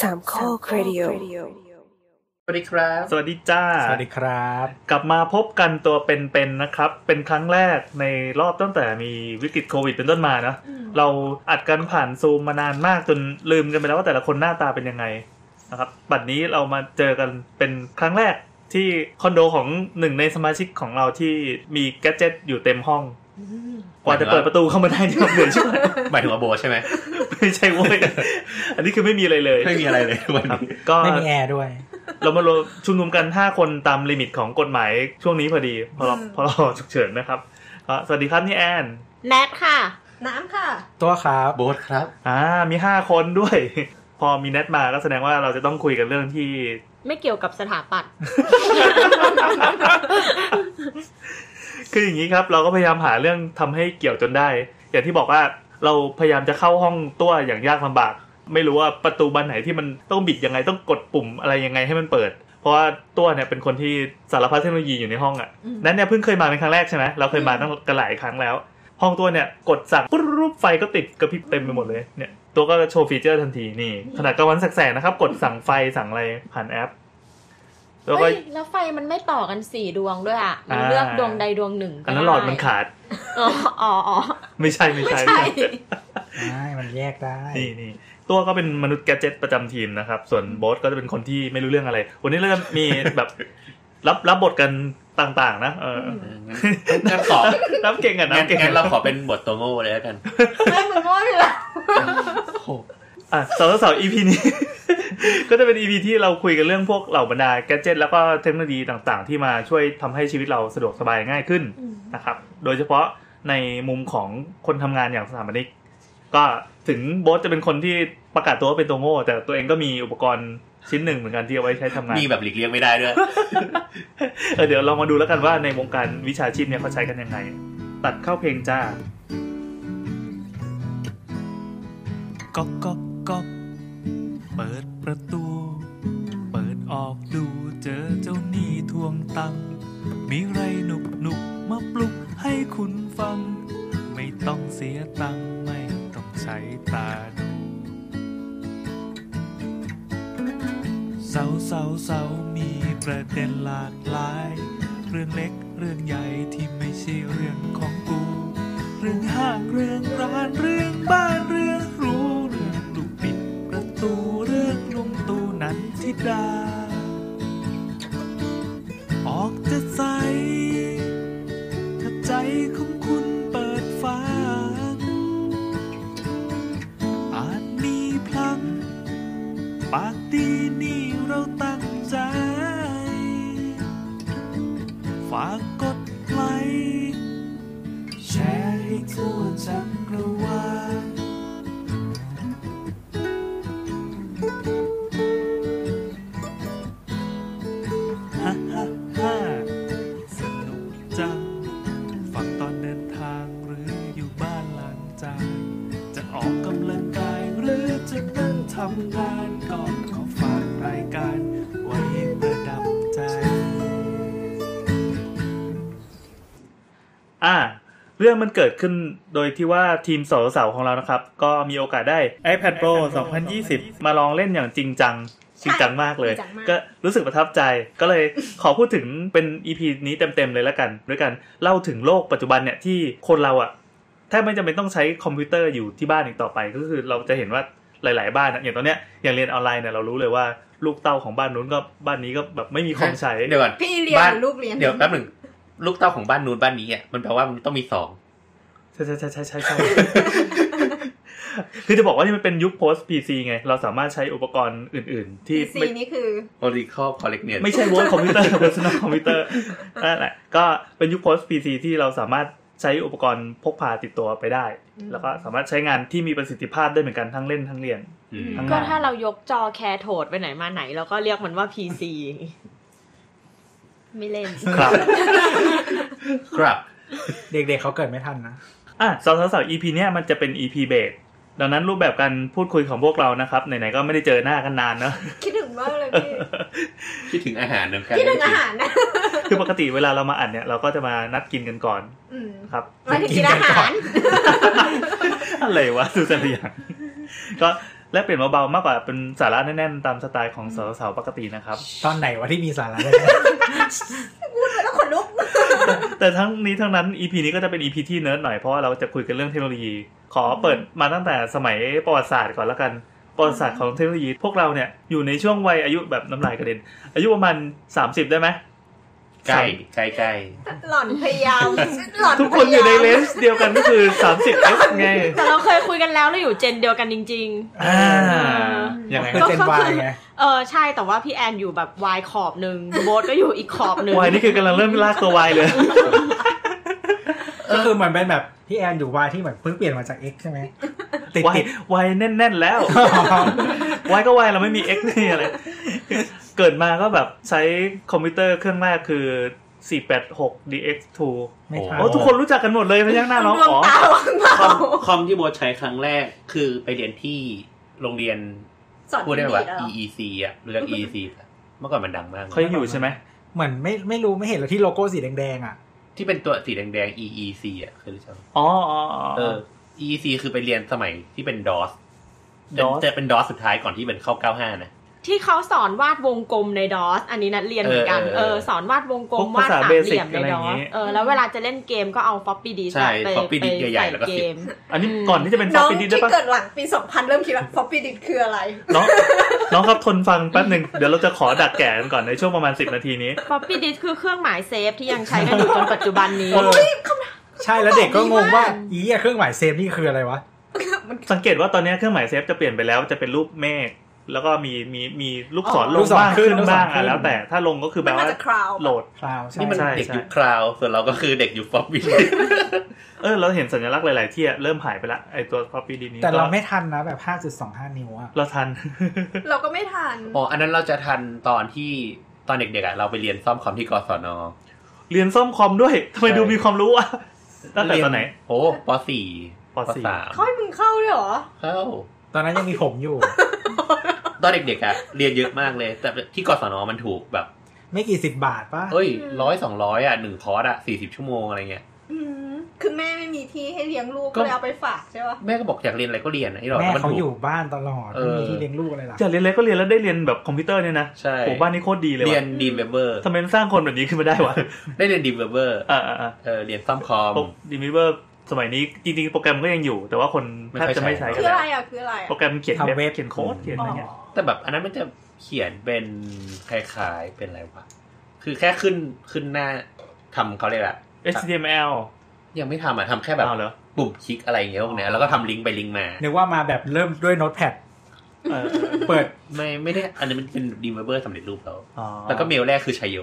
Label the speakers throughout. Speaker 1: สามข้อครดิโอ
Speaker 2: สวัสดีครับ
Speaker 3: สวัสดีจ้า
Speaker 4: สวัสดีครับ
Speaker 3: กลับมาพบกันตัวเป็นๆนะครับ เป็นครั้งแรกในรอบตั้งแต่มีวิกฤตโควิดเป็นต้นมานะ เราอัดกันผ่านซูมมานานมากจนลืมกันไปแล้วว่าแต่ละคนหน้าตาเป็นยังไงนะครับบัดนี้เรามาเจอกันเป็นครั้งแรกที่คอนโดของหนึ่งในสมาชิกของเราที่มีแกดเจ็ตอยู่เต็มห้อง กว่าจะเปิดประตูเข้ามาได้ที่เราเหนื่อยใช่ไหม
Speaker 2: หมายถึงว่าโบใช่ไหม
Speaker 3: ไม่ใช่เว้ยอันนี้คือไม่มีอะไรเลย
Speaker 2: ไม่มีอะไรเลย วัน
Speaker 3: ครับ
Speaker 2: นี้
Speaker 3: ก็
Speaker 4: ไม่มีแอร์ด้วย
Speaker 3: เรามารวมชุมนุมกัน 5 คนตามลิมิตของกฎหมายช่วงนี้พอดี พอรพอรฉุกเฉินนะครับก็สวัสดีครับนี่แอน
Speaker 5: แนทค่ะ
Speaker 6: น้ำค่ะ
Speaker 4: ตัวครับ
Speaker 2: โบทครับ
Speaker 3: อ่ามี 5 คนด้วย พอมีแนทมาก็แสดงว่าเราจะต้องคุยกันเรื่องที่
Speaker 5: ไม่เกี่ยวกับสถาปัตย์
Speaker 3: คืออย่างนี้ครับ เราก็พยายามหาเรื่องทำให้เกี่ยวจนได้ อย่างที่บอกว่าเราพยายามจะเข้าห้องตัวอย่างยากลำบาก ไม่รู้ว่าประตูบานไหนที่มันต้องบิดยังไงต้องกดปุ่มอะไรยังไงให้มันเปิด เพราะว่าตัวเนี่ยเป็นคนที่สารพัดเทคโนโลยีอยู่ในห้องอะ่ะ
Speaker 6: อืม
Speaker 3: นั้นเนี่ยเพิ่งเคยมาเป็นครั้งแรกใช่ไหมเราเคยมาตั้งกันหลายครั้งแล้ว ห้องตัวเนี่ยกดสั่งปุ๊บรูปไฟก็ติดกระพริบเต็มไปหมดเลยเนี่ยตัวก็โชว์ฟีเจอร์ทันทีนี่ขนาดกลางวันแสกๆนะครับ กดสั่งไฟสั่งอะไรผ่านแอป แล้วก็
Speaker 5: เฮ้ยแล้วไฟมันไม่ต่อกันสี่ดวงด้วยอ่ะมัน
Speaker 3: อ่า
Speaker 5: เลือกดวงใดดวงหนึ่งก็
Speaker 3: อันนั้นหลอดมันขาด
Speaker 5: อ๋ออ๋ออ๋อ
Speaker 3: ไม่ใช่ไม่
Speaker 5: ไม่
Speaker 3: ใช่
Speaker 5: ใช่
Speaker 4: ใช่ มันแยกได้
Speaker 3: นี่นี่ตัวก็เป็นมนุษย์แกดเจ็ตประจำทีมนะครับ ส่วนโบสก็จะเป็นคนที่ไม่รู้เรื่องอะไร วันนี้เราจะมี แบบ รับรับบทกันต่างๆ นะเออ
Speaker 2: งั้นขอ
Speaker 3: รับเก่งกัน
Speaker 2: งั้น
Speaker 3: นะเก่ง
Speaker 2: งั้
Speaker 3: กัน น
Speaker 2: เราขอเป็นบทตัวโง่เลยแล้วกัน
Speaker 6: ไม่เหมือนง้อเลยล่ะ
Speaker 3: อ่ะสาวสาวอีพีนี้ ก็จะเป็นอีพีที่เราคุยกันเรื่องพวกเหล่าบรรดาแกดเจ็ตแล้วก็เทคโนโลยีต่างๆ ที่มาช่วยทำให้ชีวิตเราสะดวกสบายง่ายขึ้นนะครับ โดยเฉพาะในมุมของคนทำงานอย่างสถาปนิก ก็ถึงโบสจะเป็นคนที่ประกาศตัวว่าเป็นตัวโง่ แต่ตัวเองก็มีอุปกรณ์ชิ้นหนึ่งเหมือนกันที่เอาไว้ใช้ทำงาน
Speaker 2: มีแบบหลีกเลี่ยงไม่ได้ด้วย
Speaker 3: เออเดี๋ยวลองมาดูแล้วกันว่าในวงการวิชาชีพเนี่ยเขาใช้กันยังไง ตัดเข้าเพลงจ้า
Speaker 7: ก๊อกก๊อกก๊อกเปิดประตู เปิดออกดูเจอเจ้าหนี้ทวงตังค์มีไรหนุกหนุกมาปลุกให้คุณฟัง ไม่ต้องเสียตังค์ไม่ต้องใช้ตาดูเสาเสาเสามีประเด็นหลากหลาย เรื่องเล็กเรื่องใหญ่ที่ไม่ใช่เรื่องของกู เรื่องห้างเรื่องร้านเรื่องบ้านเรื่องหรู้เรื่องลูกปิดประตูเรื่องลุงตูนันทิดา ออกจะใสถ้าใจของคุณเปิดฟังอาจมีพลัง ปากดีนี่เราตั้งใจ ฝากกดไลค์ แชร์ให้ทั่วจักรวา ลฮ่าฮ่าฮ่าสนุกจัง ฟังตอนเดินทางหรืออยู่บ้านหลังจานจะออกกำลังกายหรือจะนั่งทำงานก่อนขอฝากรายการ ไว้ประดับใจ
Speaker 3: อ่า เรื่องมันเกิดขึ้นโดยที่ว่าทีมสาวสาวๆของเรานะครับ ก็มีโอกาสได้ iPad Pro 2020 มาลองเล่นอย่างจริงจัง จริงจังมากเลย
Speaker 5: จริงจังมาก
Speaker 3: ก็รู้สึกประทับใจก็เลย ขอพูดถึงเป็น EP นี้เต็มๆเลยแล้วกัน ด้วยกันเล่าถึงโลกปัจจุบันเนี่ยที่คนเราอะแทบไม่จำเป็นต้องใช้คอมพิวเตอร์อยู่ที่บ้านอีกต่อไปก็คือเราจะเห็นว่าหลาย ๆ บ้านอะอย่างตอนเนี้ยอย่างเรียนออนไลน์เนี่ยเรารู้เลยว่าลูกเต้าของบ้านนู้นก็บ้านนี้ก็แบบไม่มีคอมใช้
Speaker 2: เดี๋ยวก่อน
Speaker 6: พี่เรียน
Speaker 2: บ้าน
Speaker 6: ลูกเรียน
Speaker 2: เดี๋ยวแป๊บหนึ่งลูกเต้าของบ้านนู้นบ้านนี้อ่ะ มันแปลว่ามันต้องมีสอง
Speaker 3: ใช่ใช่ใช่ใช่ใช่ใช่ คือจะบอกว่านี่มันเป็นยุค post PC ไง เราสามารถใช้อุปกรณ์อื่น ๆ ที่
Speaker 6: ที่ซี
Speaker 3: ไม่
Speaker 6: นี่คือ
Speaker 2: Oracle Collection
Speaker 3: ไม่ใช่ work computer personal computer นั่นแหละก็เป็นยุค post PC ที่เราสามารถใช้อุปกรณ์พกพาติดตัวไปได้
Speaker 6: อืม
Speaker 3: แล้วก็สามารถใช้งานที่มีประสิทธิภาพได้เหมือนกันทั้งเล่นทั้งเรียน
Speaker 2: อืม
Speaker 3: ทั้ง
Speaker 5: ก็
Speaker 3: งาน
Speaker 5: ถ้าเรายกจอแคโทดไปไหนมาไหน เราก็เรียกมันว่า PC ไม่เล่น
Speaker 3: ครับ
Speaker 2: ครับ
Speaker 4: เด็กๆเขาเกิดไม่ทันนะ
Speaker 3: อ่ะสาวสาว EP เนี้ยมันจะเป็น EP b a s e ดังนั้นรูปแบบการพูดคุยของพวกเรานะครับไหนๆก็ไม่ได้เจอหน้ากันนาน เนอะ
Speaker 6: คิดถึงมาก เลยพี่
Speaker 2: คิดถึงอาหารเหมือนกัน
Speaker 6: คิดถึงอาหารนะ
Speaker 3: คือปกติเวลาเรามาอัดเนี่ยเราก็จะมานัดกินกันก่อน
Speaker 6: อืม
Speaker 3: ครับ
Speaker 6: หมายถึงกินอาหาร
Speaker 3: อะไรวะดูแต่ละอย่าง ก็ แลกเปลี่ยนเบาๆมากกว่าเป็นสาระแน่นๆตามสไตล์ของสาวๆปกตินะครับ
Speaker 4: ตอนไหนวะที่มีสาระได้
Speaker 6: แล้วขนลุก
Speaker 3: แต่ทั้งนี้ทั้งนั้น EP นี้ก็จะเป็น EP ที่เนิร์ดหน่อยเพราะว่าเราจะคุยกันเรื่องเทคโนโลยี ขอเปิดมาตั้งแต่สมัยประวัติศาสตร์ก่อนละกัน ประวัติศาสตร์ของเทคโนโลยีพวกเราเนี่ยอยู่ในช่วงวัยอายุแบบน้ำลายกระเด็น อายุประมาณ 30 ได้ไหม
Speaker 2: ใกล้ใกล้ใกล้
Speaker 6: หล่อนพยายามหล่อน
Speaker 3: ทุกคนอยู่ใน
Speaker 6: พาาม
Speaker 3: เลนส์เดียวกันก็คือ 30 S ไง
Speaker 5: แต่เราเคยคุยกันแล้วเราอยู่เจนเดียวกันจริง
Speaker 3: อ่า
Speaker 5: อ
Speaker 3: ยังไง
Speaker 4: เกิด
Speaker 5: ก็
Speaker 4: เจน
Speaker 5: ก็
Speaker 4: วาย
Speaker 5: คือ
Speaker 4: ไง
Speaker 5: ๆ เออใช่แต่ว่าพี่แอนอยู่แบบวายขอบหนึ่งโบ๊ทก็อยู่อีกขอบหนึ่ง
Speaker 3: วัยนี่คือกำลังเริ่มลากตัววัยเลย
Speaker 4: ก็คือเหมือนเป็นแบบพี่แอนอยู่วายที่เหมือนเพิ่งเปลี่ยนมาจาก X ใช่ไหมติด
Speaker 3: วัย
Speaker 4: ติด
Speaker 3: วัยแน่นๆแล้ววัยก็วัยเราไม่มี X นี่อะไร เกิดมาก็แบบใช้คอมพิวเตอร์เครื่องแรกคือ 486 DX2
Speaker 4: ๆไม่ทัน
Speaker 3: โอ้ทุกคนรู้จักกันหมดเลยพยักหน้าน้อง
Speaker 6: ดวง
Speaker 3: อ๋อ
Speaker 6: ตาว่างเปล่า
Speaker 2: คอมคอมที่โบทใช้ครั้งแรกคือไปเรียนที่โรงเรียน
Speaker 6: สอน
Speaker 2: พูดได้ไหม
Speaker 6: ดี
Speaker 2: ว่า
Speaker 6: แล้ว
Speaker 2: EEC อ่ะเรื่อง EEC อะเมื่อก่อนมันดังมากนะ
Speaker 3: เขายังอยู่ใช่ไหม
Speaker 4: เหมือนไม่ไม่รู้ไม่เห็นแล้วที่โลโก้สีแดงๆอ่ะ
Speaker 2: ที่เป็นตัวสีแดงๆ EEC อ่ะเคยรู้จักไหม
Speaker 3: อ๋ออ๋ออ๋อ
Speaker 2: เออ EEC คือไปเรียนสมัยที่เป็น DOS แต่
Speaker 3: DOS
Speaker 2: แต่เป็น DOS สุดท้ายก่อนที่เป็นเข้า 95 นะ
Speaker 5: ที่เขาสอนวาดวงกลมในดอสอันนี้นัดเรียนเหมือนกันเอ
Speaker 2: เออเออ
Speaker 5: อสอนวาดวงกลม
Speaker 3: พวก
Speaker 5: วาด
Speaker 3: ภาษา
Speaker 5: สามเหลี่ยมใน
Speaker 3: เบสิกอะไร
Speaker 5: ด
Speaker 3: อ
Speaker 5: อย่าง
Speaker 3: งี้
Speaker 5: สเออแล้วเวลาจะเล่นเกมก็เอาฟอปปี้ดี
Speaker 2: ใช่
Speaker 5: ไป
Speaker 2: floppy
Speaker 5: ไป
Speaker 2: disk ใหญ่
Speaker 5: ใส่
Speaker 2: ๆแล้วก็เสี
Speaker 5: เก
Speaker 2: ยบ
Speaker 5: ม
Speaker 3: อันนี้ก่อนที่จะเป็นฟ
Speaker 6: น้
Speaker 3: อ
Speaker 6: อง
Speaker 3: ปปี้ดิสได้
Speaker 6: ที่
Speaker 3: ปะ
Speaker 6: เกิดหลังปี 2000 เริ่มคิดว่าฟอปปี้ดิสคืออะไร
Speaker 3: น้องน้องครับทนฟังแป๊บหนึ่งเดี๋ยวเราจะขอดักแก่กันก่อนในช่วงประมาณ 10 นาทีนี้
Speaker 5: ฟอปปี้ดิสคือเครื่องหมายเซฟที่ยังใช้กันอยู่ จนปัจจุบันนี้
Speaker 4: ใช่แล้วเด็กก็งงว่าอีอะเครื่องหมายเซฟนี่คืออะไรวะ
Speaker 3: สังเกตว่าตอนนี้เครื่องหมายเซฟจะเปลี่ยนไปแล้วจะเป็นรูปเมฆแล้วก็มีมีมีลูกศร
Speaker 5: อ๋อ
Speaker 3: ล
Speaker 4: ลู
Speaker 3: ง
Speaker 4: กศร
Speaker 3: บ้าง
Speaker 4: ขึ้
Speaker 3: ขึ้
Speaker 4: น
Speaker 3: น
Speaker 4: ลูกศร
Speaker 3: บ้าง
Speaker 4: ขึ้
Speaker 3: อ่ะ
Speaker 4: น
Speaker 3: แล้วแต่ถ้าลงก็คือแปล
Speaker 6: มัน
Speaker 3: ว่า
Speaker 6: มาจาก cloud
Speaker 3: โหลด
Speaker 4: คลาวใช่
Speaker 2: นี่มัน
Speaker 3: ใช่
Speaker 2: เด็กยุคคราว ส่วนเราก็คือเด็กยุคฟอบ บี้
Speaker 3: เออเราเห็นสัญลักษณ์หลาย ๆ ที่อะเริ่มหายไปละไอตัว floppy disk นี้
Speaker 4: แต่เรา
Speaker 3: ก็
Speaker 4: ไม่ทันนะแบบ 5.25 นิ้วอะ
Speaker 3: เราทัน
Speaker 6: เราก็ไม่ทัน
Speaker 2: อ๋อ อันนั้นเราจะทันตอนที่ตอนเด็กๆอ่ะเราไปเรียนซ่อมคอมที่กศน
Speaker 3: เรียนซ่อมคอมด้วยทำไม
Speaker 2: ใช่
Speaker 3: ดูมีความรู้อะ ตั้งแต่ตอนไหน
Speaker 2: โอ้ป
Speaker 3: ป
Speaker 2: .4
Speaker 3: สี่
Speaker 6: เขาให้มึงเข้าด้วยเหรอ
Speaker 2: 3เข้า
Speaker 4: ตอนนั้นยังมีผมอยู่
Speaker 2: ตอนเด็กๆอ่ะเรียนเยอะมากเลย แต่ที่กศนมันถูกแบบ
Speaker 4: ไม่กี่สิบบาทปะ
Speaker 2: เอ้ยร้อยสองร้อยอ่ะหนึ่งคอร์สอ่ะสี่สิบชั่วโมงอะไรเงี้ย
Speaker 6: อืมคือแม่ไม่มีที่ให้เลี้ยงลูกก็
Speaker 2: ก็
Speaker 6: เลยเอาไปฝากใช่ปะ
Speaker 2: แม่ก็บอกอยากเรียนอะไรก็เรียนนะที่เรา
Speaker 4: แม่
Speaker 2: มัน
Speaker 4: เขา
Speaker 2: ถู
Speaker 4: อก ยู่บ้านตลอด
Speaker 2: เอ
Speaker 4: ไม่
Speaker 2: อ
Speaker 4: มีที่เลี้ยงลูกอะไรหรอก
Speaker 3: จากเรียนเล็กก็เรียนแล้วได้เรียนแบบคอมพิวเตอร์เนี่ยนะ
Speaker 2: ใช่
Speaker 3: โหบ้านนี้โคตรดีเลย
Speaker 2: เรีย
Speaker 3: ว่ะ
Speaker 2: นดีมเวเบอร์
Speaker 3: ทำไมมันสร้างคนแบบนี้ขึ้นมาได้วะ
Speaker 2: ได้เรียนดีมเวเบอร์
Speaker 3: อ่าอ่าอ่า
Speaker 2: เออเรียนซ่อมคอม
Speaker 3: พวกดิมิเวอร์สมัยนี้จริง ๆ โปรแกรมก็ยังอยู่ แต่ว่าคน
Speaker 2: ไม่
Speaker 3: แทบ
Speaker 2: ค่อย
Speaker 3: จะไม่
Speaker 2: ใช้
Speaker 3: ใช้กั
Speaker 6: คื
Speaker 3: น
Speaker 6: อ
Speaker 3: แล้
Speaker 6: อะไร
Speaker 3: ว
Speaker 6: อ่ะคืออะไรอ่ะ
Speaker 3: โปรแกรมเขียนเว็บเขียนโค้ดเขียนอะไรเงี้ย
Speaker 2: แต่แบบอันนั้นมันจะเขียนเป็นคล้ายๆเป็นอะไรวะคือแค่ขึ้นขึ้นหน้าทำเขาเรียกอะไร
Speaker 3: HTML
Speaker 2: ยังไม่ทำอ่ะทำแค่แบบ
Speaker 3: เอาเหรอ
Speaker 2: ปุ่มคลิกอะไรอย่างเงี้ยพวกเนี้ยแล้วก็ทำลิงก์ไปลิงก์มา
Speaker 4: นึกว่ามาแบบเริ่มด้วยโน้ตแพด
Speaker 3: เออ
Speaker 4: เปิด
Speaker 2: ไม่ไม่ได้อันนี้มันเป็นดีมเวเบอร์สำเร็จรูปแล้ว
Speaker 3: อ๋อ
Speaker 2: แล้วก็เมลแรกคือชัยโย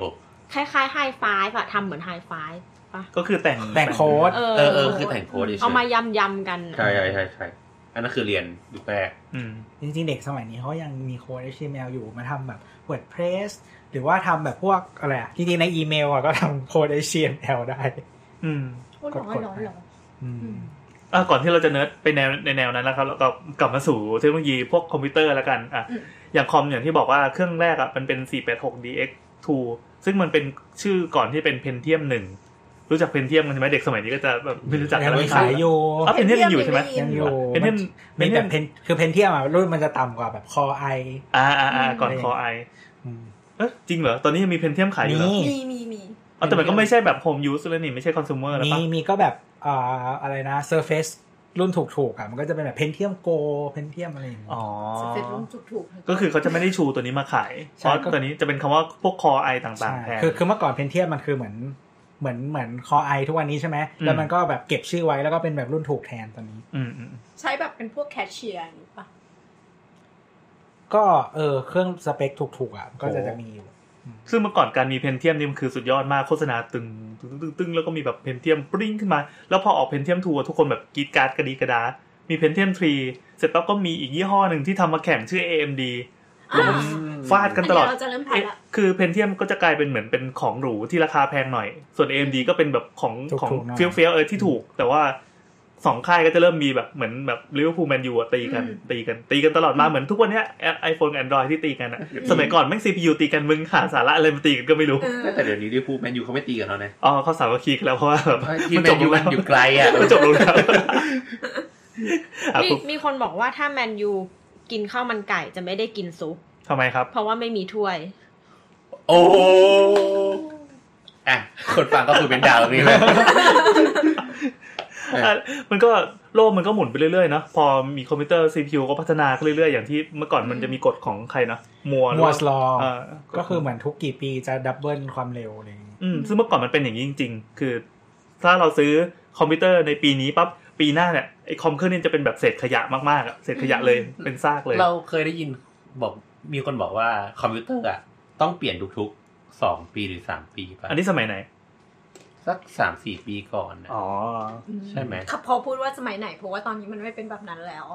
Speaker 5: คล้ายๆไฮไฟฟ์อะทำเหมือนไฮไฟฟ์ปะ
Speaker 3: ก็คือแต่ง
Speaker 4: แต่งโค้ด
Speaker 5: เอ
Speaker 2: เออเออคือแต่งโค้ดเฉยๆ
Speaker 5: เอามายำยำๆกัน
Speaker 2: ใช่ใช่ใช่ใช่อันนั้นคือเรียนยุคแรก
Speaker 3: อืม
Speaker 4: จริงๆ เด็กสมัยนี้เขายังมีโค้ด HTML อยู่มาทำแบบ WordPress หรือว่าทำแบบพวกอะไรอะจริงๆ ในอีเมลอะก็ทำโค้ด HTML ได้
Speaker 3: อืม
Speaker 6: โอ้ยร้อนร้อนร้อน
Speaker 4: อืม
Speaker 3: อ่ะก่อนที่เราจะเนิร์ดไปแนวในแนวนั้นแล้วครับเราก็กลับมาสู่เทคโนโลยีพวกคอมพิวเตอร์แล้วกันอ่ะ
Speaker 6: อืม
Speaker 3: อย่างคอมอย่างที่บอกว่าเครื่องแรกอ่ะมันเป็น 486DX2 ซึ่งมันเป็นชื่อก่อนที่เป็น Pentium 1 รู้จัก Pentium กันใช่ไหมเด็กสมัยนี้ก็จะแบบไม่รู้จักกั
Speaker 4: ยั
Speaker 3: น
Speaker 4: ง
Speaker 3: แล้ว
Speaker 4: มีขายอยู่
Speaker 3: อ๋อ Pentium ยังอยู่ใช่ไหม
Speaker 4: ยังอยู่
Speaker 3: Pentium
Speaker 4: มีแบบ
Speaker 3: Pentium
Speaker 4: เพนคือเพนเทียมอะรุ่นมันจะต่ำกว่าแบบคอไอ
Speaker 3: อ่าอ่าอ่าก่อนคอไอ
Speaker 4: ม
Speaker 3: เอ๊ะจริงเหรอ ตอนนี้ยังมี Pentium ขายอยู่เหรอ
Speaker 4: มี
Speaker 6: มีมีมี
Speaker 3: อ๋อแต่มันก็ไม่ใช่แบบ Home Use แล้วนี่ไม่ใช่ Consumer แล้ว
Speaker 4: มี
Speaker 3: ปะ
Speaker 4: มีก็แบบเอ่ออะไรนะ Surface รุ่นถูกๆอ่ะมันก็จะเป็นแบบเพนเทียมโกเพนเทียมอะไรอย่างเงี้ย
Speaker 3: อ๋อ
Speaker 6: สเปซรุ่มถูกๆ
Speaker 3: ก็คือเขาจะไม่ได้ชูตัวนี้มาขายเพ
Speaker 4: ใช่
Speaker 3: ราะ
Speaker 4: ก็
Speaker 3: ตัวนี้จะเป็นคำว่าพวกคอไอต่าง ๆ แทน
Speaker 4: คือคือเมื่อก่อนเพนเทียมมันคือเหมือนเหมือนเหมือนคอไอทุกวันนี้ใช่ไหม
Speaker 3: อืม
Speaker 4: แล้วมันก็แบบเก็บชื่อไว้แล้วก็เป็นแบบรุ่นถูกแทนตอนนี้
Speaker 3: อืมอืม
Speaker 6: ใช้แบบเป็นพวกแคชเชียร์อย่างงี้ปะ
Speaker 4: ก็เออเครื่องสเปคถูกๆอ่ะมันก็จะ
Speaker 2: โอ้
Speaker 4: จะมีอยู่
Speaker 3: ซึ่งเมื่อก่อนการมีเพนเทียมนี่มันคือสุดยอดมากโฆษณาตึงตึงตึงตึงแล้วก็มีแบบเพนเทียมปริ้งขึ้นมา แล้วพอออกเพนเทียมทัวทุกคนแบบกรีดกราร์ดกระดีกระดา มีเพนเทียมทรีเสร็จปั๊บก็มีอีกยี่ห้อหนึ่งที่ทำมาแข่งชื่อ AMD
Speaker 6: อ่า
Speaker 3: ฟาดกันตลอด
Speaker 6: เเราจะเริ่มผ่าน
Speaker 3: เอ๊ะ
Speaker 6: ละ
Speaker 3: คือเพนเทียมก็จะกลายเป็นเหมือนเป็นของหรูที่ราคาแพงหน่อย ส่วน AMD ก็เป็นแบบของ
Speaker 4: ถูกๆ
Speaker 3: ของ
Speaker 4: หน่อย
Speaker 3: เฟี้ยวเฟี้ยวๆเออที่ถูก แต่ว่าสองค่ายก็จะเริ่มมีแบบเหมือนแบบลิเวอร์พูลแมนยูตีกัน
Speaker 6: อืม
Speaker 3: ตีกันตีกันตลอดมาเหมือนทุกวันเนี้ยไอโฟนแอนดรอยที่ตีกันอะสมัยก่อนแม่งซีพียูตีกันมึงหาสาระอะไรมาตีกันก็ไม่รู้
Speaker 6: เออ
Speaker 2: แต่เดี๋ยวนี้ลิเวอร์พูลแมนยูเขาไม่ตีกันแล้วนะ
Speaker 3: อ๋อเขาสามัคคีกันแล้วเพราะว่าแบบ
Speaker 2: ทีม
Speaker 3: มัน
Speaker 2: แม
Speaker 3: จ
Speaker 2: น
Speaker 3: บ
Speaker 2: ยู
Speaker 3: ลง
Speaker 2: มั
Speaker 3: แล้
Speaker 2: น
Speaker 3: ว
Speaker 2: อยู่ไกลอ่ะ
Speaker 3: มันจบลงแล้วอ่ะ
Speaker 5: มี
Speaker 3: ปุ๊บ
Speaker 5: มีคนบอกว่าถ้าแมนยู กินข้าวมันไก่จะไม่ได้กินซุป
Speaker 3: ทำไมครับ
Speaker 5: เพราะว่าไม่มีถ้วย
Speaker 2: โอ้อะคนฟังก็คือเป็นดาวตรงนี้เลย
Speaker 3: อ่ะมันก็โลกมันก็หมุนไปเรื่อยๆเนาะพอมีคอมพิวเตอร์ CPU ก็พัฒนาขึ้นเรื่อยๆ อย่างที่เมื่อก่อนมันจะมีกฎของใครนะมัวหรื
Speaker 4: มัวสลอ
Speaker 3: เอ่อ
Speaker 4: ก็คือเหมือนทุกกี่ปีจะดับเบิลความเร็วอะไรอย่างงี้
Speaker 3: อืมซึ่งเมื่อก่อนมันเป็นอย่างนี้จริง ๆ คือ ถ้าเราซื้อคอมพิวเตอร์ในปีนี้ปั๊บปีหน้าเนี่ยไอ้คอมเครื่องนี้จะเป็นแบบเศษขยะมากๆอะเศษขยะเลยเป็นซากเลย
Speaker 2: เราเคยได้ยินบอกมีคนบอกว่าคอมพิวเตอร์อ่ะ ต้องเปลี่ยนทุกๆสองปีหรือสามปีป่ะ
Speaker 3: อันนี้สมัยไหน
Speaker 2: สักสามสี่ปีก่อนนะ
Speaker 3: อ๋อ
Speaker 2: ใช่ไหม
Speaker 6: ครับพอพูดว่าสมัยไหนเพราะว่าตอนนี้มันไม่เป็นแบบนั้นแล้ว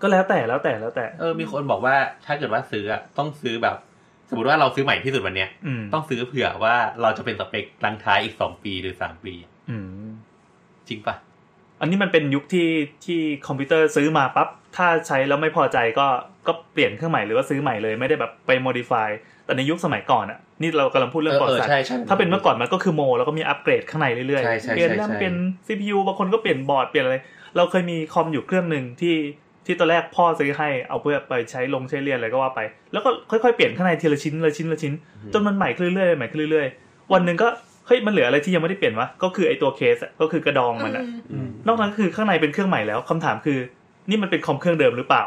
Speaker 3: ก็แล้วแต่แล้วแต่แล้วแต่
Speaker 2: เออมีคนบอกว่าถ้าเกิดว่าซื้ออ่ะต้องซื้อแบบ สมมติว่าเราซื้อใหม่ที่สุดวันเนี้ย
Speaker 3: อืม
Speaker 2: ต้องซื้อเผื่อว่าเราจะเป็นสเปคลังท้ายอีกสองปีหรือสามปี
Speaker 3: อืม
Speaker 2: จริงป่ะ
Speaker 3: อันนี้มันเป็นยุคที่ที่คอมพิวเตอร์ซื้อมาปั๊บ ถ้าใช้แล้วไม่พอใจก็ก็เปลี่ยนเครื่องใหม่หรือว่าซื้อใหม่เลยไม่ได้แบบไป modify แต่ในยุคสมัยก่อนอะนี่เรากำลังพูดเรื่องประวัติศาสตร์ถ้าเป็นเมื่อก่อนมันก็คือโม แล้วก็มีอัปเกรดข้างในเรื่อย
Speaker 2: ใช่ใช่
Speaker 3: ๆ เปลี่ยนแรม
Speaker 2: ใช่
Speaker 3: เป็น CPU บางคนก็เปลี่ยนบอร์ดเปลี่ยนอะไร เราเคยมีคอมอยู่เครื่องหนึ่งที่ที่ตอนแรกพ่อซื้อให้เอาเพื่อไปใช้ลงใช้เรียนอะไรก็ว่าไป แล้วก็ค่อยๆเปลี่ยนข้างในทีละชิ้นละชิ้นละชิ้น จนมันใหม่ขึ้นเรื่อยๆใหม่ขึ้นเรื่อยๆ วันหนึ่งก็เฮ้ยมันเหลืออะไรที่ยังไม่ได้เปลี่ยนวะก็คือไอตัวเคสอะก็คือกระดองมันอะ
Speaker 2: อืม
Speaker 3: นอกนั้นคือข้างในเป็นเครื่องใหม่แล้วคำถามคือ นี่มันเป็นคอมเครื่องเดิมหรือเปล่า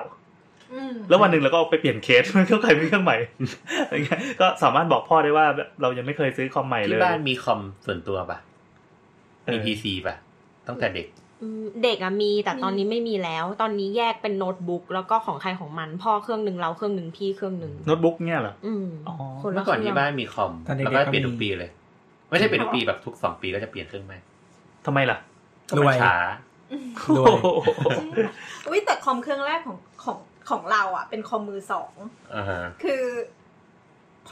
Speaker 6: อืม
Speaker 3: แล้ววันหนึ่งเราก็เอาไปเปลี่ยนเคส มันก็กลายเป็นเครื่องใหม่ อะไรเงี้ยก็สามารถบอกพ่อได้ว่าแบบเรายังไม่เคยซื้อคอมใหม่เล
Speaker 2: ที่
Speaker 3: ย
Speaker 2: บ้านมีคอมส่วนตัวป่ะ
Speaker 3: เอ
Speaker 2: มี
Speaker 3: อ
Speaker 2: พีซีป่ะ ตั้งแต่เด็ก
Speaker 5: อืมเด็กอะมีแต่ตอนนี้ไม่มีแล้ว ตอนนี้แยกเป็นโน้ตบุ๊กแล้วก็ของใครของมัน พ่อเครื่องหนึ่งเราเครื่องหนึ่งพี่เครื่องหนึ่ง
Speaker 3: โน้ตบุ๊กเนี่ยเหรอ
Speaker 5: อืม
Speaker 3: อ๋อ
Speaker 5: คนละ
Speaker 2: เมื่อก่อน
Speaker 5: เครื่
Speaker 2: ที่
Speaker 5: ง
Speaker 2: บ้านมีคอม
Speaker 4: ตอนเด็ก
Speaker 2: แล้ว
Speaker 4: ๆ
Speaker 2: ก็
Speaker 4: ก็มี
Speaker 2: เปลี่ยนทุกปีเลย ไม่ใช่เปลี่ยนทุกปีแบบทุกสองปีก็จะเปลี่ยนเครื่องใหม่
Speaker 3: ทำไมล่ะ
Speaker 2: ก็มันช้า
Speaker 4: รวย
Speaker 3: โอ้โห
Speaker 6: อุ้ยแต่คอมเครื่องแรกของของของเราอ่ะ เป็นคอมมือสอง
Speaker 2: อ่าฮะ
Speaker 6: คือ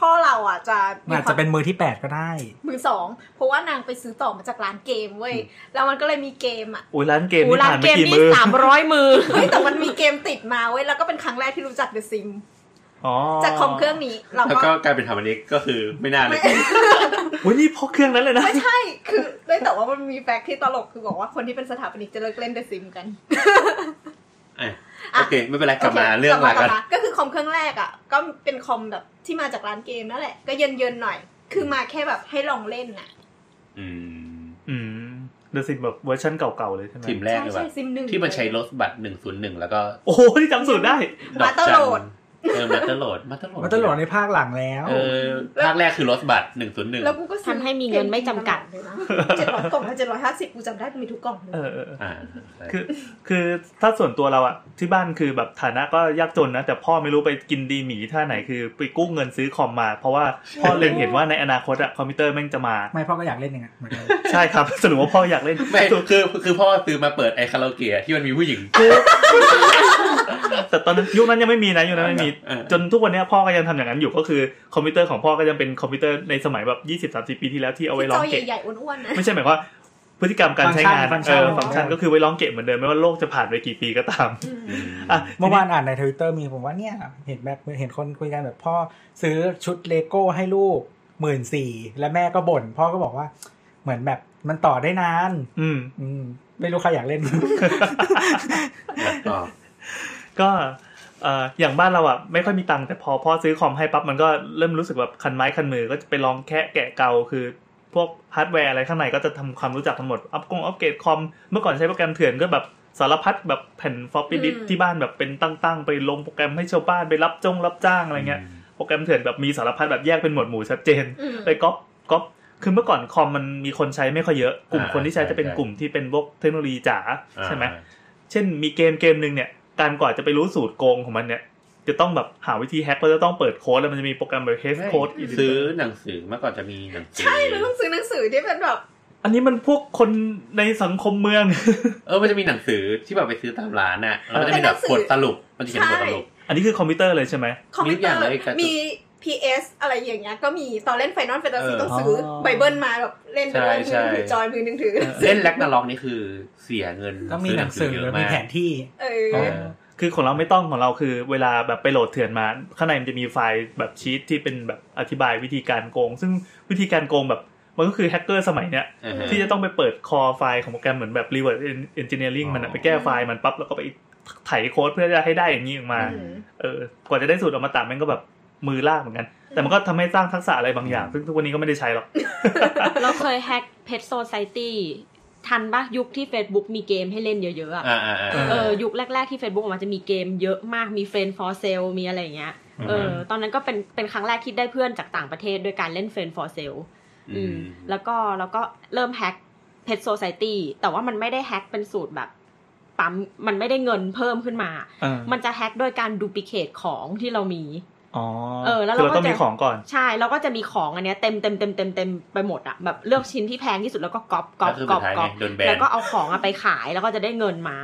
Speaker 6: พ่อเราอ่ะจะ
Speaker 4: มันอาจจะเป็นมือที่แปดก็ได้
Speaker 6: มือสองเพราะว่านางไปซื้อต่อมาจากร้านเกมเว้ยแล้วมันก็เลยมีเกมอ่ะ
Speaker 3: อุ้ยร้านเกม
Speaker 5: โอ้
Speaker 3: นี่
Speaker 5: ร้าน
Speaker 3: ผ่านไป
Speaker 5: เกม
Speaker 3: กี่
Speaker 5: นี่
Speaker 3: มือ
Speaker 5: สามร้อย มือ
Speaker 6: เฮ้ยแต่มันมีเกมติดมาเว้ยแล้วก็เป็นครั้งแรกที่รู้จักเดอะซิม
Speaker 3: อ๋อ
Speaker 6: จากคอมเครื่องนี้เรา
Speaker 2: แล้ว
Speaker 6: ก็
Speaker 2: ก็กลายเป็นทำอันนี้ก็คือไม่น่าเลย
Speaker 6: ไม่
Speaker 3: อุ้ยนี่เพราะเครื่องนั้นเลยนะ
Speaker 6: ไม่ใช่ คือเว้ยแต่ว่ามันมีแฟกต์ที่ตลกคือบอกว่าคนที่เป็นสถาปนิกจะเลิกเล่นเดอะซิมกัน
Speaker 2: อ่ะโอเค ไม่เป็นไรกลับมา
Speaker 6: โค
Speaker 2: เรื่อง
Speaker 6: ก
Speaker 2: มา
Speaker 6: ลับ
Speaker 2: กัน
Speaker 6: มาก็คือคอมเครื่องแรกอ่ะ ก็เป็นคอมแบบที่มาจากร้านเกมนั่นแหละ ก็เย็นเย็นๆหน่อย คือมาแค่แบบให้ลองเล่นน่ะ
Speaker 2: อืม
Speaker 3: อืมเดอะซิมแบบเวอร์ชันเก่าๆเลยใช่ไหม
Speaker 2: ทีมแรก
Speaker 6: ใช่
Speaker 2: เลย
Speaker 6: ใช่
Speaker 2: ว่ะ
Speaker 6: ซิมหนึ่ง
Speaker 2: ที่มันใช้รถบัตรหนึ่งศูนย์หนึ่งแล้วก็
Speaker 3: โอ้โหนี่จำสูตรได้
Speaker 2: ดอกจัน
Speaker 6: Motherload
Speaker 2: เออมาตอร์โห ลดมาตอร์โหลด
Speaker 4: มันตลอดในภาคหลังแล้ว
Speaker 2: เออภาคแรกคือรถบัตรหนึ่งศูนย์หนึ่ง
Speaker 6: แล้วกูก็ซื้อ
Speaker 5: ทำให้มีเงินไม่จำกัด
Speaker 6: เจ็ดร้อยกล่องเจ็ดร้อยห้าสิบกูจำได้กูมีทุกกล่องเลย
Speaker 3: เออเออ
Speaker 2: อ่า
Speaker 3: คือคือถ้าส่วนตัวเราอะที่บ้านคือแบบฐานะก็ยากจนนะ แต่พ่อไม่รู้ไปกินดีหมีท่าไหนคือไปกู้เงินซื้อคอมมา เพราะว่าพ่อเล็งเห็นว่าในอนาคตอะคอมพิวเตอร์แม่งจะมา
Speaker 4: ไม่พ่อก็อยากเล่นอย่างนั้นเหมือนกัน
Speaker 3: ใช่ครับ สรุปว่าพ่ออยากเล่น
Speaker 2: ไม่
Speaker 3: สุด
Speaker 2: คือคือพ่อซื้อมาเปิดไอคาราโอเกะที่มันมีผู้หญิง
Speaker 3: แต่ตอนนั้นยุคนั้นยังไม่มีนะยุคนั้นไม่มี
Speaker 2: เออ
Speaker 3: จนทุกวันเนี้ยพ่อก็ยังทำอย่างนั้นอยู่ก็คือคอมพิวเตอร์ของพ่อก็ยังเป็นคอมพิวเตอร์ในสมัยแบบยี่สิบสามสิบปีที่แล้วที่เอาไว้
Speaker 6: ที่
Speaker 3: ร้
Speaker 6: จ
Speaker 3: อง
Speaker 6: อ
Speaker 3: เกะ
Speaker 6: ใหญ่ๆอ้วนๆนะ
Speaker 3: ไม่ใช่หมายความว่าพฤติกรรมการใช้งาน
Speaker 4: ฟังก์
Speaker 3: เอ
Speaker 4: ชัน
Speaker 3: อ
Speaker 4: ฟั
Speaker 3: ฟัง
Speaker 4: งก์
Speaker 3: ก์
Speaker 4: ชั
Speaker 3: ชั
Speaker 4: น
Speaker 3: นก็คือไว้ร้องเกะเหมือนเดิมไม่ว่าโลกจะผ่านไปกี่ปีก็ตามอ่ะ
Speaker 4: เมื่อวานอ่านในทวิตเตอร์มีผมว่าเนี่ย เห็นแบบเห็นคนคุยกันแบบพ่อซื้อชุดเลโก้ให้ลูกหมื่นสี่แล้วแม่ก็บ่น พ่อก็บอกว่า เหมือนแบบมันต่อได้นาน
Speaker 3: อืม
Speaker 4: อืม ไม่รู้ใครอยากเล่น
Speaker 2: อ๋อ
Speaker 3: ก็เอ่ออย่างบ้านเราอ่ะไม่ค่อยมีตังค์แต่พอพ่อซื้อคอมให้ปั๊บมันก็เริ่มรู้สึกแบบคันไม้คันมือก็จะไปลองแคะแกะเกาคือ พวกฮาร์ดแวร์อะไรข้างในก็จะทำความรู้จักทั้งหมดอัปกงอัปเกรดคอมเมื่อก่อนใช้โปรแกรมเถื่อนก็แบบสารพัดแบบแผ่นฟอปปี้ดิส
Speaker 6: อืม
Speaker 3: ที่บ้านแบบเป็นตั้งๆ ไปลงโปรแกรมให้ชาวบ้านไปรับจ้องรับจ้างอะไรเงี้ยโปรแกรมเถื่อนแบบมีสารพัดแบบแยกเป็นหมวดหมู่ชัดเจน
Speaker 6: อืม
Speaker 3: ไปก๊อปก๊อปคือเมื่อก่อนคอมมันมีคนใช้ไม่ค่อยเยอะกลุ่ม
Speaker 2: อ่า
Speaker 3: คนที่ใช้
Speaker 2: ใช่
Speaker 3: จะเป็น
Speaker 2: ใช่
Speaker 3: กลุ่มที่เป็นพวกเทคโนโลยีจ๋าใช่ไหม
Speaker 2: อ่า
Speaker 3: เช่นมีเกมเกมหนึ่งเนี่ย การกว่าจะไปรู้สูตรโกงของมันเนี่ย จะต้องแบบหาวิธีแฮ็กแล้วจะต้องเปิดโค้ดแล้วมันจะมีโปรแกรมแบบ hash
Speaker 2: ไม่
Speaker 3: code
Speaker 2: ซื้อหนังสือเมื่อก่อนจะมีหนังสือ
Speaker 6: ใช่เราต้องซื้อหนังสือที่เป็นแบบ
Speaker 3: อันนี้มันพวกคนในสังคมเมือง
Speaker 2: เออ มันจะมีหนังสือที่แบบไปซื้อตามร้านน่ะแล้วมันจะมีแบบบทสรุป มันจะเขียนบทสรุป
Speaker 3: อันนี้คือคอมพิวเตอร์เลยใช่ไหม
Speaker 6: คอมพิว
Speaker 2: มีทุก
Speaker 6: เตอ
Speaker 2: อ
Speaker 6: ย่าง ร์
Speaker 2: เลยการ์ตูน
Speaker 6: มี PS อะไรอย่างเงี้ยก็มีตอนเล่นไฟนอลแฟนตาซี
Speaker 2: เออ
Speaker 6: ต้องซื้ออ
Speaker 3: อ
Speaker 6: ไบเบิลมาแบบเล่นไปด้วยมื
Speaker 2: ใช่
Speaker 6: อหนึ่งถือจ
Speaker 2: ใช่
Speaker 6: อยมือหนึ่งถือ
Speaker 2: เล่นแล็กนาล็อกนี่คือเสียเงิน
Speaker 4: ก็มีหนังสือ
Speaker 2: ซื้เยอะ
Speaker 4: มี
Speaker 2: มาก
Speaker 4: แผนที่
Speaker 6: เอ
Speaker 2: เอ
Speaker 6: อ
Speaker 2: อ
Speaker 3: คือของเราไม่ต้องของเราคือเวลาแบบไปโหลดเถื่อนมา ข้างในมันจะมีไฟล์แบบชีตที่เป็นแบบอธิบายวิธีการโกง ซึ่งวิธีการโกงแบบมันก็คือแฮกเกอร์สมัยเนี้ย
Speaker 2: อ่าฮะ
Speaker 3: ที่จะต้องไปเปิดคอไฟล์ของโปรแกรมเหมือนแบบ reverse engineering มันอะ
Speaker 2: อ๋อ
Speaker 3: ไปแก้ไฟล์มันปั๊บแล้วก็ไป ไถโค้ดเพื่อจะให้ได้อย่างนี้ออกมา
Speaker 6: อืม
Speaker 3: เออกว่าจะได้สูตรออกมาตัดมันก็แบบมือลากเหมือนกัน แต่มันก็ทำให้สร้างทักษะอะไรบางอย่าง ซึ่งทุกวันนี้ก็ไม่ได้ใช้หรอก
Speaker 5: เราเคยแฮกเพจโซไซตี้ทันปะยุคที่ Facebook มีเกมให้เล่นเยอะๆอะ
Speaker 2: อ่าอ่าอ่า
Speaker 5: เออยุคแรก ๆ ที่ Facebook ออกมาจะมีเกมเยอะมากมี Friend for Sale มีอะไรอย่างเงี้ย
Speaker 2: อืม
Speaker 5: เออตอนนั้นก็เป็นเป็นครั้งแรกที่ได้เพื่อนจากต่างประเทศด้วยการเล่น Friend for Sale
Speaker 2: อืม
Speaker 5: แล้วก็แล้วก็เริ่มแฮ็กเพจโซไซตี้แต่ว่ามันไม่ได้แฮ็กเป็นสูตรแบบปั๊มมันไม่ได้เงินเพิ่มขึ้นมา
Speaker 3: อ่า
Speaker 5: มันจะแฮ็กโดยการดูปลิเคทของที่เรามี
Speaker 3: อ๋อ
Speaker 5: เออแล้ว
Speaker 3: คือ
Speaker 5: เราก็
Speaker 3: เราต้องมี
Speaker 5: จะ
Speaker 3: ของก่อน
Speaker 5: ใช่เราก็จะมีของอันเนี้ยเต็มเต็มเต็มเต็มเต็มไปหมดอะแบบเลือกชิ้นที่แพงที่สุดแล้วก็ก๊อปก๊อป
Speaker 2: แล้ว
Speaker 5: ก๊อป
Speaker 2: สุดท้าย
Speaker 5: ก๊อ
Speaker 2: ไง
Speaker 5: ป
Speaker 2: โดนแบน
Speaker 5: แล้วก็เอาของอะไปขายแล้วก็จะได้เงินมา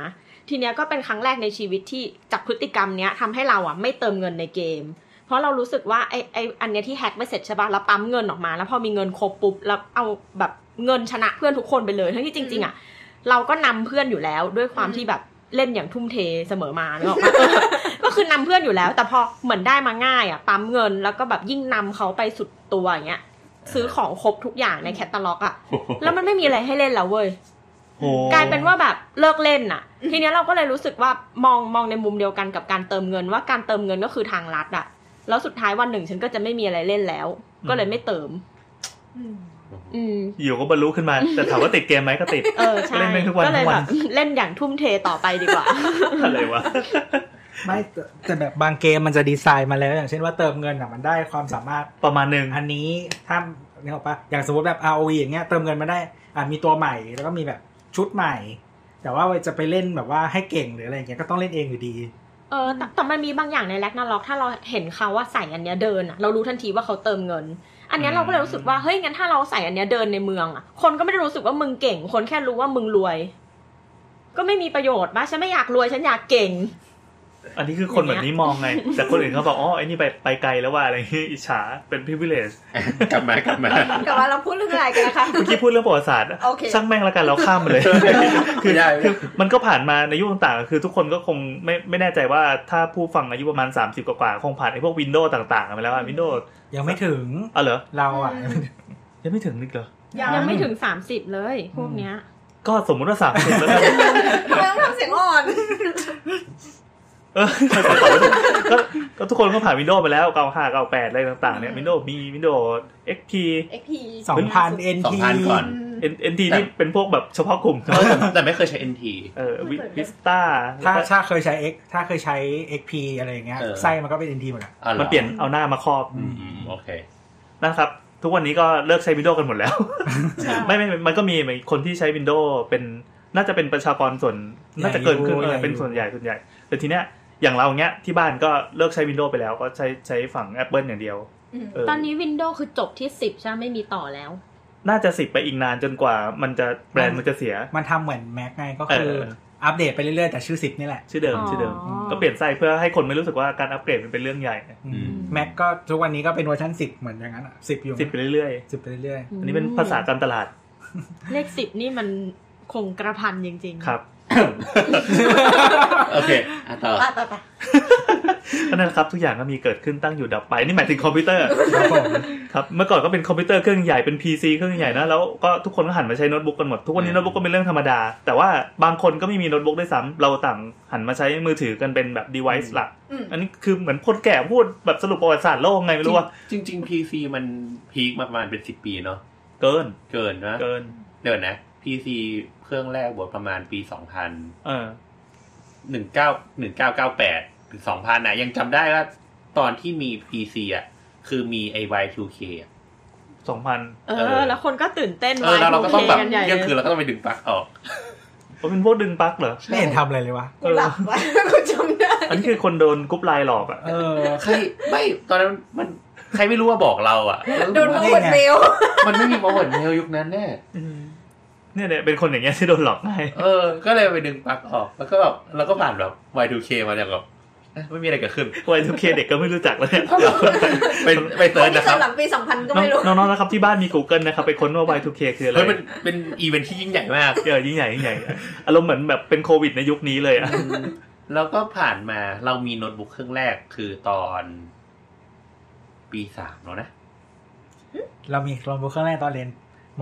Speaker 5: ทีเนี้ยก็เป็นครั้งแรกในชีวิตที่จากพฤติกรรมเนี้ยทำให้เราอะไม่เติมเงินในเกม เพราะเรารู้สึกว่าไอไออันเนี้ยที่แฮ็กไปเสร็จใช่ปะแล้วปั๊มเงินออกมาแล้วพอมีเงินครบปุ๊บแล้วเอาแบบเงินชนะเพื่อนทุกคนไปเลยทั้งที่จริง ๆอะเราก็นำเพื่อนอยู่แล้วด้วยความ
Speaker 6: อืม
Speaker 5: ที่แบบเล่นอย่างทุ่มเทเสมอมาเนก อะ ก็คือนำเพื่อนอยู่แล้ว แต่พอเหมือนได้มาง่ายอ่ะปั๊มเงินแล้วก็แบบยิ่งนำเขาไปสุดตัวอย่างเงี้ยซื้อของครบทุกอย่างในแคตตาล็อกอ่ะแล้วมันไม่มีอะไรให้เล่นแล้วเว้ย
Speaker 3: โอ้
Speaker 5: กลายเป็นว่าแบบเลิกเล่นอ่ะ ทีเนี้ยเราก็เลยรู้สึกว่ามองมองในมุมเดียวกันกับการเติมเงินว่าการเติมเงินก็คือทางลัดอ่ะแล้วสุดท้ายวันหนึ่งฉันก็จะไม่มีอะไรเล่นแล้ว ก็เลยไม่เติม
Speaker 6: อืม
Speaker 5: อืม
Speaker 3: อยู่ก็บรรลุขึ้นมา แต่ถามว่าติดเกมไหมก็ ติด
Speaker 5: เออใช่
Speaker 3: เล่นไม่ทุกวัน
Speaker 5: ก็เลย
Speaker 3: ทุกวั
Speaker 5: แบ
Speaker 3: น
Speaker 5: บเล่นอย่างทุ่มเทต่อไปดีกว่า
Speaker 3: อะไรวะ
Speaker 4: ไม่แต่แต่แบบบางเกมมันจะดีไซน์มาแล้ว อย่างเช่นว่าเติมเงินอ่ะมันได้ความสามารถ
Speaker 3: ประมาณหนึ่ง
Speaker 4: อันนี้ถ้าเนี่ยหรอกปะอย่างสมมติแบบ ROE อย่างเงี้ยเติมเงินมาได้อ่ะมีตัวใหม่แล้วก็มีแบบชุดใหม่ แต่ว่าจะไปเล่นแบบว่าให้เก่งหรืออะไรอย่างเงี้ยก็ต้องเล่นเองอยู่ดี
Speaker 5: เออแต่แต่มันมีบางอย่างในแร็กนาล็อกถ้าเราเห็นเขาว่าใส่อันเนี้ยเดินอะเรารู้ทันทีว่าเขาเติมเงิน อันเนี้ย
Speaker 3: อืม
Speaker 5: เราก็เลยรู้สึกว่าเฮ้ยงั้นถ้าเราใส่อันเนี้ยเดินในเมืองอะคนก็ไม่ได้รู้สึกว่ามึงเก่ง คนแค่รู้ว่ามึงรวย ก็ไม่มีประโยชน์ปะฉันไม่อยากรวยฉันอยากเก่ง
Speaker 3: อันนี้คือคนแบบนี้มองไง แต่คนอื่นเขาบอกอ๋อไอ้นี่ไปไปไกลแล้วว่าอะไรอย่างงี้อิจฉาเป็น privilege
Speaker 2: กลับมากลับมา
Speaker 6: แต่ว่าเราพูดเรื่องอะไรกันนะคะ
Speaker 3: เมื่อกี้พูดเรื่องประวัติศาสตร์
Speaker 6: โอเค
Speaker 3: ช่างแม่งละกันเราข้ามมาเลย คือ
Speaker 2: ไม่ได้
Speaker 3: คือมันก็ผ่านมาในยุคต่างๆ คือทุกคนก็คงไม่ไม่แน่ใจว่าถ้าผู้ฟังอายุประมาณ 30 กว่าๆคงผ่านไอ้พวกวินโดว์ต่างๆ ไปแล้ววินโดว์
Speaker 4: ยังไม่ถึง
Speaker 3: อ๋อเหรอ
Speaker 4: เราอ่ะ
Speaker 6: อืม
Speaker 3: ยังไม่ถึงนิกเหรอ
Speaker 6: ยัง
Speaker 5: ยังไม่ถึงสามสิบเลยพวกเนี้ย
Speaker 3: ก็สมมุติว่า 30 แล้วกัน
Speaker 6: ทำไมต้องทำเสียงอ่อน
Speaker 3: เอ อก็ก็ทุกคนก็ผ่านวินโดว์ไปแล้ว 95 98 อะไรต่างๆ เนี่ยวินโดว์มีวินโดว์ XP
Speaker 6: XP
Speaker 4: สอง พัน
Speaker 2: ส
Speaker 4: NT
Speaker 2: องพันก่อน
Speaker 3: N NT นี่เป็นพวกแบบเฉพาะกลุ่ม
Speaker 2: เออแต่แต่ไม่เคยใช้ NT
Speaker 3: เออวิสต้า
Speaker 4: ถ้าถ้าเคยใช้ X ถ้าเคยใช้ XP อะไรอย่างเงี้ย
Speaker 2: เออ
Speaker 4: ไส้มันก็เป็น NT หมดอ่ะ
Speaker 2: อ๋อหรอ
Speaker 3: มันเปลี่ยนเอาหน้ามาครอบ
Speaker 2: อืมอืมโอเค
Speaker 3: นะครับ ทุกวันนี้ก็เลิกใช้วินโดว์กันหมดแล้ว
Speaker 6: ใช่
Speaker 3: ไม่ไม่ไม่มันก็มีคนที่ใช้วินโดว์เป็นน่าจะเป็นประชากรส่วน น่าจะเกินครึ่ง
Speaker 4: ใหญ่อ
Speaker 3: เอ
Speaker 4: ยู่
Speaker 3: อเป็น
Speaker 4: ใหญ่อยู่
Speaker 3: ส่วนใหญ่ส่วนใหญ่ แต่ทีเนี้ยอย่างเราเนี้ยที่บ้านก็เลิกใช้วินโดว์ไปแล้วก็ใช้ใช้ฝั่ง Apple อย่างเดียว
Speaker 6: อืม
Speaker 3: เออ
Speaker 5: ตอนนี้วินโดว์คือจบที่สิบใช่ไหมไม่มีต่อแล้ว
Speaker 3: น่าจะสิบไปอีกนานจนกว่ามันจะแบรนด์มันจะเสีย
Speaker 4: มันทำเหมือน Mac ไงก็คือ
Speaker 3: เออ
Speaker 4: อัปเดตไปเรื่อยๆ แต่ชื่อ 10 นี่แหละ
Speaker 3: ชื่อเดิม
Speaker 5: อ๋อ
Speaker 3: ชื่อเดิม ก็เปลี่ยนไส้เพื่อให้คนไม่รู้สึกว่าการอัปเกรดมันเป็นเรื่องใหญ่
Speaker 2: อืม
Speaker 4: Mac ก็ทุกวันนี้ก็เป็นเวอร์ชัน10 เหมือนอย่างนั้นอ่ะ10 อยู่
Speaker 3: สิบไปเรื่อย
Speaker 4: สิบไปเรื่อย
Speaker 3: ๆอันนี้เป็นภาษาการตลาด
Speaker 5: เลขสิบนี่มันคงกระพันจริงๆ
Speaker 3: ครับ
Speaker 2: โอเคอ่ะต่อ
Speaker 6: ไปไปไป
Speaker 3: ก็นั่นแหละครับทุกอย่างก็มีเกิดขึ้นตั้งอยู่ดับไปนี่หมายถึงคอมพิวเตอร์
Speaker 4: ๆครับผม
Speaker 3: ครับเมื่อก่อนก็เป็นคอมพิวเตอร์เครื่องใหญ่เป็น PC เครื่องใหญ่นะแล้วก็ทุกคนก็หันมาใช้โน้ตบุ๊กกันหมด ทุกวันนี้
Speaker 2: อืม
Speaker 3: โน้ตบุ๊กก็เป็นเรื่องธรรมดา แต่ว่าบางคนก็ไม่มีโน้ตบุ๊กด้วยซ้ำเราต่างหันมาใช้มือถือกันเป็นแบบ device หลัก
Speaker 6: อืม
Speaker 3: อันนี้คือเหมือนคนแก่พูดแบบสรุปประวัติศาสตร์โลกไงไม่รู้ว่า
Speaker 2: จริงจริงๆ PC มันพีคมาประมาณเป็นสิบปีเนาะ
Speaker 3: เกิน
Speaker 2: เกินนะ
Speaker 3: เกิน
Speaker 2: เดี๋ยวนะ PC เครื่องแรกบวชประมาณปีสองพัน
Speaker 3: เออ
Speaker 2: หนึ่งเก้าหนึ่งเก้าเก้าแปดถึงสองพันนะยังจำได้ว่าตอนที่มี PC อ่ะ คือมี a y 2 k อ่ะ
Speaker 3: สองพัน
Speaker 5: เอ
Speaker 2: เอ
Speaker 5: อ
Speaker 2: อ
Speaker 5: แล้วคนก็ตื่นเต้น
Speaker 2: เออแล้วเราก็ต้องแบบ
Speaker 5: กันใหญ่
Speaker 2: เที่ยัง
Speaker 5: เล
Speaker 2: คื
Speaker 5: ย
Speaker 2: นเราก็ต้องไปดึงปลั๊กออก
Speaker 3: เขาเป็นพวกดึงปลั๊กเหรอ
Speaker 4: ไม่เห็นทำอะไรเลยวะ
Speaker 6: กูหลับไว้ กูจำได้
Speaker 3: อันนี้คือคนโดนกรุ๊ปไลน์หลอกอ่ะ
Speaker 4: เออ
Speaker 2: ใครไม่ตอนนั้นมันใครไม่รู้ว่าบอกเรา อ่ะ
Speaker 6: โดนพวกคนเมล
Speaker 2: มันไม่มีประวัติเมลยุคนั้นแน่
Speaker 3: เนี่ยเนี่ยเป็นคนอย่างเงี้ยที่โดนหลอกง่าย
Speaker 2: เออ ก็เลยไปดึงปลั๊กออก แล้วก็แบบเราก็ผ่านแบบ Y2K มาเนี่ยแบบเอ๊ะไม่มีอะไรเกิดขึ้น
Speaker 3: วัยทุกเคเด็กก็ไม่รู้จักแล้วเนี่ย
Speaker 2: ไปไป
Speaker 6: ค
Speaker 2: เซิร์ช
Speaker 6: นที่
Speaker 2: นะค
Speaker 6: เกิ
Speaker 2: รับ
Speaker 6: ดหลังปี 2000 ก็
Speaker 3: น้อง
Speaker 6: ไม่รู้
Speaker 3: น้องๆนะครับที่บ้านมี Google นะครับไปค้นว่า Y2K คืออะไร
Speaker 2: เฮ้ยมันเป็นอีเวนท์ที่ยิ่งใหญ่มาก
Speaker 3: เออยิ่งใหญ่ยิ่งใหญ่อารมณ์เหมือนแบบเป็นโควิดในยุคนี้เลยอ่ะ
Speaker 2: แล้วก็ผ่านมาเรามีโน้ตบุ๊กเครื่องแรกคือตอนปีสามแล้วนะ
Speaker 4: เรามีโน้ตบุ๊กเครื่องแรกตอนเรียนม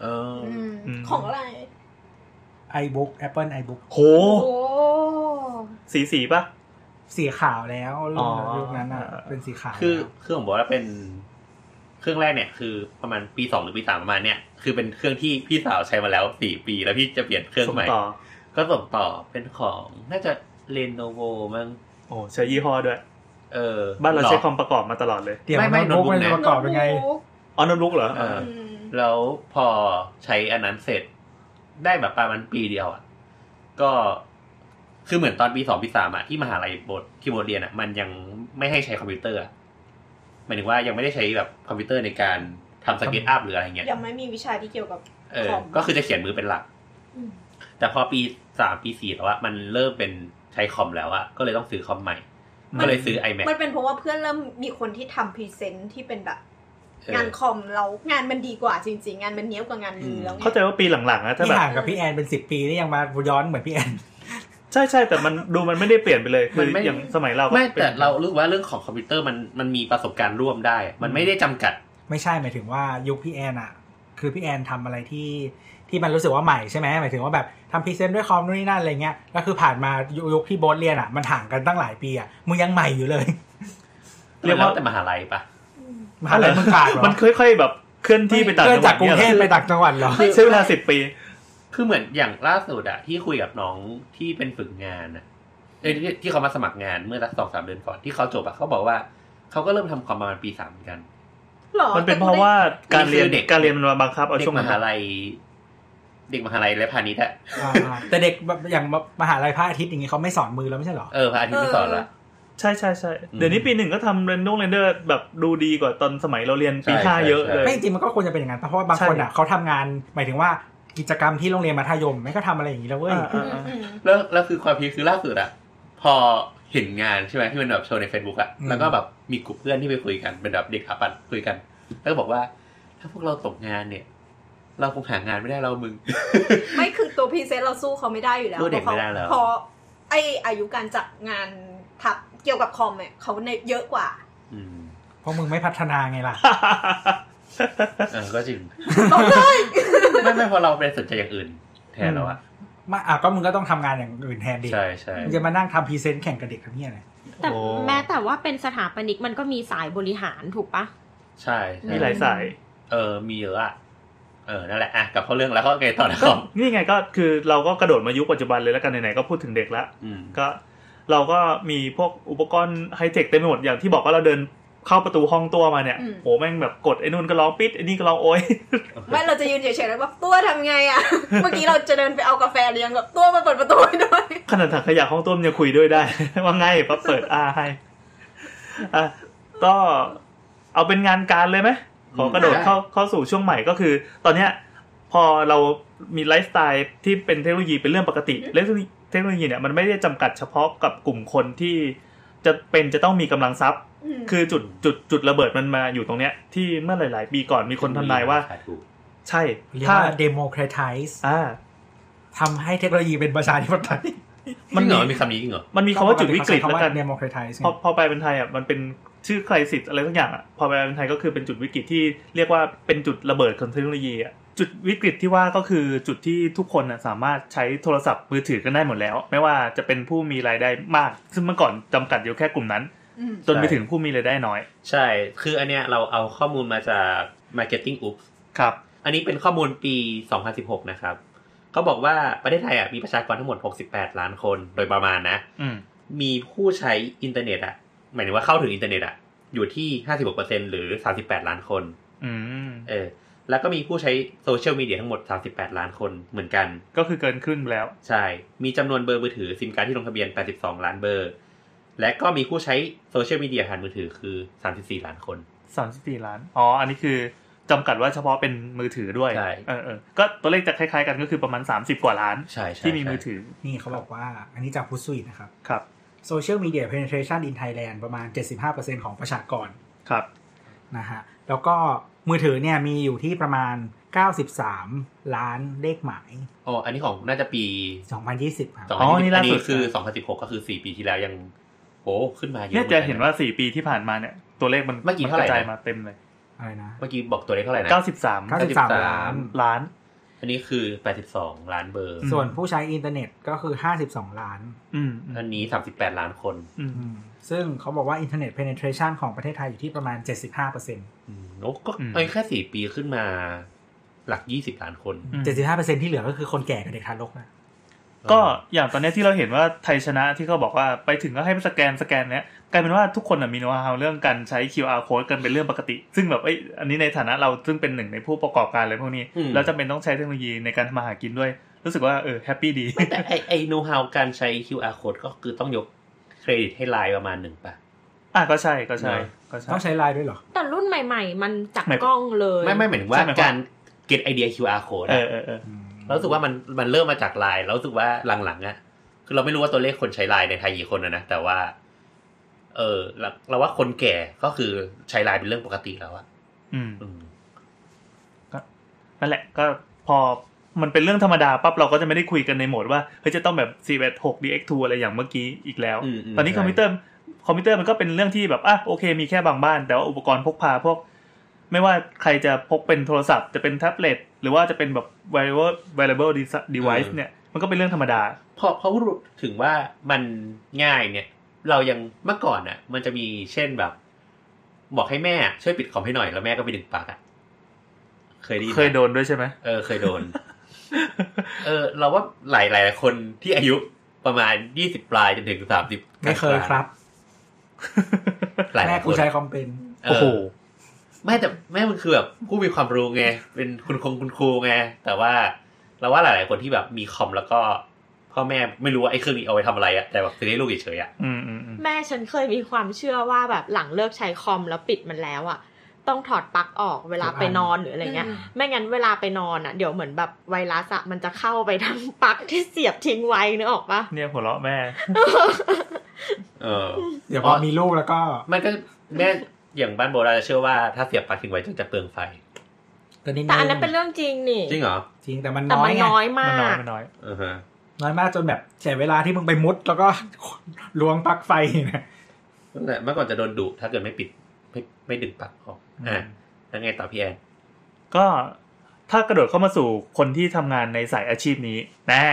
Speaker 2: เออ
Speaker 6: อืม
Speaker 3: อืม
Speaker 6: ของอะไร
Speaker 4: .4 iBook Apple iBook
Speaker 3: โห
Speaker 6: โอ้
Speaker 3: สีสีป่ะ
Speaker 4: สีขาวแล้ว
Speaker 3: อ๋
Speaker 4: รุ่
Speaker 3: อน
Speaker 4: ยุคนั้นอ่ะ
Speaker 3: เออ
Speaker 4: เป็นสีขาว
Speaker 2: คือ
Speaker 4: แล้ว
Speaker 2: เครื่องผมบอกว่าเป็นเครื่องแรกเนี่ย คือประมาณปีสองหรือปีสามประมาณเนี่ยคือเป็นเครื่องที่พี่สาวใช้มาแล้วสี่ปี แล้วพี่จะเปลี่ยนเครื่อง
Speaker 3: ส่ง
Speaker 2: ใหม่
Speaker 3: ต่อ
Speaker 2: ก็ส่งต่อเป็นของน่าจะเลนโนโวมั้ง
Speaker 3: โอ้ใช้ยี่ห้อด้วย
Speaker 2: เออ
Speaker 3: บ้านเราใช้คอมประกอบมาตลอดเลย
Speaker 4: เดี๋ยว
Speaker 2: ไม่ไม่
Speaker 4: โน้ตบุ๊ก
Speaker 2: โน้
Speaker 4: มันจะประ
Speaker 2: ตบุ๊กนะ
Speaker 4: กอบยังไง
Speaker 6: โน้ตบุ๊ก
Speaker 3: อ๋อโน้ตบุ๊กเหรอ
Speaker 2: เออ
Speaker 6: อืม
Speaker 2: แล้วพอใช้อันนั้นเสร็จได้แบบประมาณปีเดียวอ่ะก็คือเหมือนตอนปีสองปีสามอะที่มหาลัยบทที่บทเรียนอะมันยังไม่ให้ใช้คอมพิวเตอร์อะหมายถึงว่ายังไม่ได้ใช้แบบคอมพิวเตอร์ในการทำสเก็ตอัพหรืออะไรเงี้ย
Speaker 6: ยังไม่มีวิชาที่เกี่ยวกับ
Speaker 2: เออ
Speaker 6: ของ
Speaker 2: ก็คือจะเขียนมือเป็นหลัก
Speaker 6: อืม
Speaker 2: แต่พอปีสามปีสี่แล้วอะมันเริ่มเป็นใช้คอมแล้วอะก็เลยต้องซื้อคอมใหม่ ก็เลยซื้อ iMac
Speaker 6: มันเป็นเพราะว่าเพื่อนเริ่มมีคนที่ทำพรีเซนต์ที่เป็นแบบ
Speaker 2: เออง
Speaker 6: านคอมแล้วงานมันดีกว่าจริง ๆ งานมันเนี้ยบกว่างานมือแล้วไง
Speaker 3: เข้าใจว่าปีหลังๆนะถ้า
Speaker 4: ที่
Speaker 3: แบบ
Speaker 4: ห่างกับพี่แอนเป็นสิบปีนี่ยังมาย้อนเหมือนพี่แอน
Speaker 3: ใช่ใช่แต่มันดูมันไม่ได้เปลี่ยนไปเลยคื
Speaker 2: มั
Speaker 3: อน
Speaker 2: ไม่
Speaker 3: อย่างสมัยเราก็
Speaker 2: ไม่แต่
Speaker 3: ป็น
Speaker 2: เรารู้สึกว่าเรื่องของคอมพิวเตอร์มันมันมีประสบการณ์ร่วมได้อะมันไม่ได้จำกัด
Speaker 4: ไม่ใช่หมายถึงว่ายุคพี่แอนอะคือพี่แอนทำอะไรที่ที่มันรู้สึกว่าใหม่ใช่ไหมหมายถึงว่าแบบทำพรีเซนต์ด้วยคอมนู่นนี่นั่นอะไรเงี้ยแล้วคือผ่านมายุยุคที่โบทเรียนอะมันห่างกันตั้งหลายปีอะมึงยังใหม่อยู่เลย
Speaker 2: เรียกว่าแต่มหาลัยปะ
Speaker 4: มหาลัยมึงขาดเหรอ
Speaker 3: มันค่อยๆแบบเคลื่อนที่ไปต่าง
Speaker 4: เดิ
Speaker 3: จังหวั
Speaker 4: นจา
Speaker 3: ด
Speaker 4: กกรุงเทพไปต่างจังหวัดเหรอ
Speaker 3: ใช้เวลาสิบปี
Speaker 2: คือเหมือนอย่างล่าสุดอะที่คุยกับน้องที่เป็นฝึกงานอะเอ้ยที่ที่เขามาสมัครงานเมื่อสักสองสามเดือนก่อนที่เขาจบอะเขาบอกว่าเขาก็เริ่มทำความประมาณปีสามเหมือนกัน
Speaker 6: หรอ
Speaker 3: มันเป็นเพราะว่าการเรียน
Speaker 2: เด็ก
Speaker 3: การเรียนมันมาบังคับเอา
Speaker 2: เด็
Speaker 3: ช่ว
Speaker 2: ก
Speaker 3: ง
Speaker 2: ม
Speaker 3: นั้น
Speaker 2: หาลัย เด็กมหาลัยและพาณิชย์อะ
Speaker 4: อ่าแต่เด็กแบบอย่างมหาลัยพระอาทิตย์อย่างงี้เขาไม่สอนมือแล้วไม่ใช่เหรอ
Speaker 2: เออพระอาทิตย์ไม่สอนละ
Speaker 3: ใช่ใช่ใช่
Speaker 2: อืม
Speaker 3: เดี๋ยวนี้ปีหนึ่งก็ทำเรนดงเรนเดอร์แบบดูดีกว่าตอนสมัยเราเรียนปี
Speaker 2: ใช่
Speaker 3: ห้าเยอะ
Speaker 2: ใช่
Speaker 3: เลย
Speaker 4: ไม่จริงมันก็ควรจะเป็นอย่างนั้นปะเพราะว่าบาง
Speaker 3: ใช่
Speaker 4: คนอะเขาทำงานหมายถึงว่ากิจกรรมที่โรงเรียนมัธยมไม่งก็ทำอะไรอย่างนี้แล้วเว้ย
Speaker 3: อ่า
Speaker 6: อื
Speaker 3: อ่าม อ่า
Speaker 6: อืม
Speaker 2: แล้วแล้วคือความพีคคือล่าสุดอะพอเห็นงานใช่ไหมที่มันแบบโชว์ใน Facebook อะ
Speaker 4: อืม
Speaker 2: แล้วก็แบบมีกลุ่มเพื่อนที่ไปคุยกันเป็นแบบเด็กขาปัดคุยกัน แล้วก็บอกว่า ถ้าพวกเราตกงานเนี่ย เราคงหางานไม่ได้เรามึง
Speaker 6: ไม่คือตัวพรีเซนต์เราสู้เขาไม่ได้อยู่แล้ว
Speaker 2: สู้เด็กไม่ได้แล้ว
Speaker 6: เพราะเขาเพราะไออายุการจัดงานทับเกี่ยวกับคอมเนี่ยเขาในเยอะกว่า
Speaker 2: อืม
Speaker 4: เพราะมึงไม่พัฒนาไงล่ะ
Speaker 2: เออก็จริงไม่ไม่เพอเราไปสนใจอย่างอื่น แทนแล้วอะ
Speaker 4: มาอ่ะก็มึงก็ต้องทำงานอย่างอื่นแทนเด็ก
Speaker 2: ใช่ใช่
Speaker 4: มึงจะมานั่งทำพรีเซนต์แข่งกับเด็กทำเนี่ยอะไร
Speaker 5: แต่
Speaker 3: โอ้
Speaker 5: แม้แต่ว่าเป็นสถาปนิกมันก็มีสายบริหารถูกปะ
Speaker 2: ใช่
Speaker 3: มี
Speaker 2: ใช่
Speaker 3: หลายสาย
Speaker 2: เออมีเยอะอะเออนั่นแหละอ่ะกลับเข้าเรื่องแล้วก็ไงต่อนะค
Speaker 3: ก็
Speaker 2: รับ
Speaker 3: นี่ไงก็คือเราก็กระโดดมายุคปัจจุบันเลยแล้วกันไหนๆก็พูดถึงเด็กละ
Speaker 2: อืม
Speaker 3: ก็เราก็มีพวกอุปกรณ์ไฮเทคเต็มไปหมดอย่างที่บอกว่าเราเดินเข้าประตูห้องตัวมาเนี่ย
Speaker 6: อืม
Speaker 3: โหแม่งแบบกดไอ้นู่นก็ร้องปิดไอ้นี่ก็ร้องโอย
Speaker 6: ไม่เราจะยืนเฉยๆแล้วแบบตัวทำไงอ่ะ เมื่อกี้เราจะเดินไปเอากาแฟเลี้ยงแบบตัวมาเปิดประตูให้หน่อย
Speaker 3: ขนาดถังขยะห้องต้วมยังคุยด้วยได้ ว่าไงปั๊บเปิดอาให้อ่ะก็เอาเป็นงานการเลยไหมขอกระโดด
Speaker 2: ได้
Speaker 3: เข้าเข้าสู่ช่วงใหม่ก็คือ ตอนเนี้ยพอเรามีไลฟ์สไตล์ที่เป็นเทคโนโลยีเป็นเรื่องปกติเรื่องเทคโนโลยีเนี่ยมันไม่ได้จำกัดเฉพาะกับกลุ่มคนที่จะเป็นจะต้องมีกำลังทรัพย์
Speaker 6: ม
Speaker 3: คือจุดจุดจุดระเบิดมันมาอยู่ตรงเนี้ยที่เมื่อหลาย ๆ ปีก่อนมีคนทำนายว่า
Speaker 2: ขถูก
Speaker 3: ใช่
Speaker 4: เรียก
Speaker 3: ถ้า
Speaker 4: ว่า democratize
Speaker 3: อ่า
Speaker 4: ทำให้เทคโนโลยีเป็นประชาธิปไตย
Speaker 2: มันเหรอมีคำนี้จริงเหรอ
Speaker 3: มันมีคำว่าจุดวิกฤต
Speaker 4: เขาใช้
Speaker 3: แล้วกั
Speaker 4: คำว่า
Speaker 3: น
Speaker 4: democratize ไง
Speaker 3: พอพอแปลเป็นไทยอ่ะมันเป็นชื่อใครสิทธิ์อะไรสักอย่างอ่ะพอแปลเป็นไทยก็คือเป็นจุดวิกฤตที่เรียกว่าเป็นจุดระเบิดของเทคโนโลยีอ่ะจุดวิกฤตที่ว่าก็คือจุดที่ทุกคนอ่ะสามารถใช้โทรศัพท์มือถือกันได้หมดแล้ว ไม่ว่าจะเป็นผู้มีรายได้มาก ซึ่งเมื่อก่อนจำกัดอยู่แค่กลุ่มนั้น
Speaker 6: ม
Speaker 3: จนไปถึงผู้มีรายได้น้อย
Speaker 2: ใช่ คืออันเนี้ยเราเอาข้อมูลมาจาก Marketing Oops
Speaker 3: ครับ
Speaker 2: อันนี้เป็นข้อมูลปี 2016 นะครับ เขาบอกว่าประเทศไทยอ่ะมีประชากรทั้งหมด 68 ล้านคนโดยประมาณนะ
Speaker 3: อืม
Speaker 2: มีผู้ใช้อินเทอร์เน็ตอ่ะ หมายถึงว่าเข้าถึงอินเทอร์เน็ตอ่ะ อยู่ที่ 56%หรือ 38 ล้านคน
Speaker 3: อืม
Speaker 2: เออ แล้วก็มีผู้ใช้โซเชียลมีเดียทั้งหมด 38 ล้านคนเหมือนกัน
Speaker 3: ก็คือเกินครึ่งไปแล้ว
Speaker 2: ใช่ มีจำนวนเบอร์มือถือซิมการ์ดที่ลงทะเบียน 82 ล้านเบอร์ และก็มีผู้ใช้โซเชียลมีเดียผ่านมือถือคือ 34 ล้านคน
Speaker 3: สามสิบสี่ล้าน อ๋อ อันนี้คือจำกัดว่าเฉพาะเป็นมือถือด้วย
Speaker 2: ใช่
Speaker 3: เออเออก็ตัวเลขจะคล้ายๆกันก็คือประมาณ 30 กว่าล้าน
Speaker 2: ใช่ใช่
Speaker 3: ที่มีมือถือ
Speaker 4: นี่เขาบอกว่า อันนี้จากพุสุยนะครับ
Speaker 3: ครับ
Speaker 4: social media penetration in Thailand ประมาณ 75%ของประชากร
Speaker 3: ครับ
Speaker 4: นะฮะ แล้วก็มือถือเนี่ยมีอยู่ที่ประมาณ 93 ล้านเลขหมาย
Speaker 2: อ๋ออันนี้ของน่าจะปี
Speaker 4: 2020 ครับ
Speaker 2: สอง
Speaker 3: อ๋อนี่
Speaker 2: นี่
Speaker 3: ล่าสุ
Speaker 2: ล่าสุ
Speaker 3: ด
Speaker 2: ดคือสองพันสิบหกก็คือสี่ปีที่แล้วยังโอ้ขึ้นมาเยอะ
Speaker 3: เนี่ยจะ
Speaker 2: มือกั
Speaker 3: เห็นว่า 4 ปีที่ผ่านมาเนี่ย ตัวเลขมัน
Speaker 2: เมื่อกี้
Speaker 3: นกระจาย
Speaker 2: เท่าไหร่นะ
Speaker 3: มาเต็มเลย
Speaker 4: อะไรนะ
Speaker 2: เมื่อกี้บอกตัวเลขเท่าไหร่นะ
Speaker 3: 93
Speaker 4: 93 ล้าน
Speaker 3: ล้าน
Speaker 2: อันนี้คือแปดสิบสองล้านเบอร์
Speaker 3: อืม
Speaker 4: ส่วนผู้ใช้อินเทอร์เน็ตก็คือ 52 ล้าน
Speaker 3: อืมอื
Speaker 2: อัน
Speaker 3: ม
Speaker 2: นี้สามสิบแปดล้านคน
Speaker 3: อืม
Speaker 4: อืมซึ่งเขาบอกว่าอินเทอร์เน็ต penetration ของประเทศไทยอยู่ที่ประมาณ 75%
Speaker 2: อืมโอ้ก็
Speaker 3: อืม
Speaker 2: เอ้ยแค่สี่ปีขึ้นมาหลักยี่สิบล้านคน
Speaker 3: อืม
Speaker 4: 75%ที่เหลือก็คือคนแก่กับเด็กทารกนะ
Speaker 3: ก็อย่างตอนเนี้ยที่เราเห็นว่าไทยชนะที่เขาบอกว่าไปถึงก็ให้สแกนสแกนเนี้ยกลายเป็นว่าทุกคนนะมีโน้ตฮาวเรื่องการใช้ QR code กันเป็นเรื่องปกติ ซึ่งแบบเอ้ยอันนี้ในฐานะเราซึ่งเป็นหนึ่งในผู้ประกอบการอะไรพวกนี้
Speaker 2: อืม
Speaker 3: เราจำเป็นต้องใช้เทคโนโลยีในการทำมาหากินด้วย รู้สึกว่าเออแฮปปี้ดี
Speaker 2: ไม่แต่ไอไอโน้ตฮาวการใช้ QR code ก็คือต้องยกเครดิตให้ไลน์ประมาณหนึ่งป่ะ
Speaker 3: อ่ะก็ใช่ก็ใช่
Speaker 2: เนอะ
Speaker 3: ก็ใช่
Speaker 4: ต้องใช้ไลน์ด้วยเหรอ
Speaker 5: แต่รุ่นใหม่ ๆ มันจับ
Speaker 3: ไม่
Speaker 5: กล้องเลย
Speaker 2: ไม่ไม่หมายถึงว่า
Speaker 3: ใช่ไหมครับ
Speaker 2: การ get idea QR code
Speaker 3: เออ
Speaker 2: อะ
Speaker 3: เออเออ
Speaker 2: เรารู้สึกว่ามันมันเริ่มมาจากไลน์แล้วรู้สึกว่าหลังๆอะคือเราไม่รู้ว่าตัวเลขคนใช้ไลน์ในไทยกี่คนนะนะแต่ว่า เออเราเราว่าคนแก่ก็คือใช้ไลน์เป็นเรื่องปกติแล้วอะ
Speaker 3: อืม
Speaker 2: อืม
Speaker 3: นั่นแหละก็พอมันเป็นเรื่องธรรมดาปั๊บเราก็จะไม่ได้คุยกันในโหมดว่าเฮ้ยจะต้องแบบ4 8 6 dx 2อะไรอย่างเมื่อกี้อีกแล้ว
Speaker 2: อืมอืม
Speaker 3: ตอนนี้
Speaker 2: ใช่
Speaker 3: คอมพิวเตอร์คอมพิวเตอร์มันก็เป็นเรื่องที่แบบอ่ะโอเค มีแค่บางบ้าน แต่ว่าอุปกรณ์พกพาพวก ไม่ว่าใครจะพกเป็นโทรศัพท์จะเป็นแท็บเล็ตหรือว่าจะเป็นแบบ variable variable desi- device เนี่ยมันก็เป็นเรื่องธรรมดา
Speaker 2: พอพอพูดถึงว่ามันง่ายเนี่ย เรายังเมื่อก่อนอะมันจะมีเช่นแบบ บอกให้แม่ช่วยปิดคอมให้หน่อยแล้วแม่ก็ไปดึงปลั๊กอะเคยไดีไหม
Speaker 3: เคยโดนด้วยใช่ไหม
Speaker 2: เออเคยโดน เออ เราว่าหลายหลายๆคนที่อายุประมาณยี่สิบปลายจนถึงสามสิบ
Speaker 4: ไม่เคยครับ
Speaker 2: หลาย
Speaker 4: แม่
Speaker 2: ๆค
Speaker 4: กู
Speaker 2: น
Speaker 4: ใช้คอมเป็น
Speaker 2: เ
Speaker 3: โอ้โห
Speaker 2: ไม่แต่แม่มันคือแบบผู้มีความรู้ไง เป็นคุณคงคุณครูไง แต่ว่าเราว่าหลาย ๆ คนที่แบบมีคอมแล้วก็ พ่อแม่ไม่รู้ว่าไอ้เครื่องนี้เอาไปทำอะไรอะแต่แบบซื้อให้ลูกเฉยๆอะ
Speaker 3: อืมอืมอืม
Speaker 5: แม่ฉันเคยมีความเชื่อว่าแบบหลังเลิกใช้คอมแล้วปิดมันแล้วอ่ะ ต้องถอดปลั๊กออกเวลาไปนอนหรืออะไรเงี้ย
Speaker 6: อืม
Speaker 5: ไม่งั้นเวลาไปนอนอ่ะ เดี๋ยวเหมือนแบบไวรัสอะมันจะเข้าไปทั้งปลั๊กที่เสียบทิ้งไว้นึกออกปะ
Speaker 3: เนี่ยหัวเราะแม่
Speaker 2: เออ
Speaker 4: เดี๋ยว
Speaker 2: อ๋
Speaker 4: พ
Speaker 2: อ
Speaker 4: อมีลูกแล้วก็
Speaker 2: มันก็แม่อย่างบ้านโบราณจะเชื่อว่าถ้าเสียบปลั๊กทิ้งไว้จะเปลืองไฟ
Speaker 4: ก็นิดนึง
Speaker 5: แต่อันนั้นเป็นเรื่องจริงนี่
Speaker 2: จริงเหรอ
Speaker 4: จริงแต่มัน
Speaker 5: แต่
Speaker 4: น้อ
Speaker 5: มั
Speaker 4: ย
Speaker 5: น
Speaker 4: ไง
Speaker 5: น้อยมา
Speaker 3: มันน้อย
Speaker 5: ก
Speaker 3: มันน้อย
Speaker 2: อือฮะ
Speaker 4: น้อยมากจนแบบเสียเวลาที่มึงไปมุดแล้วก็ ล้วงปลั๊กไฟเนะ
Speaker 2: นั่นแหละเมื่อก่อนจะโดนดุถ้าเกิดไม่ปิดไม่ไม่ดึงปลั๊กออกอ่ะแล้วไงต่อพี่แอน
Speaker 3: ก็ถ้ากระโดดเข้ามาสู่คนที่ทำงานในสายอาชีพนี้แน่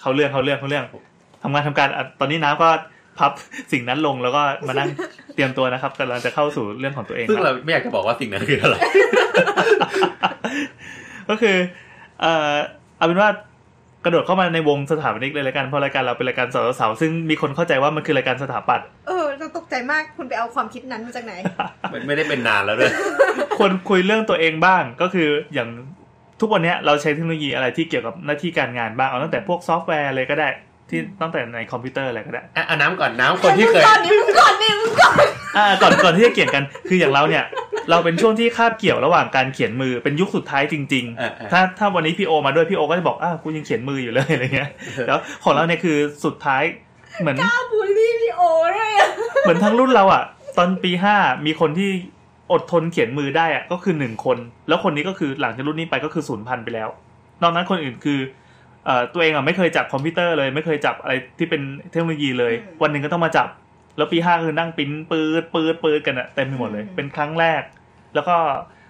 Speaker 3: เขาเรื่องเขาเรื่องเขาเรื่องทำงานทำการอ่ะตอนนี้น้าก็พับสิ่งนั้นลงแล้วก็มานั่ง เตรียมตัวนะครับกำลังจะเข้าสู่เรื่องของตัวเอง
Speaker 2: ซึ่ง
Speaker 3: แล้ว
Speaker 2: เราไม่อยากจะบอกว่าสิ่งนั้นคือ อะไร
Speaker 3: ก็คือเอ่อเอาเป็นว่ากระโดดเข้ามาในวงสถาปนิกเลยละกันเพราะรายการเราเป็นรายการสาวๆซึ่งมีคนเข้าใจว่ามันคือรายการสถาปัตย์
Speaker 6: เออเราตกใจมากคุณไปเอาความคิดนั้นมาจากไหน
Speaker 2: มันไม่ได้เป็นนานแล้วด้วย
Speaker 3: ควร คุยเรื่องตัวเองบ้างก็คืออย่างทุกวันเนี้ยเราใช้เทคโนโลยีอะไรที่เกี่ยวกับหน้าที่การงานบ้างเอาตั้งแต่พวกซอฟต์แวร์เลยก็ได้ที่ตั้งแต่ในคอมพิวเตอร์อะไรก็ได้
Speaker 2: อ่ะเอาน้ำก่อนน้ำคนที่เคย
Speaker 6: ก่อนนี่มึงก่อนนี่มึงก่อน
Speaker 3: อ่าก่อนก่อนที่จะเกี่ยงกันคืออย่างเราเนี่ย เราเป็นช่วงที่คาบเกี่ยวระหว่างการเขียนมือเป็นยุคสุดท้ายจริง
Speaker 2: อ่าอ่า
Speaker 3: ๆ ถ้าถ้าวันนี้พี่โอมาด้วยพี่โอก็จะบอกอ้าวกูยังเขียนมืออยู่เลยอะไรเงี้ยแล้วของเราเนี่ยคือสุดท้ายเหมือน
Speaker 6: อ้าวบูลลี่พี่โอด้วยอะ
Speaker 3: เหมือนทั้งรุ่นเราอ่ะ ตอนปีห้ามีคนที่อดทนเขียนมือได้อ่ะก็คือหนึ่งคน แล้วคนนี้ก็คือหลังจากรุ่นนี้ไปก็คือศูนย์พันไปแล้ว นอกนั้นคนอื่นคือเอ่อตัวเองอ่ะไม่เคยจับคอมพิวเตอร์เลย ไม่เคยจับอะไรที่เป็นเทคโนโลยีเลย วันหนึ่งก็ต้องมาจับ แล้วปีห้าคือนั่งปริ้นปืดปืดปืดกันอ่ะเต็มไปหมดเลย เป็นครั้งแรก แล้วก็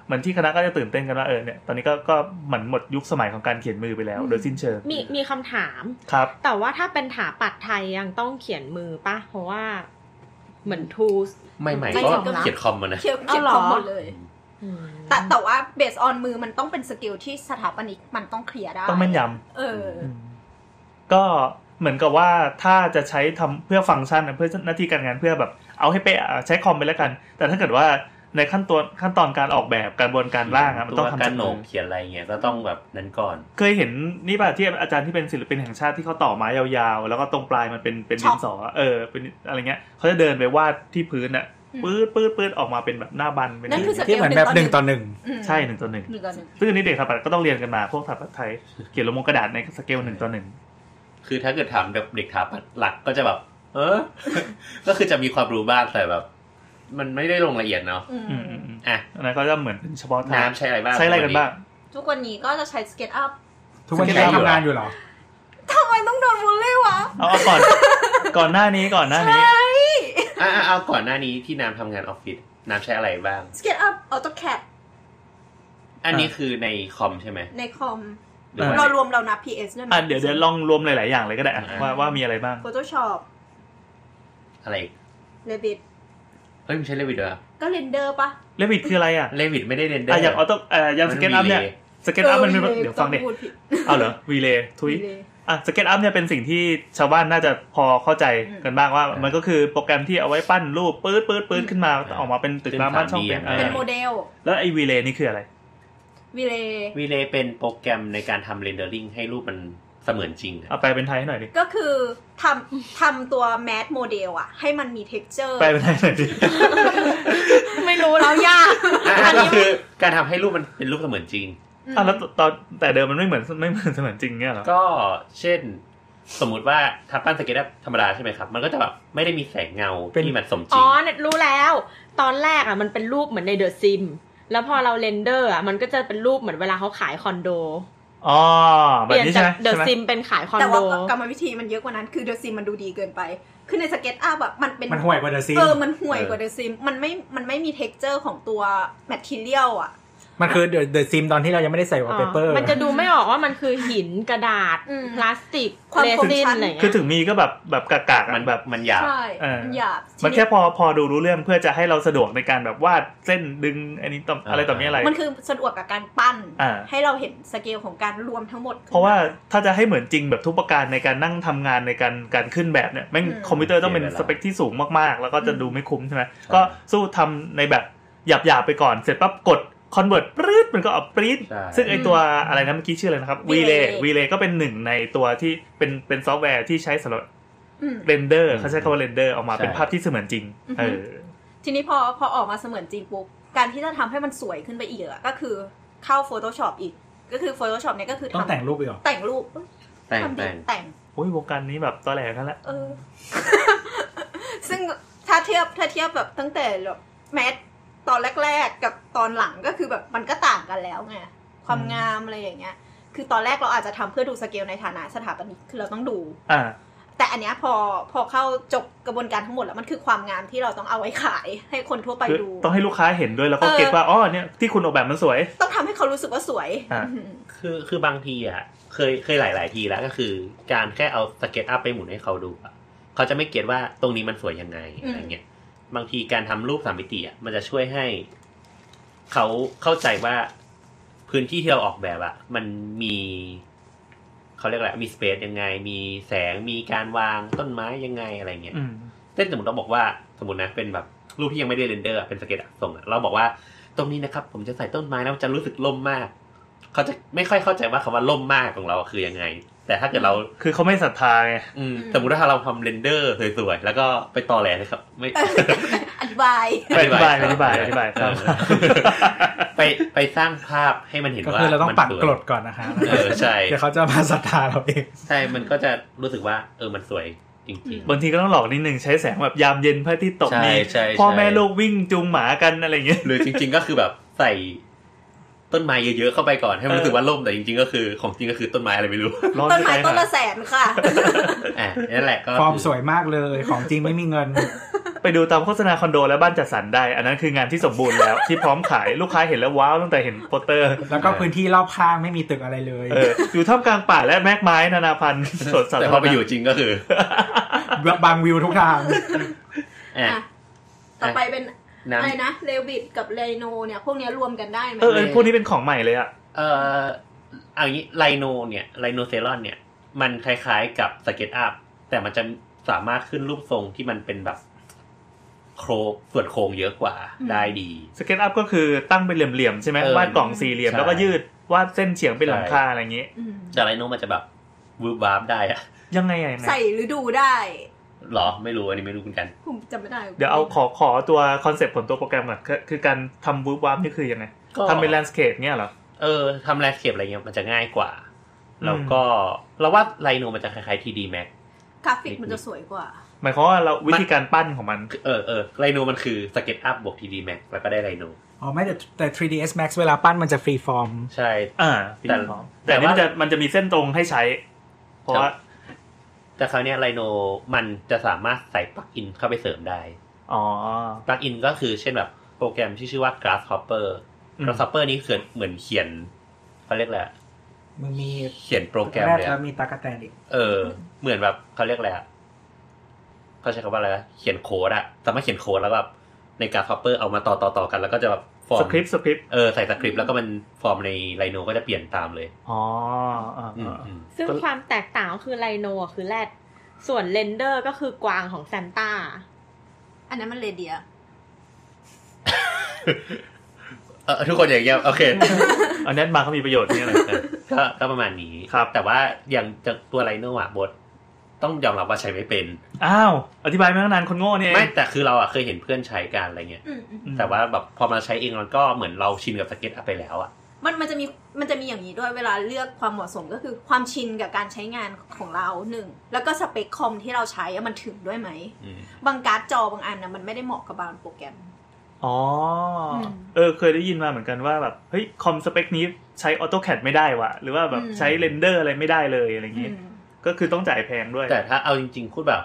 Speaker 3: เหมือนที่คณะก็จะตื่นเต้นกันว่าเออเนี่ยตอนนี้ก็ก็เหมือนหมดยุคสมัยของการเขียนมือไปแล้ว โดยสิ้นเชิง
Speaker 5: มีมีคำถาม
Speaker 3: ครับ
Speaker 5: แต่ว่าถ้าเป็นถาปัดไทยยังต้องเขียนมือปะเพราะว่าเหมือน tools
Speaker 2: ใหม่
Speaker 5: ไม่
Speaker 2: ๆก็
Speaker 5: ยอมรับ
Speaker 2: เขียนคอมมานะ
Speaker 6: เขียว
Speaker 5: เอา
Speaker 6: เขียน
Speaker 5: เหรอ
Speaker 6: คอมหมดเลย
Speaker 5: อืม
Speaker 6: แต่แต่ว่าเบสออนมือมันต้องเป็นสกิลที่สถาปนิกมันต้องเคลียร์ได้
Speaker 3: ต้องแม่นยำ
Speaker 6: เออ
Speaker 3: ก็เหมือนกับว่าถ้าจะใช้ทำเพื่อฟังก์ชันนะเพื่อหน้าที่การงานเพื่อแบบเอาให้เป๊ะอ่ะใช้คอมไปแล้วกัน แต่ถ้าเกิดว่าในขั้นตอนขั้นตอนการออกแบบการบวนการร่างอะมันต้องทำ
Speaker 2: กา
Speaker 3: จาร ก
Speaker 2: โหน
Speaker 3: มือก
Speaker 2: เขียนอะไรเงี้ยก็ต้องแบบนั้นก่อน
Speaker 3: เคยเห็นนี่ป่ะที่อาจารย์ที่เป็นศิลปินแห่งชาติที่เขาต่อไม้ยาวๆ แล้วก็ตรงปลายมันเป็นเป็น
Speaker 6: ช็
Speaker 3: ดิ
Speaker 6: อป
Speaker 3: นสอเออเป็นอะไรเงี้ยเขาจะเดินไปวาดที่พื้นอะ
Speaker 6: อืม
Speaker 3: ปื๊ดปื๊ดปื๊ดออกมาเป็นแบบหน้าบันเป็น
Speaker 6: นั่นคือ
Speaker 4: ที่เหมือนแบบหนึ่งต่อหนึ่ง
Speaker 6: อืม
Speaker 3: ใช่หนึ่งต่อหนึ่ง
Speaker 6: หนึ่งต่อหนึ่ง
Speaker 3: ซึ่งอันนี้เด็กสถาปัตย์ก็ต้องเรียนกันมาพวกสถาปัตย์ไทยเขียนลงบนกระดาษในสเกลหนึ่งต่อหนึ่ง
Speaker 2: คือถ้าเกิดถามแบบเด็กถามหลักก็จะแบบ เออ ก็คือจะมีความรู้บ้างแต่แบบ มันไม่ได้ลงละเอียดเนาะ
Speaker 6: อืม
Speaker 3: อืมอืมอืม
Speaker 2: อ่ะ
Speaker 3: อันนั้นก็จะเหมือนเป็นเฉพาะทาง
Speaker 2: น้ำใช้อะไรบ้าง
Speaker 3: ใช้อะไรกันบ้าง
Speaker 6: ทุกวันนี้ก็จะใช้สเก็ตอัพ
Speaker 4: ทุกวันนี้ยังทำงานอยู่เหรอ
Speaker 6: ทำไมต้องโดนบูลลี่วะ
Speaker 3: เอาเอาก่อน ก่อนหน้านี้ก่อนหน้านี้
Speaker 2: อ่ะอ่ะเอาก่อนหน้านี้ที่น้ำทำงานออฟฟิศน้ำใช้อะไรบ้าง
Speaker 6: สเก็ตอัพออโตแคด
Speaker 2: อันนี้คือในคอมใช่ไหม
Speaker 6: ในคอม
Speaker 2: หรือว่า
Speaker 6: เรารวมเรานับ PS ด้วยไหม
Speaker 3: อ่ะเดี๋ยวเดี๋ยวลองรวมหลาย ๆ อย่างเลยก็ได้อ่ะ
Speaker 2: อ่า
Speaker 3: ว่าว่ามีอะไรบ้าง
Speaker 6: Photoshop
Speaker 2: อะไรอีก
Speaker 6: Revit
Speaker 2: เฮ้ยมันใช้เลวิดเหรอ
Speaker 6: ก็เรนเดอร์ปะ
Speaker 3: เลวิดคืออะไรอ่ะ
Speaker 2: เลวิดไม่ได้เรนเดอ
Speaker 3: อ่ะ
Speaker 2: ร์
Speaker 3: อย่างออโต้อ่ะอย่างสเก็ตอัพเนี่ยสเก็ตอัพมันเป็นเดี๋ยวฟังดิ
Speaker 6: ต้องพูผิด
Speaker 3: เอาเหรอวีเลทุย
Speaker 6: เลย
Speaker 3: อ่ะสเก็ตอัพเนี่ยเป็นสิ่งที่ชาวบ้านน่าจะพอเข้าใจกันบ้างว่า
Speaker 2: อืม
Speaker 3: มันก็คือโปรแกรมที่เอาไว้ปั้นรูปปื๊ดปื๊ดปื๊ด
Speaker 6: อืม
Speaker 3: ขึ้นมา
Speaker 2: อ่า
Speaker 3: ออกมาเป็นตึกราม
Speaker 2: เป็น
Speaker 3: บ้านช่อง
Speaker 2: สามเหลี่
Speaker 3: เป็
Speaker 6: เป็
Speaker 3: นเออ
Speaker 2: ยม
Speaker 6: นโมเดล
Speaker 3: แล้วไอ้วีเลนี่คืออะไร
Speaker 6: วิเล
Speaker 2: วีเลเป็นโปรแกรมในการทำเรนเดอร์ลิงให้รูปมันเสมือนจริงอะ
Speaker 3: เอาแปลเป็นไทยให้หน่อยดิ
Speaker 6: ก็คือทำทำตัวแมทโมเดลอะให้มันมี texture
Speaker 3: แปลเป็นไทยหน่อยดิ
Speaker 5: ไม่รู้แล้วยาก
Speaker 2: อ่ะ
Speaker 5: อัน
Speaker 2: ก็
Speaker 5: นี้
Speaker 2: คือการทำให้รูปมันเป็นรูปเสมือนจริง
Speaker 3: อ่ะแล้วตอนแต่เดิมมันไม่เหมือนไม่เหมือนเสมือนจริงเนี่ยเหรอ
Speaker 2: ก็เช่น สมมุติว่าถ้าปั้นสเก็ตอัพธรรมดาใช่ไหมครับ มันก็จะแบบไม่ได้มีแสงเงา
Speaker 4: เป็น
Speaker 2: ที่มันสมจริ
Speaker 5: อ๋
Speaker 2: ง
Speaker 5: อเนี่ยรู้แล้ว ตอนแรกอ่ะมันเป็นรูปเหมือนในเดอะซิมแล้วพอเราเรนเดอร์อ่ะมันก็จะเป็นรูปเหมือนเวลาเขาขายคอนโด
Speaker 3: อ๋อ
Speaker 5: เป
Speaker 3: แบบ
Speaker 5: ลี่ยน
Speaker 3: นี้
Speaker 5: จา
Speaker 3: ใช่
Speaker 5: ก
Speaker 3: ไหม
Speaker 5: เดอะ
Speaker 3: ใช่ไหม
Speaker 5: ซิมเป็นขายคอน
Speaker 6: แต่
Speaker 5: โด
Speaker 6: ว่ากรรมวิธีมันเยอะกว่านั้น คือเดอะซิมมันดูดีเกินไป คือในสเก็ตอัพอะมันเป็น
Speaker 4: มันห่วยกว่าเดอะซี
Speaker 6: เออ มันห่วย
Speaker 2: เออ
Speaker 6: กว่าเดอะซิม มันไม่ มันไม่มี texture ของตัว material อะ
Speaker 4: มันคือเดอะเดอะซิมตอนที่เรายังไม่ได้ใส่วอลเปเปอร์
Speaker 5: มันจะดูไม่ออกว่ามันคือหินกระดาษ พลาสติกเลซินอะไรอย่าง
Speaker 3: คือ
Speaker 5: เงี้ย
Speaker 3: ถึงมีก็แบบแบบกากๆ
Speaker 2: มั
Speaker 3: มัน น
Speaker 2: แบ
Speaker 3: แบบ บ
Speaker 2: มันหยาบ
Speaker 6: ใช่
Speaker 3: เออ
Speaker 6: มันหยาบ
Speaker 3: มัน
Speaker 6: ที
Speaker 3: แค่พอพอดูรู้เรื่องเพื่อจะให้เราสะดวกในการแบบวาดเส้นดึงอันนี้ต่ออะไรต่อมีอะไร
Speaker 6: มันคือสะดวกกับการปั้น
Speaker 3: อ่า
Speaker 6: ให้เราเห็นสเกลของการรวมทั้งหมดขึ้นม
Speaker 3: เพราะว่าถ้าจะให้เหมือนจริงแบบทุกประการในการนั่งทำงานในการการขึ้นแบบเนี่ยแม่ง
Speaker 6: อืม
Speaker 3: คอมพิวเตอร์ต้องเป็น
Speaker 2: เสีย
Speaker 3: ส
Speaker 2: เวลา
Speaker 3: เปคที่สูงมากๆ แล้วก็จะ
Speaker 6: อืม
Speaker 3: ดูไม่คุ้มใช่ไหม
Speaker 2: ใช่
Speaker 3: ก็สู้ทำในแบบหยาบๆไปก่อนเสร็จปั๊บกดคอนเวิร์ตปรี๊ดมันก็เอาปรี๊ด
Speaker 2: ใช่
Speaker 3: ซึ่งไอตัวอะไรนะเมื่อกี้ชื่ออะไรนะครับวีเล
Speaker 6: Relay
Speaker 3: วีเลก็เป็นหนึ่งในตัวที่เป็นเป็นซอฟต์แวร์ที่ใช้สำหรับ
Speaker 6: อืม
Speaker 3: เรนเดอร์
Speaker 2: อืม
Speaker 3: เขาใช้คำว่าเรนเดอร์ออกมา
Speaker 2: ใช่
Speaker 3: เป็นภาพที่เสมือนจริง
Speaker 6: อือฮึ
Speaker 3: เออ
Speaker 6: ทีนี้พอพอออกมาเสมือนจริงปุ๊บ การที่จะทำให้มันสวยขึ้นไปอีกอะก็คือเข้า Photoshop อีก ก็คือ Photoshop เนี่ยก็คือ
Speaker 4: ต้อง
Speaker 6: ทำ
Speaker 4: แต่งรูปอีกเหรอ
Speaker 6: แต่งรูปเอ้ย
Speaker 2: แต่ง
Speaker 6: ทำดี
Speaker 2: แต่ง
Speaker 6: แต่ง
Speaker 3: โอ้ยวงการนี้แบบตอแหลกันละ
Speaker 6: เออ ซึ่งถ้าเทียบถ้าเทียบแบบตั้งแต่แบบแมสตอนแรก ๆ กับตอนหลังก็คือแบบมันก็ต่างกันแล้วไงความงามอะไรอย่างเงี้ย คือตอนแรกเราอาจจะทำเพื่อดูสเกลในฐานะสถาปนิกคือเราต้องดู
Speaker 3: อ่า
Speaker 6: แต่อันเนี้ยพอพอเข้าจบกระบวนการทั้งหมดแล้วมันคือความงามที่เราต้องเอาไว้ขาย ให้คนทั่วไป
Speaker 3: คือ
Speaker 6: ดู
Speaker 3: ต้องให้ลูกค้าเห็นด้วยแล้วก็
Speaker 6: เออ
Speaker 3: เก็ตว่าอ๋อเนี่ยที่คุณออกแบบมันสวย
Speaker 6: ต้องทำให้เขารู้สึกว่าสวย
Speaker 3: อ่ะ
Speaker 6: อืม
Speaker 2: คือคือบางทีอ่ะ เคยเคยหลาย ๆ ทีแล้วก็คือ การแค่เอาสเก็ตอัพไปหมุนให้เขาดูอะเขาจะไม่เก็ตว่าตรงนี้มันสวยยังไงอะไรเงี้ยบางทีการทำรูปสามมิติอ่ะมันจะช่วยให้ เขาเข้าใจว่าพื้นที่ที่เราออกแบบอ่ะ มันมีเขาเรียกอะไรมีสเปซยังไง มีแสงมีการวางต้นไม้ยังไงอะไรเงี้ย
Speaker 3: อืม
Speaker 2: เช่นสมมติเราบอกว่าสมมตินะเป็นแบบรูปที่ยังไม่ได้เรนเดอร์อะเป็นสเก็ตอะส่งอะเราบอกว่าตรงนี้นะครับผมจะใส่ต้นไม้แล้วมันจะรู้สึกล่มมาก เขาจะไม่ค่อยเข้าใจว่าคำว่าล่มมากของเราคือยังไง แต่ถ้าเกิดเรา
Speaker 3: คือเขาไม่ศรัทธาไง
Speaker 2: อืมสมมติว่าถ้าเราทำเรนเดอร์สวยๆแล้วก็ไปต่อแหลเลยครับ ไม่
Speaker 6: อธิบาย
Speaker 3: อธิบายอธิบายอธิบายครับ
Speaker 2: ไปไปสร้างภาพให้มันเห็น
Speaker 4: ก็
Speaker 2: ว่า
Speaker 4: คือเราต้องปัก
Speaker 2: มันสวย
Speaker 4: กรดก่อนนะคะ
Speaker 2: เออใช่
Speaker 4: เดี๋ยวเขาจะมาศรัทธาเราเอง
Speaker 2: ใช่มันก็จะรู้สึกว่า เออมันสวยจริง
Speaker 3: บางทีก็ต้องหลอกนิดนึงใช้แสงแบบยามเย็นพระอาทิตย์ตก
Speaker 2: ใช่
Speaker 3: มี
Speaker 2: ใช่ใช่
Speaker 3: พ่อแม่ลูกวิ่งจูงหมากันอะไรอย่างเงี้ย
Speaker 2: ๆ หรือจริง ๆ ก็คือแบบใส่ต้นไม้เยอะๆเข้าไปก่อนให้มันรู้สึกว่าล่มแต่จริง ๆ ก็คือของจริงก็คือต้นไม้อะไรไม่รู้
Speaker 3: ร้อน
Speaker 6: ต้น
Speaker 3: จะ
Speaker 6: ไม้
Speaker 3: ตาย
Speaker 6: ต้น
Speaker 3: หา
Speaker 6: ละแสน ค่ะ
Speaker 2: อ่ะนั่นแหละก็
Speaker 4: ฟอร์มสวยมากเลย ของจริงไม่มีเงิน
Speaker 3: ไปดูตามโฆษณาคอนโดและบ้านจัดสรรได้ อันนั้นคืองานที่สมบูรณ์แล้ว ที่พร้อมขายลูกค้าเห็นแล้วว้าวตั้งแต่เห็นโปสเตอร์
Speaker 4: แล้วก็พื้นที่รอบข้างไม่มีตึกอะไรเลย
Speaker 3: เอออยู่ท่ามกลางป่าและแมกไม้นานาพั นธุ์สวนสา
Speaker 2: แต่
Speaker 3: ธาร
Speaker 2: พอไป
Speaker 3: ณะ
Speaker 2: อยู่จริงก็คือ
Speaker 4: บางวิวทุกทาง
Speaker 2: อ่ะ
Speaker 6: อ่ะ ต่อไปเป็น
Speaker 2: น้
Speaker 6: อะไรนะเลวิตกับเรโนเนี่ย พวกเนี้ยรวมกันได้ไหม
Speaker 3: เออเออพวกนี้เป็นของใหม่เลยอ่ะ
Speaker 2: ำเอ่อเอางี้ไลโนเนี่ยไลโนเซรอนเนี่ย มันคล้ายๆกับสเก็ตอัพแต่มันจะสามารถขึ้นรูปทรงที่มันเป็นแบบโครงส่วนโครงเยอะกว่าได้ดี
Speaker 3: สเก็ตอัพก็คือตั้งเป็นเหลี่ยมๆใช่ไหม
Speaker 2: เออ
Speaker 3: วาดกล่องสี่เหลี่ยม
Speaker 2: ใช่
Speaker 3: แล้วก็ยืดวาดเส้นเฉียงเป็นหลังคาอะไรอย่างเงี้ย
Speaker 6: อืม
Speaker 2: แต่ไลโนมันจะแบบวูบวาบได้อะ
Speaker 3: ยังไงอะเนี่ย
Speaker 6: ใส่ฤดูได้
Speaker 2: หรอไม่รู้อันนี้ไม่รู้เหมือนกัน
Speaker 6: ผมจำไม่ได้
Speaker 3: เดี๋ยวเอาขอขอตัวคอนเซปต์ของตัวโปรแกรมก่อนคือคือการทำวูบวับนี่คือยังไง
Speaker 2: ก็
Speaker 3: ทำเป็นแลนด์สเคปเนี่ยเหรอ
Speaker 2: เออทำแลนด์สเคปอะไรเงี้ยมันจะง่ายกว่า
Speaker 3: ม
Speaker 2: แล้วก็เราว่าไลโนมันจะคล้ายๆทีดีแม็ก
Speaker 6: กราฟิกมันจะสวยกว่า
Speaker 3: หมายความว่าเราวิธีการปั้นของมัน
Speaker 2: เออเออไลโนมันคือสเก็ตอัพบวกทีดีแม็กแล้วก็ได้ไลโน
Speaker 4: อ๋อไม่แต่แต่ 3ds max เวลาปั้นมันจะฟรีฟอร์ม
Speaker 2: ใช่
Speaker 3: อ่า
Speaker 2: แต่
Speaker 3: แต่แต่นี่มันจะมันจะมีเส้นตรงให้ใช้ เพราะ
Speaker 2: ครับ
Speaker 3: ว่า
Speaker 2: แต่คราวเนี้ยไลโนมันจะสามารถใส่ปลั๊กอินเข้าไปเสริมได้
Speaker 3: อ๋อ
Speaker 2: ปลั๊กอินก็คือเช่นแบบโปรแกรมที่ชื่อว่า Grasshopper
Speaker 3: อืม
Speaker 2: Grasshopper นี้เกิดเหมือนเขียนเขาเรียกแหละไร
Speaker 4: มึงมี
Speaker 2: เขียนโปรแกรม
Speaker 4: แรก
Speaker 2: เลย
Speaker 4: แล้ว
Speaker 2: อะ
Speaker 4: มีตากะแตนอีก
Speaker 2: เออ เหมือนแบบเขาเรียกอะไรอะเขาใช้คำว่าอะไรนะเขียนโค้ดอะสามารถเขียนโค้ดแล้วแบบในกราฟฮับเปอร์เอามาต่อต่อต่อกัน แล้วก็จะแบบฟอร์
Speaker 3: ส
Speaker 2: ม
Speaker 3: คริปต์สคริปต์
Speaker 2: เออใส่สคริปต์แล้วก็มันฟอร์มในไลโนก็จะเปลี่ยนตามเลย
Speaker 3: อ๋ออ่า
Speaker 2: อืม
Speaker 3: อ่า
Speaker 2: อืม
Speaker 5: ซึ่ง
Speaker 3: ก็
Speaker 5: ความแตกต่างก็คือไลโนอะคือแรดส่วนเรนเดอร์ก็คือกวางของแซนต้า
Speaker 6: อันนั้นมันเรเดีย
Speaker 2: เออทุกคนอย่างเงี้ยโอ เค
Speaker 3: อันนี้มาเขามีประโยชน์เนี่ยอะไรกัน
Speaker 2: ก็ก็ประมาณนี้
Speaker 3: ครับ
Speaker 2: แต่ว่าอย่างจะตัวไลโนอะบทต้องยอมรับว่าใช้ไม่เป็น
Speaker 3: อ้าว อธิบายไม่ตั้งนานคนโง่เนี่ยเอ
Speaker 2: ไม่
Speaker 3: ง
Speaker 2: แต่คือเราอะเคยเห็นเพื่อนใช้กันอะไรเงี้ย
Speaker 6: อืมอืม
Speaker 3: อืม
Speaker 2: แต่ว่าแบบพอมาใช้เองมันก็เหมือนเราชินกับสเก็ตอัพไปแล้วอะ
Speaker 6: มันมันจะมีมันจะมีอย่างนี้ด้วยเวลาเลือกความเหมาะสมก็คือความชินกับการใช้งานของเราหนึ่งแล้วก็สเปคคอมที่เราใช้อะมันถึงด้วยไหม
Speaker 2: อืม
Speaker 6: บางการ์ดจอบางอันนะมันไม่ได้เหมาะกับบางโปรแกรม
Speaker 3: อ๋ออ
Speaker 6: ม
Speaker 3: เออ เคยได้ยินมาเหมือนกันว่าแบบ เฮ้ย คอมสเปคนี้ใช้ AutoCAD ไม่ได้ว่ะ หรือว่าแบบ
Speaker 6: อืม
Speaker 3: ใช้เรนเดอร์อะไรไม่ได้เลยอะไรอย่าง
Speaker 6: อื
Speaker 3: งี้
Speaker 6: ม
Speaker 3: ก็คือต้องจ่ายแพงด้วย
Speaker 2: แต่ถ้าเอาจริงๆพูดแบบ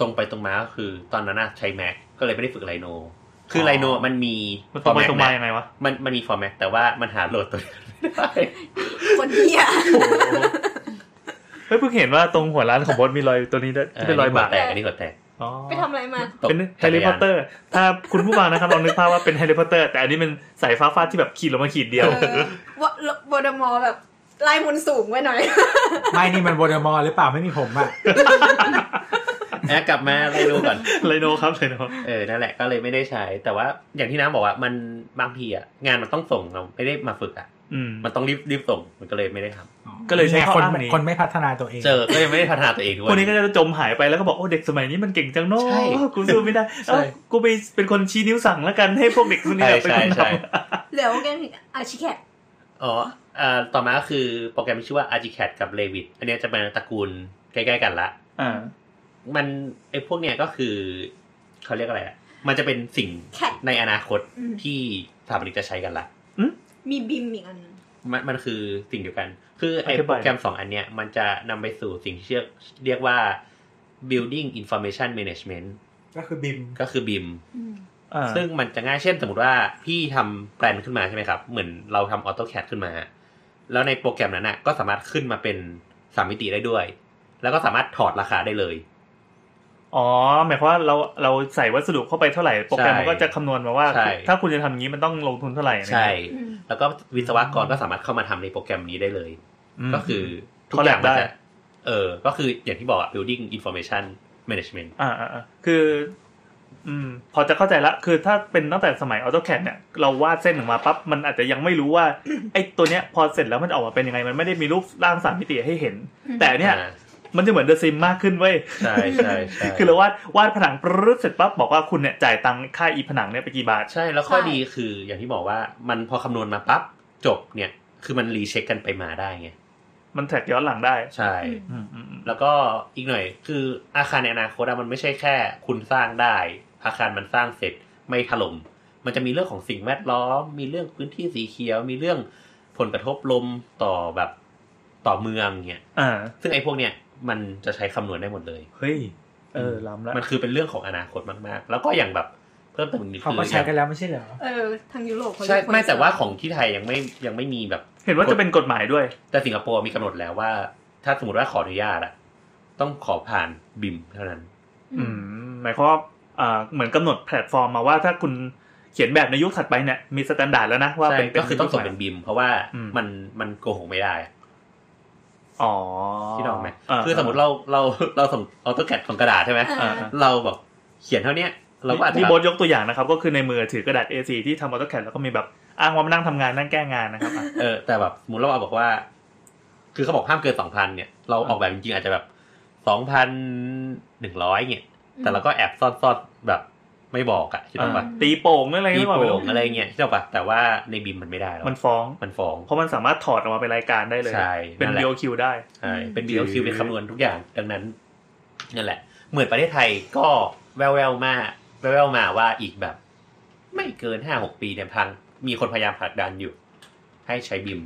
Speaker 2: ตรงไปตรงมาก็คือตอนนั้นนะใช้แม็กก็เลยไม่ได้ฝึกไลโน คืออ
Speaker 3: อ
Speaker 2: ไลโนมันมี
Speaker 3: มันตรงไปตรงมา
Speaker 2: นะ
Speaker 3: ยังไงวะ
Speaker 2: มันมันมีฟอร์แม็กแต่ว่ามันหาโหลดตัวเดียวไม่ได้
Speaker 6: คนเหี้ย
Speaker 3: เฮ้ยเพิ่งเห็นว่าตรงหัวร้านของบอสมีรอยตัวนี้ด้วยที่เป็นรอยบาด
Speaker 2: แตกอันนี้หัวแตก
Speaker 3: อ๋อ
Speaker 6: ไปทำอะไรมา
Speaker 2: ตก
Speaker 3: เป็นแฮร์รี่พอตเตอร์ ถ้าคุณผู้ฟังนะครับลองนึกภาพว่าเป็นแฮร์รี่พอตเตอร์ แต่อันนี้เป็นสายฟ้าฟาดที่แบบขีดลงมาขีดเดียว
Speaker 6: เออว่าโวลเดอมอร์แบบไล่มนต์สูงไว้หน่อย
Speaker 4: ไม่นี่มันโวลเดอมอร์หรือเปล่าไม่มีผมอะ
Speaker 2: แอบกลับมาไลโนก่อน
Speaker 3: ไลโนครับไลโน
Speaker 2: เออ นั่นแหละก็เลยไม่ได้ใช้ แต่ว่าอย่างที่น้ำบอกว่ามันบางทีอะงานมันต้องส่งเราไม่ได้มาฝึกอะ
Speaker 3: อืม
Speaker 2: มันต้องรีบรีบส่งมันก็เลยไม่ได้ทำ
Speaker 3: ก็เลยใช้
Speaker 4: นี่
Speaker 3: ข้
Speaker 4: ค
Speaker 3: อน อ้างนี้
Speaker 4: คนไม่พัฒนาตัวเอง
Speaker 2: เจอก็ยังไม่ได้พัฒนาตัวเองด้วย
Speaker 3: คนนี้ก็จะจมหายไปแล้วก็บอกโอ้เด็กสมัยนี้มันเก่งจังเนาะ
Speaker 2: ใช่
Speaker 3: กูสู้ไม่ได้
Speaker 2: ใช่
Speaker 3: เอ้ากูไปเป็นคนชี้นิ้วสั่งแล้วกันให้พวกเด็กพวกนี้เป็น
Speaker 2: ใช่
Speaker 3: คนท
Speaker 2: ใช่
Speaker 6: เหลือโปรแกรมอาชิแคท
Speaker 2: อ๋ออ่าต่อมาก็คือโปรแกรมที่ชื่อว่า Archicad กับ Revit อันเนี้ยจะเป็นตระกูลใกล้ ๆ กันละ
Speaker 3: ำอ่า
Speaker 2: มันไอ้พวกเนี้ยก็คือเขาเรียกอะไรอะมันจะเป็นสิ่ง
Speaker 6: แคท
Speaker 2: ในอนาคต
Speaker 6: อืม
Speaker 2: ที่สถาปนิกจะใช้กันละ
Speaker 6: มีบิมอีกอันหนึง
Speaker 2: มันมันคือสิ่งเดียวกัน คือไอ้โปรแกรมสองอันเนี้ยมันจะนำไปสู่สิ่งที่เรียกเรียกว่า building information management
Speaker 4: ก็คือบิม
Speaker 2: ก็คือ BIM
Speaker 6: อืม
Speaker 3: อ่า
Speaker 2: ซึ่งมันจะง่ายเช่นสมมติว่าพี่ทำแปลนขึ้นมาใช่ไหมครับ เหมือนเราทำ AutoCAD ขึ้นมา แล้วในโปรแกรมนั้นน่ะก็สามารถขึ้นมาเป็นสามมิติได้ด้วย แล้วก็สามารถถอดราคาได้เลย
Speaker 3: อ๋อหมายความว่าเราเราใส่วัสดุเข้าไปเท่าไหร่โปรแกรมมันก็จะคำนวณมาว่า
Speaker 2: ใช่
Speaker 3: ถ้าคุณจะทำอย่างนี้มันต้องลงทุนเท่าไหร่อะไร
Speaker 2: ใช่
Speaker 3: เงี้ย
Speaker 6: อืม
Speaker 2: แล้วก็วิศวกรก็สามารถเข้ามาทำในโปรแกรมนี้ได้เลย
Speaker 3: ม
Speaker 2: ก็คือทุก
Speaker 3: เขา
Speaker 2: อ
Speaker 3: แล
Speaker 2: ย่า
Speaker 3: บ
Speaker 2: งมัน
Speaker 3: ได้
Speaker 2: จะเออ ก็คืออย่างที่บอกอะ building information management
Speaker 3: อ่าอ่าอ่าคืออืมพอจะเข้าใจละคือถ้าเป็นตั้งแต่สมัย AutoCAD เนี่ยเราวาดเส้นออกมาปั๊บมันอาจจะยังไม่รู้ว่า ไอ้ตัวเนี้ยพอเสร็จแล้วมันออกมาเป็นยังไง มันไม่ได้มีรูปร่างสามมิติให้เห็น แต่เนี่ย
Speaker 2: อ่า
Speaker 3: มันจะเหมือนเดอะซิมมากขึ้นเว้ย
Speaker 2: ใช่ใช่ใช่
Speaker 3: คือเราวาดวาดผนังปรึ๊ดเสร็จปั๊บบอกว่าคุณเนี่ยจ่ายตังค่าอีผนังเนี่ยไปกี่บาท
Speaker 2: ใช่แล้วข้อดีคืออย่างที่บอกว่ามันพอคำนวณมาปั๊บจบเนี่ย คือมันรีเช็คกันไปมาได้ไง
Speaker 3: มันแท็กย้อนหลังได้
Speaker 2: ใช่
Speaker 3: อืมอืมอืม
Speaker 2: แล้วก็อีกหน่อยคืออาคารในอนาคตอะมันไม่ใช่แค่คุณสร้างได้ อาคารมันสร้างเสร็จไม่ถล่มมันจะมีเรื่องของสิ่งแวดล้อม มีเรื่องพื้นที่สีเขียว มีเรื่องผลกระทบลมต่อแบบต่อเมืองเนี่ย
Speaker 3: อ่า
Speaker 2: ซึ่งไอ้พวกเนี่ยมันจะใช้คำนวณได้หมดเลย
Speaker 3: เฮ้ยเออล้ำละ
Speaker 2: มันคือเป็นเรื่องของอนาคตมากๆ แล้วก็อย่างแบบเพิ่มเติมอีกนิด
Speaker 4: เขา
Speaker 2: คือ
Speaker 4: ก็ใช้กันแล้วไม่ใช่เหรอ
Speaker 6: เออ ทางยุโรปเขา
Speaker 2: ใช่
Speaker 6: เรียก
Speaker 2: ไม่แต่ว่าของที่ไทยยังไม่ยังไม่มีแบบ
Speaker 3: เห็นว่าจะเป็นกฎหมายด้วย
Speaker 2: แต่สิงคโปร์มีกำหนดแล้วว่า ถ้าสมมติว่าขออนุญาตอะต้องขอผ่านบิมเท่านั้น
Speaker 3: อืมหมายความว่าอ่าเหมือนกำหนดแพลตฟอร์มมาว่าถ้าคุณเขียนแบบในยุคถัดไปเนี่ยมีสแตนดาร์ดแล้วนะว่า
Speaker 2: ใช่
Speaker 3: เป็น
Speaker 2: ก็คือต้องส่งเป็น
Speaker 3: ยุคไห
Speaker 2: บิมเพราะว่า
Speaker 3: อืม
Speaker 2: มันมันโกหกไม่ได้อะ
Speaker 3: อ๋อ
Speaker 2: ที่นกออกไหม
Speaker 3: เ
Speaker 2: คือสมมติเราเราเราส่งออโต้แคดของกระดาษใช่ไหม
Speaker 6: อ่า
Speaker 2: เราแบบเขียนเท่าเนี้ยเราก็อาจจะ
Speaker 3: ที่
Speaker 2: แบบ
Speaker 3: โบ๊ทยกตัวอย่างนะครับ ก็คือในมือถือกระดาษ A4 ที่ทำออโต้แคดแล้วก็มีแบบอ้างว่ามานั่งทำงานนั่งแก้งานนะครับอ่ะ
Speaker 2: เออแต่แบบสมมติเราเอาบอกว่า คือเขาบอกห้ามเกินสองพันเนี่ยเรา
Speaker 3: อ่า
Speaker 2: ออกแบบจริงๆอาจจะแบบสองพันหนึ่งร้อยเนี่ย แต่เราก็แอบซ่อนซ่อนๆแบบไม่บอกอะคิดออกปะ
Speaker 3: อ่าตีโป่งหรืออะไรก็
Speaker 2: มี
Speaker 3: ไม่
Speaker 2: โป
Speaker 3: รู้
Speaker 2: ร่งอะไรเงี้ยคิดออกปะแต่ว่าในบิมมันไม่ได้หรอก
Speaker 3: มันฟ้อง
Speaker 2: มันฟ้อง
Speaker 3: เพราะมันสามารถถอดออกมาเป็นรายการได้เลย
Speaker 2: ใช่
Speaker 3: เป็น
Speaker 2: นั่นแหละ
Speaker 3: BOQ ได้
Speaker 2: ใช่เป็น BLQ เป็นคำนวณทุกอย่างดังนั้นนั่นแหละ เหมือนประเทศไทยก็แววแววๆมาแววแววๆมาว่าอีกแบบ ไม่เกินห้าหกปีเนี่ยพัง มีคนพยายามผลักดันอยู่ ให้ใช้บิม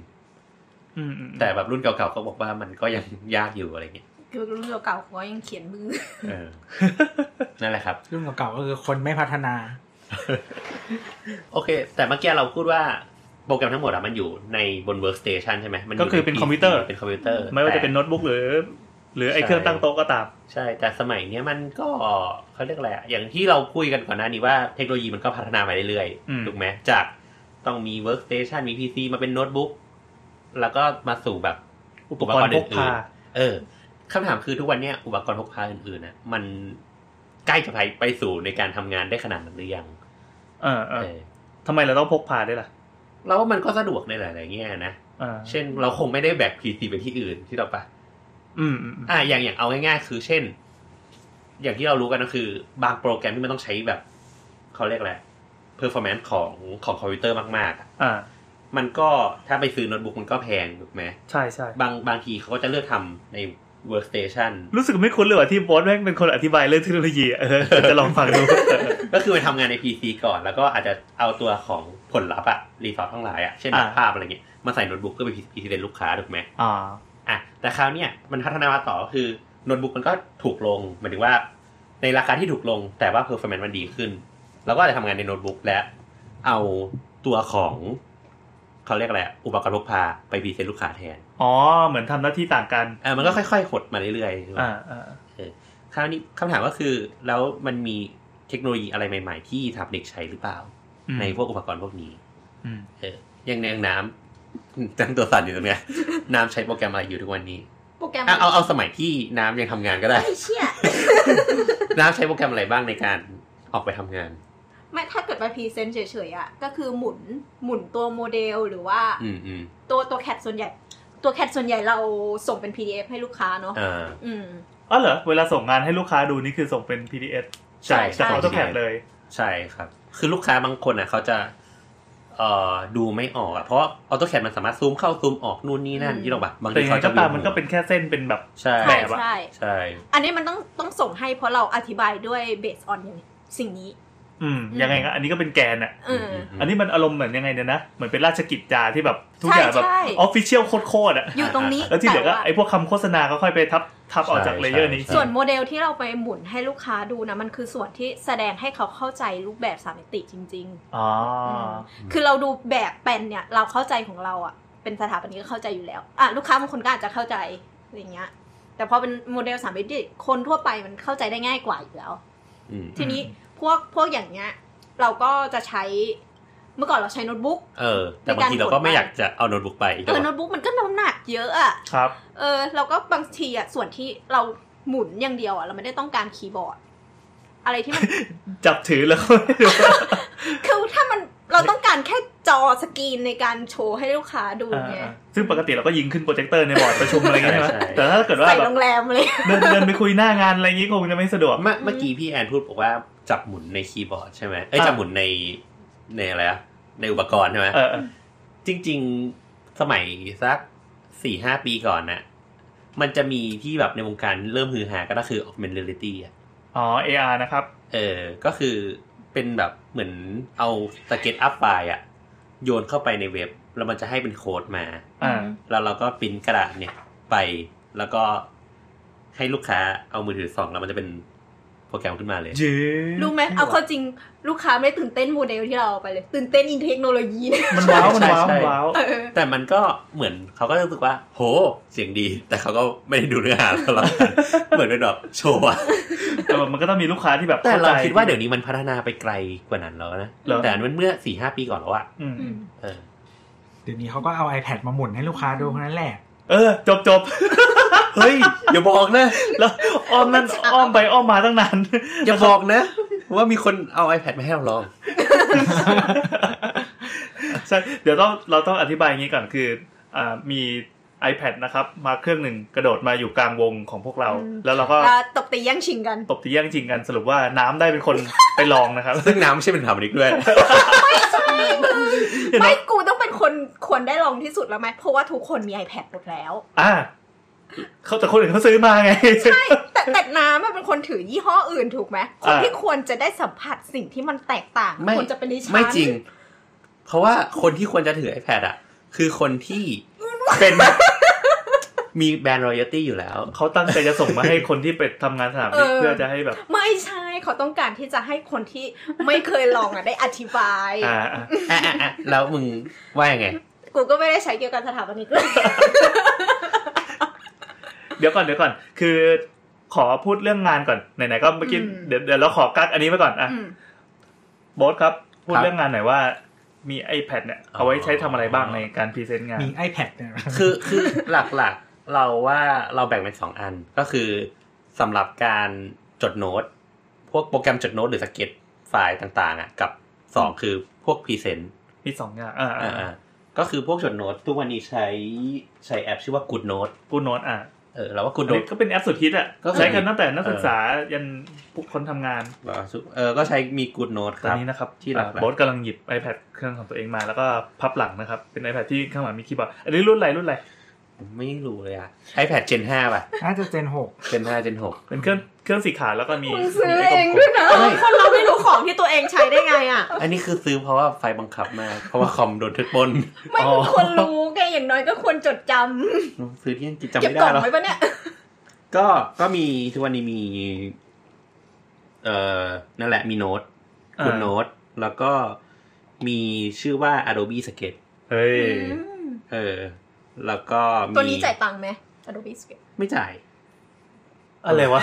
Speaker 3: อืมอืมอืม
Speaker 2: แต่แบบรุ่นเก่าๆก็บอกว่ามันก็ยังยากอยู่อะไรเงี้ย
Speaker 6: คือรุ่นเก่าๆเขายังเขียนมือ
Speaker 2: เอ อ นั่นแหละครับ
Speaker 4: รุ่นเก่าๆก็คือคนไม่พัฒนา
Speaker 2: โอเค แต่เมื่อกี้เราพูดว่า โปรแกรมทั้งหมดอะมันอยู่ในบน workstation ใช่ไหมมัยู่
Speaker 3: ก็คือเป็น
Speaker 2: ใ PC
Speaker 3: คอมพิวเตอร์
Speaker 2: เป็นคอมพิวเตอร์
Speaker 3: ไม่ว่าจะเป็น
Speaker 2: แต่
Speaker 3: โน้ตบุ๊กหรือ หรือไอ้
Speaker 2: ใช่
Speaker 3: เครื่องตั้งโต๊ะก็ตาม
Speaker 2: ใช่ แต่สมัยเนี้ยมันก็เขาเรียกอะไรอะอย่างที่เราคุยกันก่อนหน้านี้ว่าเทคโนโลยีมันก็พัฒนามาเรื่อย
Speaker 3: อืม
Speaker 2: ๆ ถูกไหมจากต้องมี workstation มี PC มาเป็นโน้ตบุ๊กแล้วก็มาสู่แบบ
Speaker 3: อุปกรณ์พกพา
Speaker 2: เออคำถามคือทุกวันเนี้ยอุปกรณ์พกพาอื่นๆนะมันใกล้จะไปไปสู่ในการทำงานได้ขนาดนั้นหรือยัง
Speaker 3: เออเออ
Speaker 2: เออ
Speaker 3: ทำไมเราต้องพกพาด้วยล่ะ
Speaker 2: เราว่ามันก็สะดวกในหลายๆแง่นะ
Speaker 3: เออ
Speaker 2: เช่นเราคงไม่ได้แบกพีซีไปที่อื่นที่เราปะ
Speaker 3: อืมอืมอืม
Speaker 2: อ่าอย่างอย่างเอาง่ายๆ คือเช่น อย่างที่เรารู้กันก็คือบางโปรแกรมที่มันต้องใช้แบบเขาเรียกอะไร performance ของของคอมพิวเตอร์มากๆอะ
Speaker 3: อ่า
Speaker 2: มันก็ถ้าไปซื้อโน้ตบุ๊กมันก็แพงถูกไหม
Speaker 3: ใช่ใช่
Speaker 2: บางบางทีเขาก็จะเลือกทำใน workstation
Speaker 3: รู้สึกไม่คุ้นเลยว่ะที่บอสแม่งเป็นคนอธิบายเรื่องเทคโนโลยีอะเออเดี๋ยวจะลองฟังดู
Speaker 2: ก็คือไปทำงานใน PC ก่อนแล้วก็อาจจะเอาตัวของผลลัพธ์อะรีซอสทั้งหลายอะเช่น
Speaker 3: อ่า
Speaker 2: ภาพอะไรเงี้ยมาใส่โน้ตบุ๊กเพื่อไปพรีเซนต์ลูกค้าถูกไหม
Speaker 3: อ่า
Speaker 2: อ่ะแต่คราวเนี้ยมันพัฒนามาต่อก็คือโน้ตบุ๊กมันก็ถูกลงหมายถึงว่า ในราคาที่ถูกลงแต่ว่าเพอร์ฟอร์แมนซ์มันดีขึ้น แล้วก็อาจจะทำงานในโน้ตบุ๊กและเอาตัวของเขาเรียกอะไรอะอุปกรณ์พกพาไปพรีเซนต์ลูกค้าแทน
Speaker 3: อ๋อ เหมือนทำหน้าที่ต่างกัน
Speaker 2: เออมันก็ค่อยๆหดมาเรื่อยๆ
Speaker 3: อ่าอ่า
Speaker 2: คราวนี้คำถามก็คือแล้วมันมีเทคโนโลยีอะไรใหม่ ๆ ที่ทำเด็กใช้หรือเปล่า
Speaker 3: อืม
Speaker 2: ในพวกอุปกรณ์พวกนี้
Speaker 3: อืม
Speaker 2: เอออย่างในน้ำ ตั้งตัวสั่นอยู่ตรงเนี้ย น้ำใช้โปรแกรมอะไรอยู่ทุกวันนี้
Speaker 6: โปรแกรม
Speaker 2: อ่ะเอาเอาสมัยที่น้ำยังทำงานก็ได้
Speaker 6: ไอ้เชี่ย
Speaker 2: น้ำใช้โปรแกรมอะไรบ้างในการออกไปทำงาน
Speaker 6: ไม่ถ้าเกิดไปพรีเซนต์เฉยๆอะก็คือหมุนหมุนตัวโมเดลหรือว่า
Speaker 2: อืมอืม
Speaker 6: ตัวตัวแคดส่วนใหญ่ ตัวแคดส่วนใหญ่เราส่งเป็น PDF ให้ลูกค้าเนาะ
Speaker 2: อ่า
Speaker 6: อืม
Speaker 3: อ๋อเหรอ เวลาส่งงานให้ลูกค้าดูนี่คือส่งเป็น PDF
Speaker 2: ใช่
Speaker 6: ใช่
Speaker 3: จากออโต้แคดเลย
Speaker 2: ใช่ครับ คือลูกค้าบางคนอ่ะเขาจะเอ่อดูไม่ออกอ่ะเพราะออโต้แคดมันสามารถซูมเข้าซูมออกนู่นนี่นั่นยี่หรอกปะบาง
Speaker 3: แต่
Speaker 2: ที
Speaker 3: ยังไง
Speaker 2: เขาจะ
Speaker 3: ก็ตามมันก็เป็นแค่เส้นเป็นแบบ
Speaker 2: ใช่
Speaker 3: แบ
Speaker 6: ใช่
Speaker 3: บอะ
Speaker 6: ใช่
Speaker 2: ใช่
Speaker 6: อันนี้มันต้องต้องส่งให้เพราะเราอธิบายด้วยเบสออนสิ่งนี้
Speaker 3: อืม
Speaker 6: อืม
Speaker 3: ยังไงก็อันนี้ก็เป็นแกนอ่ะ
Speaker 6: เออ
Speaker 2: ม
Speaker 3: อันนี้มันอารมณ์เหมือนยังไงเนี่ยนะ เหมือนเป็นราชกิจจาที่แบบทุกอย่างแบบ
Speaker 6: ใช่
Speaker 3: ออฟฟิเชียลโคตรๆอ่ะ
Speaker 6: อยู่ตรงนี้
Speaker 3: แล้วที่เหลือก็
Speaker 6: ต่า
Speaker 3: ไอ้พวกคำโฆษณาก็ค่อยไปทับทับออกจาก
Speaker 2: ใช่
Speaker 3: เลเยอร์นี้
Speaker 2: ใช่
Speaker 6: ส่วนโมเดลที่เราไปหมุนให้ลูกค้าดูนะ มันคือส่วนที่แสดงให้เขาเข้าใจรูปแบบสามมิติจริง
Speaker 3: อ๋อ
Speaker 6: ๆ
Speaker 3: อ
Speaker 6: มคือเราดูแบบเป็นเนี่ย เราเข้าใจของเราอะเป็นสถาปนิกก็เข้าใจอยู่แล้วอ่ะลูกค้าบางคนก็อาจจะเข้าใจอะไรอย่างเงี้ย แต่พอเป็นโมเดลสามมิติคนทั่วไปมันเข้าใจได้ง่ายกว่าอยู่แล้ว
Speaker 2: อืม
Speaker 6: ทีนี้พวกพวกอย่างเงี้ยเราก็จะใช้เมื่อก่อนเราใช้โน้ตบุ๊ก
Speaker 2: เออ แต่บางทีเราก็ไม่อยากจะเอาโน้ตบุ๊กไป
Speaker 6: เออโน้ตบุ๊กมันก็น้ำหนักเยอะอะ
Speaker 3: ครับ
Speaker 6: เออเราก็บางทีอะส่วนที่เราหมุนอย่างเดียวอะเราไม่ได้ต้องการคีย์บอร์ด อะไรที่ มัน
Speaker 3: จับถือแล้วก็ไม่รู้ว่า
Speaker 6: คือถ้ามันเราต้องการแค่จอสกรีนในการ โชว์ให้ลูกค้าดูไง
Speaker 3: อ่าๆซึ่งปกติเราก็ยิงขึ้นโปรเจคเตอร์ในบอร์ดประชุมอะไรอย่างเงี้ยใช่ไหม
Speaker 2: ใช่ใช่
Speaker 3: แต่ถ้าเกิดว่า
Speaker 6: ใส่
Speaker 3: แบบ
Speaker 6: โรงแรมเลย
Speaker 3: เดินเดินไปคุยหน้างานอะไรอย่างงี้คงจะไม่สะดวก
Speaker 2: เมื่อเมื่อกี้พี่แอนพูดบอกว่าจับหมุนในคีย์บอร์ดใช่ไหมเอ้ย
Speaker 3: อ่ะ
Speaker 2: จับหมุนในในอะไรอะในอุปกรณ์ใช่ไหม
Speaker 3: เออเออ
Speaker 2: จริง ๆสมัยสักสี่ห้าปีก่อนน่ะมันจะมีที่แบบในวงการเริ่มฮือฮากันก็คือ augmented reality อะ
Speaker 3: อ๋อ AR นะครับ
Speaker 2: เออ ก็คือเป็นแบบเหมือนเอาสเก็ตอัพไฟล์อะโยนเข้าไปในเว็บ แล้วมันจะให้เป็นโค้ดมา
Speaker 3: อ่า
Speaker 2: แล้วเราก็ปริ้นกระดาษเนี่ยไปแล้วก็ให้ลูกค้าเอามือถือส่องแล้วมันจะเป็นโปรแกรมขึ้นมาเลย
Speaker 3: ยื
Speaker 6: รู้ไหมเอาเข้อจริงลูกค้าไม่ได้ตื่นเต้นโมเดลที่เราเอาไปเลย ตื่นเต้นอินเทคโนโลยีเนี่ย
Speaker 3: มันว้าวมันว้าว
Speaker 2: ใช่
Speaker 3: มั
Speaker 2: ใช่
Speaker 3: นว้าว
Speaker 6: เออ
Speaker 2: แต่มันก็เหมือนเขาก็รู้สึกว่า โห เสียงดี แต่เขาก็ไม่ได้ดูเนื้อหาเท่าไหร่ เหมือนเป็นแบบโชว์อะ
Speaker 3: แต่แบบมันก็ต้องมีลูกค้าที่แบบ
Speaker 2: แต่
Speaker 3: ข้
Speaker 2: เรา
Speaker 3: ใจ
Speaker 2: คิดว่าเดี๋ยวนี้มันพัฒนาไปไกลกว่านั้นแล้วนะ
Speaker 3: เหรอ
Speaker 2: แต่อันนั้นเมื่อสี่ห้าปีก่อนแล้วอะ
Speaker 3: อืม
Speaker 6: อืม
Speaker 2: เออ
Speaker 4: เดี๋ยวนี้เขาก็เอา iPad มาหมุนให้ลูกค้าดูแค่นั้นแหละ
Speaker 3: เออ จบจบ
Speaker 2: เฮ้ย อย่าบอก นะ
Speaker 3: แล้วอ้อมนั่นอ้อมไปอ้อมมาตั้งนาน
Speaker 2: อย่าบอกนะ ว่ามีคนเอา iPad มาให้เราลอง
Speaker 3: ใช่เดี๋ยวต้องเราต้องอธิบายอย่างนี้ก่อนคืออ่ามี iPad นะครับ มาเครื่องหนึ่งกระโดดมาอยู่กลางวงของพวกเรา แล้วเราก็
Speaker 6: แล้วตบตีแย่งชิงกัน
Speaker 3: ตบตีแย่งจริงกันสรุปว่าน้ำได้เป็น คนไปลองนะครับ
Speaker 2: ซึ่งน้ำไม่ใช่เป็นถามนิกด้วย
Speaker 6: ไม่กูต้องเป็นคนควรได้ลองที่สุดแล้วไหมเพราะว่าทุกคนมี iPad หมดแล้ว
Speaker 3: อ่าเขาแต่คนอื่นเขาซื้อมาไง
Speaker 6: ใช่แต่แต่น้ำมันเป็นคนถือยี่ห้ออื่นถูกไหมคน
Speaker 3: อ่า
Speaker 6: ที่ควรจะได้สัมผัสสิ่งที่มันแตกต่าง
Speaker 2: ไม่
Speaker 6: ควรจะเป็นดิฉัน
Speaker 2: ไม่จริง เพราะว่าคนที่ควรจะถือ iPad อะคือคนที่ เป็นแบบมีแบรนด์รอยัลตี้อยู่แล้ว
Speaker 3: เขาตั้งใจจะส่งมาให้คนที่ไปทำงานสนามบินเพื่อจะให้แบบ
Speaker 6: ไม่ใช่ เขาต้องการที่จะให้คนที่ไม่เคยลองอ่ะได้อธิบาย
Speaker 3: อ่าอ่า
Speaker 2: อ่ะอ่ะอ่ะแล้วมึงว่ายังไง
Speaker 6: กูก็ไม่ได้ใช้เกี่ยวกับสถาปนิกเลย
Speaker 3: เดี๋ยวก่อนเดี๋ยวก่อน คือขอพูดเรื่องงานก่อนไหนๆก็เมื่อกี้
Speaker 6: อืม
Speaker 3: เดี๋ยวเดี๋ยวเราขอกักอันนี้ไปก่อนอ่ะ
Speaker 6: อืม
Speaker 3: โบทครับ พูด
Speaker 2: ครับ
Speaker 3: เรื่องงานหน่อยว่ามี iPad เนี่ยเอาไว้ใช้ทำอะไรบ้างในการพรีเซนต์งาน
Speaker 4: มี iPad เนี่ย
Speaker 2: คือคือหลักๆเราว่าเราแบ่งเป็นสองอันก็คือสำหรับการจดโน้ต พวกโปรแกรมจดโน้ตหรือสเก็ตไฟล์ต่างๆอ่ะกับสองคือพวกพรีเซนต์
Speaker 3: มีสองอย่างอ่า
Speaker 2: อ่าๆก็คือพวกจดโน้ตทุกวันนี้ใช้ใช้แอปชื่อว่า Good Note
Speaker 3: กูโน้ตอ่ะ
Speaker 2: เออเราว่า
Speaker 3: อั
Speaker 2: Good
Speaker 3: นนี้
Speaker 2: Note
Speaker 3: ก็เป็นแอปสุดฮิตอ่ะ
Speaker 2: ก็คือ
Speaker 3: ใช้กันตั้งแต่นักศึกษายันผู้คนทำงาน
Speaker 2: เออก็ใช้มี Good Note ค
Speaker 3: ตอน
Speaker 2: รับ
Speaker 3: นี้นะครับ
Speaker 2: ที่หลักๆ
Speaker 3: อ่าโบอสกำลังหยิบ iPad เครื่องของตัวเองมาแล้วก็พับหลังนะครับ เป็น iPad ที่ข้างหลังมีคีย์บอร์ด อันนี้รุ่นอะไรรุ่นอะไร
Speaker 2: ไม่รู้เลยอ่ะ iPad Gen 5 ป่ะ
Speaker 4: น่าจะเจนหก
Speaker 2: Gen 5 Gen 6
Speaker 3: เป็นเครื่องเครื่องสีขาวแล้วก็มี
Speaker 6: มึงซื้อ
Speaker 3: มี
Speaker 6: เอ
Speaker 3: ไกล
Speaker 6: ง
Speaker 3: มๆ
Speaker 6: ด้วยนะ
Speaker 2: เอ้ย
Speaker 5: คนเราไม่รู้ของที่ตัวเองใช้ได้ไงอ่ะ
Speaker 2: อันนี้คือซื้อเพราะว่าไฟบังคับมาก เพราะว่าคอมโดนทึกปล้น
Speaker 6: ไม่มึงควรรู้แกอย่างน้อยก็ควรจดจำ
Speaker 2: ซื้อที่อังกฤษจำ
Speaker 6: เก็บ
Speaker 2: ไม่
Speaker 6: กล่อ
Speaker 2: ได้
Speaker 6: ง
Speaker 2: หรอก
Speaker 6: ไว้ปะเนี่ย
Speaker 2: ก็ก็มีทุกวันนี้มี เอ่อนั่นแหละมีโน้ต
Speaker 3: อ่า
Speaker 2: คุณโน้ตแล้วก็มีชื่อว่า Adobe Sketch
Speaker 3: เฮ้ย
Speaker 2: เออ แล้วก็มี
Speaker 6: ตัวนี้จ่ายตังค์ไหม Adobe s k e t c
Speaker 2: ไม่จ่าย
Speaker 3: อะไรวะ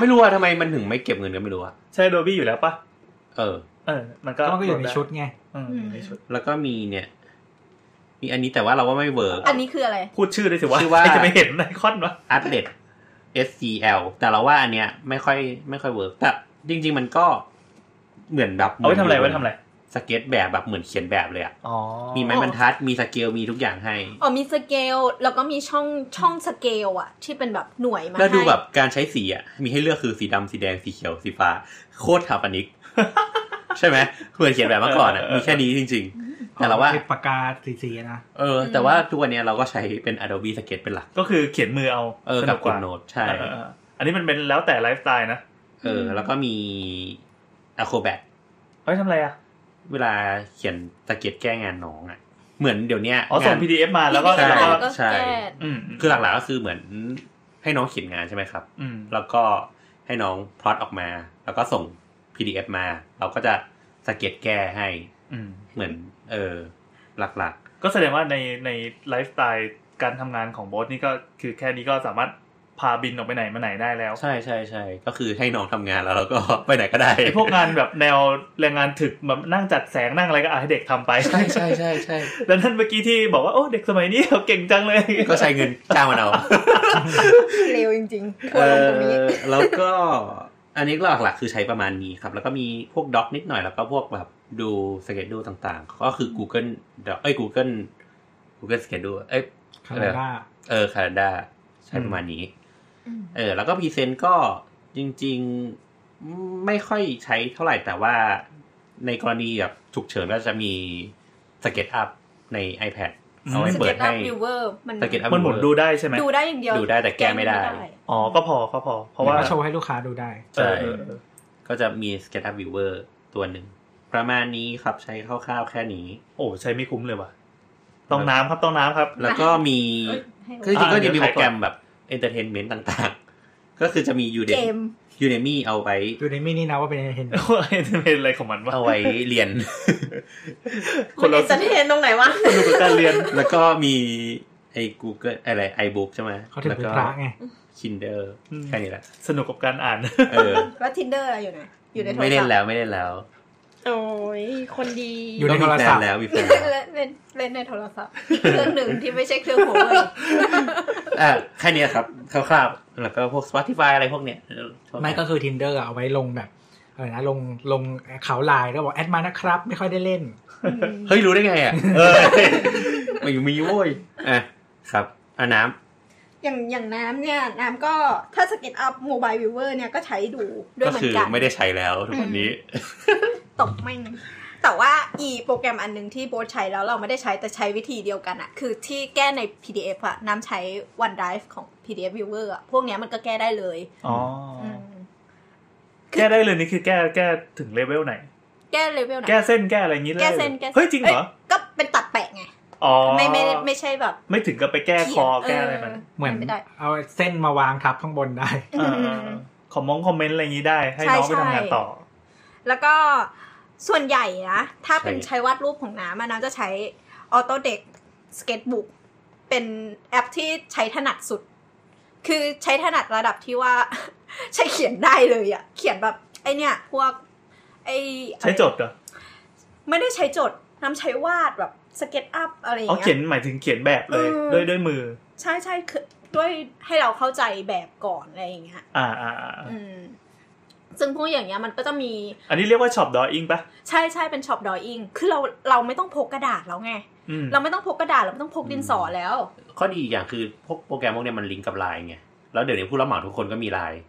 Speaker 2: ไม่รู้ว่าทำไมมันถึงไม่เก็บเงินก็ไม่รู้อะ
Speaker 3: ใช้ Adobe อยู่แล้วปะ
Speaker 2: เออ
Speaker 3: เออ มันก็
Speaker 4: ก็มันก็อยู่ในชุดไง
Speaker 3: อืมอยู่ในชุด
Speaker 2: แล้วก็มีเนี่ย มีอันนี้แต่ว่าเราว่าไม่เวิร์ก
Speaker 6: อันนี้คืออะไร
Speaker 3: พูดชื่อได้สิว่า
Speaker 2: ชื่อว่า
Speaker 3: ใครจะไปเห็นไอคอนวะ
Speaker 2: a r t l e t SCL แต่เราว่าอันเนี้ยไม่ค่อยไม่ค่อยเวิร์กแต่จริง ๆ มันก็เหมือนแบบ
Speaker 3: เอาไว้ทำอะไรไว้ทำอะไร
Speaker 2: สเก็ตแบบแบบเหมือนเขียนแบบเลยอะ
Speaker 3: อ๋อ
Speaker 2: มีไม้บรรทัดมีสเกลมีทุกอย่างให้
Speaker 6: อ๋อมีสเกล แล้วก็มีช่องช่องสเกลอะที่เป็นแบบหน่วยมา
Speaker 2: แล้วดู
Speaker 6: ให้
Speaker 2: แบบการใช้สีอ่ะ มีให้เลือกคือสีดำสีแดงสีเขียวสีฟ้า โคตรถาปนิก ใช่ไหมเหมือนเขียนแบบเมื่อก่อนอ่ะ มีแค่นี้จริง ๆ แต่เราว่า
Speaker 4: ปากกาสีๆนะ
Speaker 2: เออ แต่ว่าทุกวันเนี้ยเราก็ใช้เป็น Adobe Sketch เป็นหลัก
Speaker 3: ก็คือเขียนมือเอา
Speaker 2: เออ
Speaker 3: สนุ
Speaker 2: กับ
Speaker 3: ก
Speaker 2: ก
Speaker 3: ก
Speaker 2: ด
Speaker 3: ว่า
Speaker 2: โน้ตใช่
Speaker 3: ใช่าๆอันนี้มันเป็นแล้วแต่ไลฟ์สไตล์นะ
Speaker 2: เออ แล้วก็มี Acrobat
Speaker 3: เอาไว้ทำอะไรอ่ะ
Speaker 2: เวลาเขียนสเก็ตแก้งานน้องอ่ะ เหมือนเดี๋ยวเนี้ย
Speaker 3: อ๋อ ส่ง
Speaker 2: งาน
Speaker 3: PDF มาแล้วก็
Speaker 2: ใช่
Speaker 6: ที่
Speaker 3: แล้ว
Speaker 6: ไม่ได้
Speaker 3: ก็
Speaker 6: แล้วก็
Speaker 2: ใช่
Speaker 6: แก้
Speaker 3: อืม
Speaker 2: คือหลักๆก็คือเหมือนให้น้องเขียนงานใช่ไหมครับ
Speaker 3: อืม
Speaker 2: แล้วก็ให้น้องพลอตออกมา แล้วก็ส่ง PDF มา เราก็จะสเก็ตแก้ให้
Speaker 3: อืม
Speaker 2: เหมือน เออ หลัก
Speaker 3: ก็แสดงว่าในในไลฟ์สไตล์การทำงานของโบอสนี่ก็คือแค่นี้ก็สามารถพาบินออกไปไหนมาไหนได้แล้ว
Speaker 2: ๆ ใช่ใช่ใช่ก็คือให้น้องทำงานแล้วเราก็ ไปไหนก็ได้
Speaker 3: ไอพวกงานแบบแนวแรงงานถึกแบบนั่งจัดแสงนั่งอะไรก็เอาให้เด็กทำไป
Speaker 2: ใช่ใช่ใช่ใช่
Speaker 3: แล้วนั่นเมื่อกี้ที่บอกว่าโอ้เด็กสมัยนี้ เขาเก่งจังเลย
Speaker 2: ก็ใช้เงินจ้างมันเอา
Speaker 6: เร็วจริงๆทัว
Speaker 2: เอ
Speaker 6: ร์ลงตรงนี้
Speaker 2: อแล้วก็อันนี้หลักๆคือใช้ประมาณนี้ครับ แล้วก็มีพวกด็อกนิดหน่อยแล้วก็พวกแบบดูสเก็ตดูต่างๆ ก็คือ Google Doc เอ้ย Google Google Schedule เอ้ย
Speaker 4: คาราด้า
Speaker 2: เออคาล endar ใช้ประมาณนี้
Speaker 6: อืม
Speaker 2: เออ แล้วก็พรีเซนต์ก็จริงๆ ไม่ค่อยใช้เท่าไหร่แต่ว่าในกรณีแบบฉุกเฉินก็จะมีสเก็ตอัพใน iPad เอาไว้
Speaker 6: ส
Speaker 2: เปิ
Speaker 6: เก็
Speaker 2: ด
Speaker 6: ตอั
Speaker 2: ให้
Speaker 6: พวิวเวอร์มัน
Speaker 2: สเก็ตอัพ
Speaker 3: มันหมุนดูได้ใช่ไหม
Speaker 6: ดูได้อย่างเดียว
Speaker 2: ดูได้แต่แก้ไม่ได้
Speaker 3: อ๋อก็พอก็พอ เพราะว่า
Speaker 4: ก็โชว์ให้ลูกค้าดูได้
Speaker 2: ใช่
Speaker 3: เออเออ
Speaker 2: ก็จะมีสเก็ตอัพวิวเวอร์ตัวหนึ่ง ประมาณนี้ครับใช้คร่าวๆแค่นี้
Speaker 3: โอ้ใช้ไม่คุ้มเลยว่ะต้องน้ำครับต้องน้ำครับ
Speaker 2: แล้วก็มี
Speaker 6: เอ้ยให้
Speaker 2: คือจริงๆก็
Speaker 3: อ่ะเดี๋
Speaker 2: จะ
Speaker 3: ยว
Speaker 2: มีโปรแกร
Speaker 3: ขายก่
Speaker 2: ม
Speaker 3: อน
Speaker 2: แบบเอนเตอร์เทนเมนต์ต่างๆ ก็คือจะมียูเด
Speaker 6: เกม
Speaker 2: ยูเดมี่เอาไว้
Speaker 4: ดูในมินี่นะว่าเป็นเห็น
Speaker 3: ว่าไอ้นี่เป็นอะไรของมันวะ
Speaker 2: เอาไว้เรียน
Speaker 3: คนเรา
Speaker 5: จะเทนตรงไหนวะ
Speaker 3: สนุกกับการเรียน
Speaker 2: แล้วก็มีไอ้ Google อะไร iBook ใช่ไหม
Speaker 4: เขาถึง
Speaker 2: แล้ว
Speaker 4: เป็น
Speaker 2: ก็
Speaker 4: พระไง
Speaker 2: Kindle
Speaker 3: อืม
Speaker 2: แค่นี้แหละ
Speaker 3: สนุกกับการอ่าน
Speaker 2: เออ
Speaker 6: แล้ว Tinder อะไรอยู่ไหนอยู่ในโทรศัพท์
Speaker 2: ไม่เล่นแล้วไม่เล่นแล้ว
Speaker 5: โอ้ย คนดี
Speaker 4: อยู่ในโทรศัพท์
Speaker 2: ก็มีแฟนแล้วมีแฟน
Speaker 6: เล่น
Speaker 2: แล้ว
Speaker 6: เล่นเล่นในโทรศัพท์อีกเครื่องหนึ่งที่ไม่ใช่เครื่องหัวเว่ย
Speaker 2: อ่ะแค่นี้ครับคร่าวๆแล้วก็พวก Spotify อะไรพวกเนี้ย
Speaker 4: ไม่ก็คือ tinder อะเอาไว้ลงแบบอะไรนะลงลงเขาไลน์แล้วบอกแอดมานะครับ ไม่ค่อยได้เล่น
Speaker 2: เฮ้ย รู้ได้ไงอ่ะเออมันอยู่มีโว้ยอ่ะครับอ่ะน้
Speaker 6: อย่างอย่างน้ำเนี่ย น้ำก็ถ้าสเก็ตอัพโมบายวิวเวอร์เนี่ยก็ใช้ดูด้ว
Speaker 2: ำ
Speaker 6: ย
Speaker 2: ก็
Speaker 6: เหมือ
Speaker 2: คื
Speaker 6: น
Speaker 2: อ
Speaker 6: กัน
Speaker 2: ไม่ได้ใช้แล้วทุกวันนี้
Speaker 6: ตกแม่งแต่ว่าอีโปรแกรมอันหนึงที่โบทใช้แล้วเราไม่ได้ใช้แต่ใช้วิธีเดียวกันอะคือที่แก้ใน PDF อะน้ำใช้ OneDrive ของ PDF Viewer อะพวกเนี้ยมันก็แก้ได้เลย
Speaker 3: อ๋ออ
Speaker 6: อืม
Speaker 3: แก้ได้เลยนี่คือแก้แก้ถึงเลเวลไหน
Speaker 6: แก้เลเวลไหน
Speaker 3: แก้เส้นแก้อะไรอย่างนี้เลย
Speaker 6: แก้เส้นแก้ส้น
Speaker 3: เฮ้ยจริงเหรอ
Speaker 6: ยก็เป็นตัดแปะไง
Speaker 3: อ๋อ
Speaker 6: ไม่ไม่ไม่ใช่แบบ
Speaker 3: ไม่ถึงกับไปแก้คอ
Speaker 6: เขียน
Speaker 3: แก้อะไรมัน
Speaker 4: เหมือน
Speaker 6: ไม่ได้
Speaker 4: เอาเส้นมาวางทับข้างบนได้
Speaker 6: เออ
Speaker 3: เออ คอมมงคอมเมนต์อะไรอย่างนี้ได้ ให้
Speaker 6: ใช่
Speaker 3: น้องไป
Speaker 6: ใช่
Speaker 3: ทำงานต่อ
Speaker 6: แล้วก็ส่วนใหญ่นะถ้าเป็น
Speaker 2: ใช่
Speaker 6: ใช้วาดรูปของน้ำอะน้ำจะใช้ Autodesk Sketchbook เป็นแอปที่ใช้ถนัดสุด คือใช้ถนัดระดับที่ว่า ใช้เขียนได้เลยอะเขียนแบบไอเนี่ย พวกไอ
Speaker 3: ใช้จดเหรอ
Speaker 6: ไม่ได้ใช้จดน้ำใช้วาดแบบสเก็ตอัพอะไรอย่าง
Speaker 3: อ๋อ
Speaker 6: เงี้ย
Speaker 3: เขียนหมายถึงเขียนแบบเลย
Speaker 6: เออ
Speaker 3: ด้วยด้วยมือ
Speaker 6: ใช่ใช่คือด้วยให้เราเข้าใจแบบก่อนอะไรอย่างเงี้ย
Speaker 3: อ่าอ่าอ่า
Speaker 6: อืม ซึ่งพวกอย่างเงี้ยมันก็จะมี
Speaker 3: อันนี้เรียกว่าช็อปดออิงปะ
Speaker 6: ใช่ใช่เป็นช็อปดอยอิง คือเราเราไม่ต้องพกกระดาษแล้วไง
Speaker 3: อืม
Speaker 6: เราไม่ต้องพกกระดาษ เราไม่ต้องพกดินสอแล้ว
Speaker 2: ข้อดีอีกอย่างคือพวกโปรแกรมพวกเนี้ยมันลิงก์กับไลน์ไงแล้วเดี๋ยวนี้ผู้รับเหมาทุกคนก็มีไลน์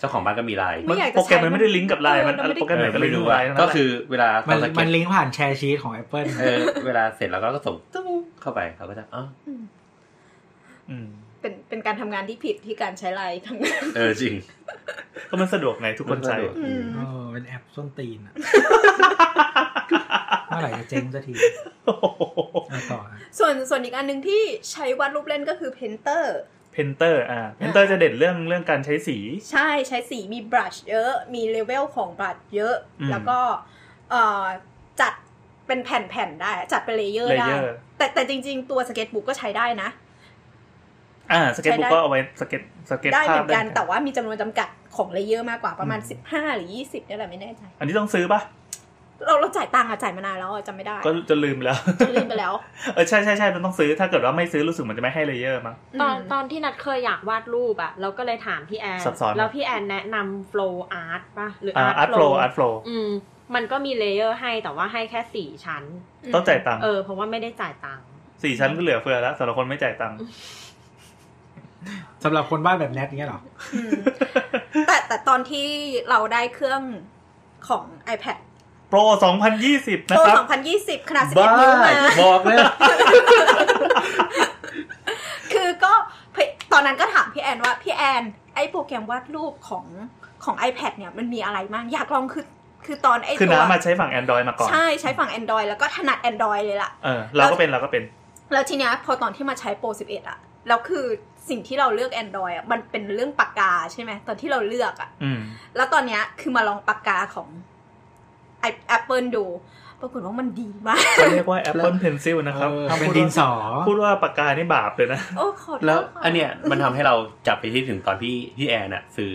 Speaker 2: เจ้าของบ้านก็มีไลน์
Speaker 6: ไม่อยากจะ
Speaker 3: โปรแกรมมันไม่ได้
Speaker 6: ใช้มัน
Speaker 3: ลิงก์กับไลน์มัน
Speaker 6: เออเราไม่ได้
Speaker 3: โปรแกรมไหนก็ลิงก์กับไลน์ทั้งนั้นแห
Speaker 2: ก็
Speaker 3: ละ
Speaker 2: คือเวลา
Speaker 4: มัน
Speaker 2: ตอนสเก็
Speaker 4: มั
Speaker 2: ต
Speaker 4: นลิงก์ผ่านแชร์ชีตของ Apple
Speaker 2: เออเวลาเสร็จแล้วก็ส่งตึ้งเข้าไปเขาก็จะอ๋อ
Speaker 3: อืม
Speaker 6: เป็นเป็นการทำงานที่ผิดที่การใช้ไลน์ทำงาน
Speaker 2: เออจริง
Speaker 3: ก็มันสะดวกไงทุกคนใช้
Speaker 2: มันสะดวก
Speaker 6: อืม
Speaker 4: เออเป็นแอปส้นตี นอะ เมื่อไหร่จะเจ๊งสักทีเอาต่อฮะ
Speaker 6: ส่วนส่วนอีกอันหนึ่งที่ใช้วาดรูปเล่นก็คือเพนเตอร์
Speaker 3: เพนเตอร์อ่าเพนเตอร์จะเด่นเรื่องเรื่องการใช้สี
Speaker 6: ใช่ใช้สีมีบ u ัชเยอะ มีเลเวลของบ u ัชเยอะ
Speaker 3: อืม
Speaker 6: แล้วก็เอ่อจัดเป็นแผ่นๆได้ จัดเป็นเลเยอร์ได้
Speaker 3: เลเยอร์
Speaker 6: แต่แต่จริงๆ ตัวสเก็ตบุ๊กก็ใช้ได้นะ
Speaker 3: อ่าสเก็ตบุ๊ก
Speaker 6: ใช้ได้
Speaker 3: ก็เอาไว้สเก็ตสเก็ต
Speaker 6: ได้
Speaker 3: ภา
Speaker 6: เห
Speaker 3: พ
Speaker 6: มือนกัน
Speaker 3: ได้
Speaker 6: แต่ว่ามีจำนวนจำกัดของเลเยอร์มากกว่าประมาณ 15 หรือ 20เนี่ยแหละไม่แน่ใจ
Speaker 3: อันนี้ต้องซื้อปะ
Speaker 6: เราเราจ่ายตังค์อะจ่ายมานานแล้วอะจำไม่ได้
Speaker 3: ก็จะลืมแล้ว
Speaker 6: ลืมไปแล้ว
Speaker 3: เออใช่ใช่ใช่มันต้องซื้อถ้าเกิดว่าไม่ซื้อรู้สึกมันจะไม่ให้เลเยอร์มั้ง
Speaker 5: ตอน
Speaker 6: ม
Speaker 5: ตอนที่นัดเคยอยากวาดรูปอะเราก็เลยถามพี่แอน
Speaker 3: ซับซ้อน
Speaker 5: แล้วพี่แอนแนะนำ flow art ป่ะ หรือ
Speaker 3: อ่า
Speaker 5: art
Speaker 3: อาร์ตโฟ
Speaker 5: flow
Speaker 3: อาร์ตโฟ
Speaker 5: อืม มันก็มีเลเยอร์ให้แต่ว่าให้แค่สี่ชั้น
Speaker 3: ต้องจ่ายตังค์
Speaker 5: เออ เพราะว่าไม่ได้จ่ายตังค์
Speaker 3: สี่ชั้นก็เหลือเฟือแล้วสำหรับคนไม่จ่ายตังค์
Speaker 4: สำหรับคนบ้านแบบแนทอย่างเงี้ยเหรอ
Speaker 6: อืมแต่แต่ตอนที่เราได้เครื่องของ iPad
Speaker 3: โปร 2020 นะ
Speaker 6: โต
Speaker 3: ครับ
Speaker 6: 2020 ขนาด 11 นิ้วมา
Speaker 2: บอกเลย
Speaker 6: คือก็พี่ตอนนั้นก็ถามพี่แอนว่า พี่แอน ไอ้โปรแกรมวาดรูปของของ iPad เนี่ยมันมีอะไรบ้าง อยากลองคือ คือตอนไอ้
Speaker 3: คือ
Speaker 6: ตัว
Speaker 3: น้ำมาใช้ฝั่ง Android มาก่อน
Speaker 6: ใช่ใช้ฝั่ง Android แล้วก็ถนัด Android เลยล่ะ
Speaker 3: เออเราก็เป็นเราก็เป็น
Speaker 6: แล้วทีเนี้ยพอตอนที่มาใช้โปร 11 อะแล้วคือสิ่งที่เราเลือก Android อะมันเป็นเรื่องปากกาใช่ไหมตอนที่เราเลือกอะ
Speaker 3: อืม
Speaker 6: แล้วตอนเนี้ยคือมาลองปากกาของไอ Apple ดู ปรากฏว่ามันดีมาก
Speaker 3: เขาเรียกว่า Apple Pencil นะครับ
Speaker 4: เออ
Speaker 3: ห้าม
Speaker 4: เป็น
Speaker 3: พู
Speaker 4: ดินสอ
Speaker 3: ว่าพูดว่าปากกานี่บาปเลยนะ
Speaker 6: โอ้ขอโทษ
Speaker 2: แล้ว
Speaker 6: ค่ะ
Speaker 2: อันเนี้ยมันทำให้เราจับไปที่ถึงตอนที่ที่แอนอะซื้อ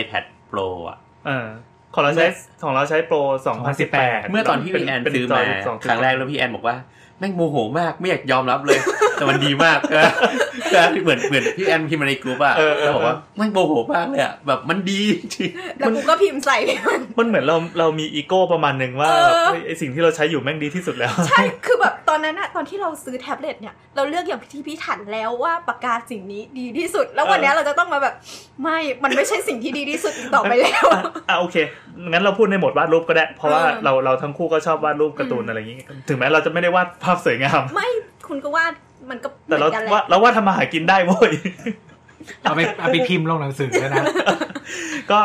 Speaker 2: iPad Pro อ่ะ
Speaker 3: เออของเราใช้ของเราใช้โปร 2018
Speaker 4: 2018
Speaker 2: เมื่อตอนที่พี่แอนซื้อมาครั้งแรกแล้วพี่แอนบอกว่าแม่งโมโหมากไม่อยากยอมรับเลย แต่มันดีมากเออแต่เหมือนเหมือนพี่แอนพิมพ์มาในกลุ่มอะ
Speaker 3: เออเออ
Speaker 2: แล้วบอกว่าแม่งโมโหมากเลยอะแบบมันดีจริง
Speaker 6: แล้วกูก็พิมพ์ใส่
Speaker 3: มันเหมือนเราเรามีอีโก้ประมาณหนึ่งว่า
Speaker 6: เออ
Speaker 3: แบบเฮ้ยไอสิ่งที่เราใช้อยู่แม่งดีที่สุดแล้ว
Speaker 6: ใช่คือแบบตอนนั้นอะตอนที่เราซื้อแท็บเล็ตเนี่ย เราเลือกอย่างที่พี่ถันแล้วว่าปากกาสิ่งนี้ดีที่สุด แล้ววันเนี้ยเราจะต้องมาแบบ ไม่มันไม่ใช่สิ่งที่ดีที่สุดอีกต่อไปแล้ว
Speaker 3: อ่ะอ่ะโอเค งั้นเราพูดในหมวดวาดรูปก็ได้ เพราะว่า
Speaker 6: เออ
Speaker 3: เราเราทั้งคู่ก็ชอบวาดรูปการ์ตูนอะไรอย่างงี้ ถึงแม้เราจะไม่ได้วาดภาพสวยงาม
Speaker 6: ไม่คุณก็ว่ามันก็
Speaker 3: แต่เรา
Speaker 6: หมือนกันแห
Speaker 3: ว่า
Speaker 6: ละ
Speaker 3: เราวาดทำมาหากินได้เว้ย
Speaker 4: เอาไปเอาไปพิมพ์ลงหนังสือด้วยนะ
Speaker 3: ก็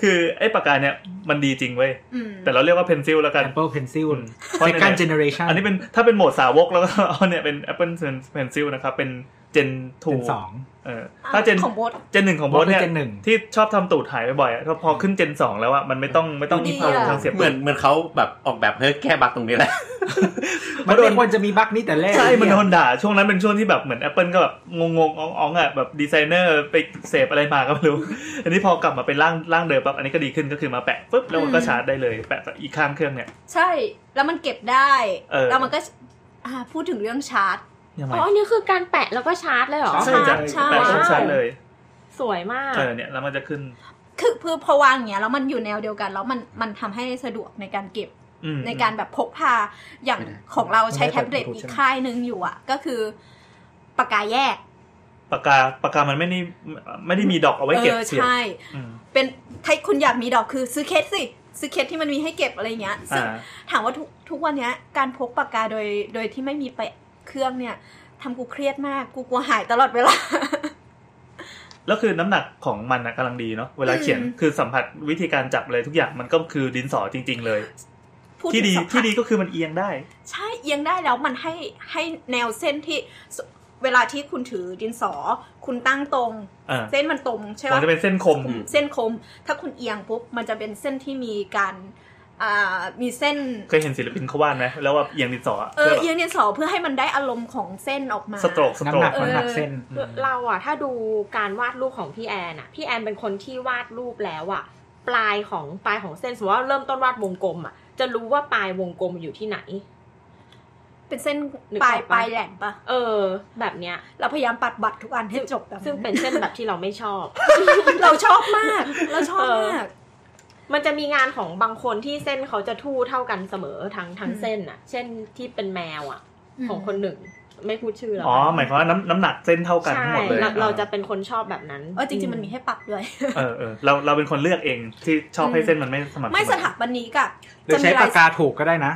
Speaker 3: คือไอ้ปากกาเนี่ยมันดีจริงเว้ย
Speaker 6: อืม
Speaker 3: แต่เราเรียกว่าเพนซิลแล้วกัน
Speaker 4: Apple Pencil
Speaker 3: อืม
Speaker 4: Second Generation
Speaker 3: อันนี้เป็นถ้าเป็นโหมดสาวกแล้วก็ เอาเนี่ยเป็น Apple Pencil นะครับ เป็น Gen
Speaker 4: เป็นสอ
Speaker 3: 2
Speaker 4: ง
Speaker 3: เออถ้า Gen
Speaker 6: ของโบท
Speaker 3: Gen หนึ่งของโบสเนี่ย
Speaker 4: Gen หนึ่ง
Speaker 3: ที่ชอบทำตูดหายบ่อยๆอ่ะพอขึ้น Gen สองแล้วอ่ะมันไม่ต้องไม่ต้อง
Speaker 6: ดูดี
Speaker 3: มีความ
Speaker 6: อ่ะ
Speaker 3: ทางเสียบ
Speaker 2: เหมือนเหมือนเขาแบบออกแบบเพื่อแก้บั๊กตรงนี้แหละ
Speaker 4: มันไม่ควรจะมีบั๊กนี้แต่แรก
Speaker 3: ใช่มันโดนด่าช่วงนั้นเป็นช่วงที่แบบเหมือน Apple ก็แบบงงงๆอ๋องๆอ่ะแบบดีไซเนอร์ไปเสพอะไรมาก็ไม่รู้ อันนี้พอกลับมาเป็นร่างร่างเดิมปั๊บอันนี้ก็ดีขึ้นก็คือมาแปะปุ๊บแล้วมันก็ชาร์จได้เลยแปะอีกข้างเครื่องเนี่ย
Speaker 6: ใช่แล้วมันเก็บได้
Speaker 3: เออ
Speaker 6: แล้วมันก็อ่าพูดถึงเรื่องชาร์จ
Speaker 3: ยังไง
Speaker 5: อ๋ออันนี่คือการแปะแล้วก็ชาร์จเลยเหรอ
Speaker 6: ใช่
Speaker 3: ใช่จ้ะ
Speaker 6: ใช่
Speaker 3: แปะปุ๊บชาร์จเลย
Speaker 5: สวยมาก
Speaker 3: เออเนี่ยแล้วมันจะขึ้น
Speaker 6: คือคือพอวางอย่างเงี้ยแล้วมันอยู่แนวเดียวกัน แล้วมันมันทำให้สะดวกในการเก็บ
Speaker 3: อืม
Speaker 6: ในการแบบพกพาอย่าง
Speaker 2: ไม่ได้
Speaker 6: ของเราใช้แท็บเล็ตอีกค่ายหนึ่งอยู่อ่ะ ก็คือปากกาแยก
Speaker 3: ปากกาปากกามันไม่ได้ไม่ได้มีดอกเอาไว้
Speaker 6: เอ
Speaker 3: เก็บ
Speaker 6: อ
Speaker 3: เสียบ
Speaker 6: ใช่
Speaker 3: อืม
Speaker 6: เป็นถ้าคุณอยากมีดอกคือซื้อเคสสิซื้อเคสที่มันมีให้เก็บอะไรอย่างเงี้ยซึ่ง
Speaker 3: อ่า
Speaker 6: ถามว่าทุกทุกวันเนี้ยการพกปากกาโดยโดยที่ไม่มีไปะเครื่องเนี่ยทำกูเครียดมากกูกลัวหายตลอดเวลา
Speaker 3: แล้วคือน้ำหนักของมันนะกำลังดีเนาะเวลาเขียน
Speaker 6: อืม
Speaker 3: คือสัมผัสวิธีการจับอะไรทุกอย่างมันก็คือดินสอจริง ๆ เลย
Speaker 6: พู
Speaker 3: ที่
Speaker 6: ถึ
Speaker 3: ดี
Speaker 6: งสัมผัส
Speaker 3: ที่ดีก็คือมันเอียงได้
Speaker 6: ใช่เอียงได้แล้วมันให้ให้แนวเส้นที่ส เวลาที่คุณถือดินสอ คุณตั้งตรง
Speaker 3: อ่า
Speaker 6: เส้นมันตรงใช่
Speaker 3: มัน
Speaker 6: ปะ
Speaker 3: จะเป็นเส้นคม
Speaker 2: อืม
Speaker 6: เส้นคม ถ้าคุณเอียงปุ๊บ มันจะเป็นเส้นที่มีการอ่ามีเส้น
Speaker 3: เคยเห็นศิลปินเขาวาดไหมแล้วว่าเอียงดินสออะ
Speaker 6: เออเอียงเนียนสอเพื่อให้มันได้อารมณ์ของเส้นออกมา
Speaker 3: สโตรกสโตร
Speaker 4: น้ำหนั
Speaker 3: ก
Speaker 4: ก
Speaker 6: เออ
Speaker 4: น้ำหนักเส้น
Speaker 3: อืม
Speaker 5: เราอะถ้าดูการวาดรูปของพี่แอนอะพี่แอนเป็นคนที่วาดรูปแล้วอะปลายของปลายของเส้นสมมติว่าเริ่มต้นวาดวงกลมอะจะรู้ว่าปลายวงกลมอยู่ที่ไหน
Speaker 6: เป็นเส้น
Speaker 5: นึกอ
Speaker 6: ปลา
Speaker 5: อ
Speaker 6: ย
Speaker 5: กปะ
Speaker 6: ปลายแหลมปะ
Speaker 5: เออ แบบเนี้ย
Speaker 6: เราพยายามปัดบัตรทุกอันให้จบแบบ
Speaker 5: ซึ่ง
Speaker 6: นั้น
Speaker 5: เป็นเส้นแบบที่เราไม่ชอบ
Speaker 6: เราชอบมาก เราชอบมาก
Speaker 5: มันจะมีงานของบางคนที่เส้นเขาจะทู่เท่ากันเสมอทั้งทั้ง
Speaker 6: อืม
Speaker 5: เส้นอะเช่นที่เป็นแมวอะของคนหนึ่งไม่พูดชื่อแล้ว
Speaker 3: อ๋อหมายความว่าน้ำน้ำหนักเส้นเท่ากัน
Speaker 5: ใช่
Speaker 3: ทั้งหมดเลย
Speaker 5: เราเราจะ
Speaker 3: อ่
Speaker 5: เป็นคนชอบแบบนั้น
Speaker 6: เออจริงๆมันมีให้ปรับด้วย
Speaker 3: เออเออเราเราเป็นคนเลือกเองที่ชอบให้
Speaker 6: อืม
Speaker 3: เส้นมันไม่สม่ำเสมอ
Speaker 6: ไม่สถาปนิกอะ
Speaker 4: หรือใช้ปากกาถูกก็ได้นะ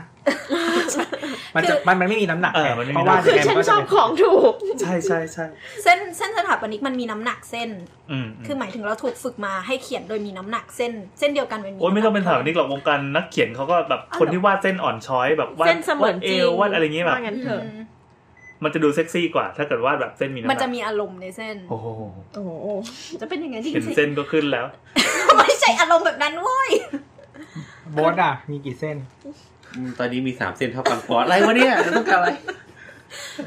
Speaker 4: มันจะมันมันไม่มีน้ำหนัก
Speaker 3: เออ
Speaker 4: ไง
Speaker 3: มันไม่มี
Speaker 4: เพราะว่า
Speaker 5: คือ
Speaker 4: ยังไง
Speaker 5: ฉัน
Speaker 4: มัก็
Speaker 5: ช
Speaker 4: จะ
Speaker 5: อบ
Speaker 4: เป็น
Speaker 5: ของถูก
Speaker 3: ใช่ใช่ใช่
Speaker 6: เส้นเส้นสถาปนิกมันมีน้ำหนักเส้น
Speaker 3: อืมอืม
Speaker 6: คือหมายถึงเราถูกฝึกมาให้เขียนโดยมีน้ำหนักเส้น เส้นเดียวกันเป็น
Speaker 3: โอ้ยไม่ต้องเป็นสถาปนิกหรอกวงการนักเขียนเขาก็แบบ
Speaker 6: อ้าวเหรอ
Speaker 3: คนที่วาดเส้นอ่อนช้อยแบบวาด
Speaker 5: เส้นเสมือน
Speaker 3: วาด
Speaker 5: จ
Speaker 3: เอ
Speaker 5: ริง
Speaker 3: ววาดอะไรอย่างเงี้ยแบบ
Speaker 5: ว่างั้นเถอะ
Speaker 6: อืม
Speaker 3: มันจะดูเซ็กซี่กว่า ถ้าเกิดวาดแบบเส้นมีน้ำห
Speaker 6: มัน
Speaker 3: นั
Speaker 6: จะ
Speaker 3: ก
Speaker 6: มีอารมณ์ในเส้น
Speaker 3: โอ้โห
Speaker 5: โอ้โห
Speaker 6: จะเป็นอย่างนั้นจ
Speaker 3: เห็น
Speaker 6: ริง
Speaker 3: เส้นก็ขึ้นแล้ว
Speaker 6: ๆไม่ใช่อารมณ์แบบนั้นเว้ย
Speaker 4: โบทอ่ะ มีกี่เส้น
Speaker 2: อืมตอนนี้มีสามเส้นเท่ากันฟอร์อะไรวะเนี่ยต้องการอะไร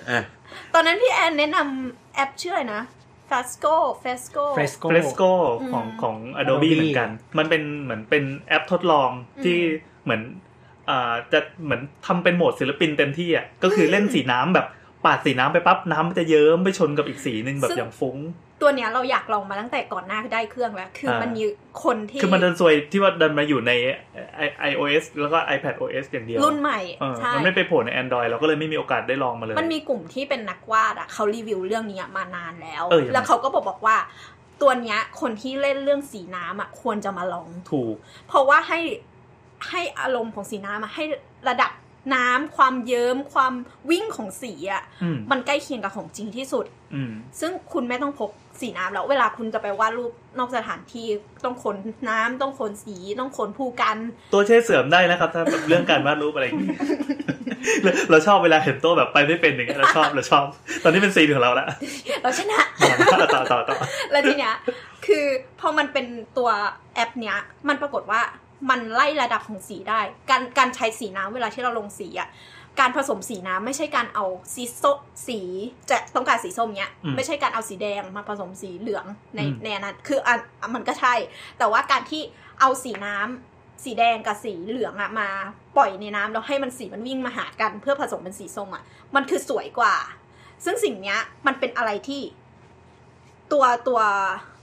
Speaker 2: อ่ะ
Speaker 6: ตอนนั้นพี่แอนแนะนำแอปชื่ออะไรนะ Fresco Fresco
Speaker 4: เฟรสโก
Speaker 3: f r e s c o ของ
Speaker 6: อืม
Speaker 3: ของ
Speaker 4: Adobe
Speaker 3: Adobe เหมือนกัน มันเป็นเหมือนเป็นแอปทดลอง
Speaker 6: อืม
Speaker 3: ที่เหมือนอ่าจะเหมือนทำเป็นโหมดศิลปินเต็มที่อ่ะก็คือเล่นสีน้ำแบบปาดสีน้ำไปปั๊บน้ำมันจะเยิ้มไปชนกับอีกสีหนึ่งแบบอย่างฟุ้ง
Speaker 6: ตัวเนี้ยเราอยากลองมาตั้งแต่ก่อนหน้าได้เครื่องแล้ว คือ
Speaker 3: อ่ามั
Speaker 6: มันมีคนที่
Speaker 3: คือมันเดินซวยที่ว่าเดินมาอยู่ใน i- iOS แล้วก็ iPad OS อย่างเดียว
Speaker 6: รุ่นใหม่
Speaker 3: เออ
Speaker 6: ใช่
Speaker 3: มันไม่ไปโผล่ใน Android เราก็เลยไม่มีโอกาสได้ลองมาเลย
Speaker 6: มันมีกลุ่มที่เป็นนักวาดอะเขารีวิวเรื่องเนี้ยมานานแล้ว
Speaker 3: เออยังไง
Speaker 6: แล้วเขาก็บอกบอกว่า ตัวเนี้ยคนที่เล่นเรื่องสีน้ำอะควรจะมาลอง
Speaker 3: ถูก
Speaker 6: เพราะว่าให้ให้อารมณ์ของสีน้ำอะให้ระดับน้ำความเยิ้มความวิ่งของสีอะ
Speaker 3: อืม
Speaker 6: มันใกล้เคียงกับของจริงที่สุด
Speaker 3: อืม
Speaker 6: ซึ่งคุณไม่ต้องพกสีน้ำแล้ว เวลาคุณจะไปวาดรูปนอกสถานที่ต้องขนน้ำต้องขนสีต้องขนผู้กัน
Speaker 3: ตัวเช่เสริมได้นะครับ ถ้าแบบเรื่องการวาดรูปอะไรอย่างนี้ เราเราชอบเวลาเห็นตัวแบบไปไม่เป็นอย่างเงี้ยเราชอบเราชอบ ตอนนี้เป็นซีนของเราละ
Speaker 6: เราชนะ
Speaker 3: ต่อต่อต่อต่อ
Speaker 6: แล้วทีเนี้ย คือพอมันเป็นตัวแอปเนี้ย มันปรากฏว่ามันไล่ระดับของสีได้ การการใช้สีน้ำเวลาที่เราลงสีอ่ะ การผสมสีน้ำไม่ใช่การเอาสีส้มสีจะต้องการสีส้มเนี้ย
Speaker 3: อืม
Speaker 6: ไม่ใช่การเอาสีแดงมาผสมสีเหลืองใน
Speaker 3: อืม
Speaker 6: ในอันนั้น คืออันอันมันก็ใช่ แต่ว่าการที่เอาสีน้ำสีแดงกับสีเหลืองอะมาปล่อยในน้ำแล้วให้มันสีมันวิ่งมาหากัน เพื่อผสมเป็นสีส้มอะมันคือสวยกว่า ซึ่งสิ่งเนี้ยมันเป็นอะไรที่ ตัวตัว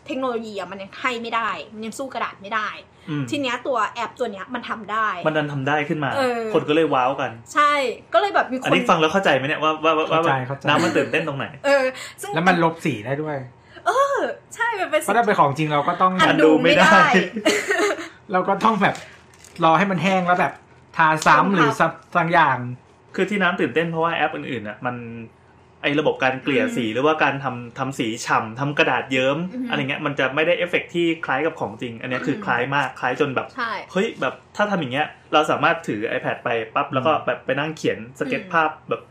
Speaker 6: เทคโนโลยีอะมันยังให้ไม่ได้ มันยังสู้กระดาษไม่ได้
Speaker 3: อืม
Speaker 6: ทีเนี้ยตัวแอปตัวเนี้ยมันทำได้
Speaker 3: มันดันทำได้ขึ้นมา
Speaker 6: เออ
Speaker 3: คนก็เลยว้าวกัน
Speaker 6: ใช่ก็เลยแบบมีค
Speaker 3: อัน
Speaker 6: น
Speaker 3: นี้ฟังแล้วเข้าใจไหมเนี่ยว่าว่าว่าว่า
Speaker 4: เข้าใจเข้าใจ
Speaker 3: น้ำมันตื่นเต้นตรงไหน
Speaker 6: เออ ซึ่ง
Speaker 4: แล้วมันลบสีได้ด้วย
Speaker 6: เออใช่มันเป็น
Speaker 4: เพราะถ้าเป็นของจริงเราก็ต้อง
Speaker 3: อัน ดูไม่ได้
Speaker 4: เราก็ต้องแบบรอให้มันแห้งแล้วแบบทาซ้ำหรือสักสักอย่าง
Speaker 3: คือที่น้ำตื่นเต้นเพราะว่าแอปอื่นๆอ่ะมันไอ้ระบบการเกลี่ยสีหรือว่าการทำทำสีฉ่ำทำกระดาษเยิ้ม อะไรเงี้ยมันจะไม่ได้เอฟเฟกต์ที่คล้ายกับของจริง อันเนี้ยคือคล้ายมากคล้ายจนแบบ
Speaker 6: ใช่
Speaker 3: เฮ้ยแบบถ้าทำอย่างเงี้ย เราสามารถถือ iPad ไปปั๊บแล้วก็แบบไปนั่งเขียนสเก็ต
Speaker 6: อืม
Speaker 3: ภาพแบบ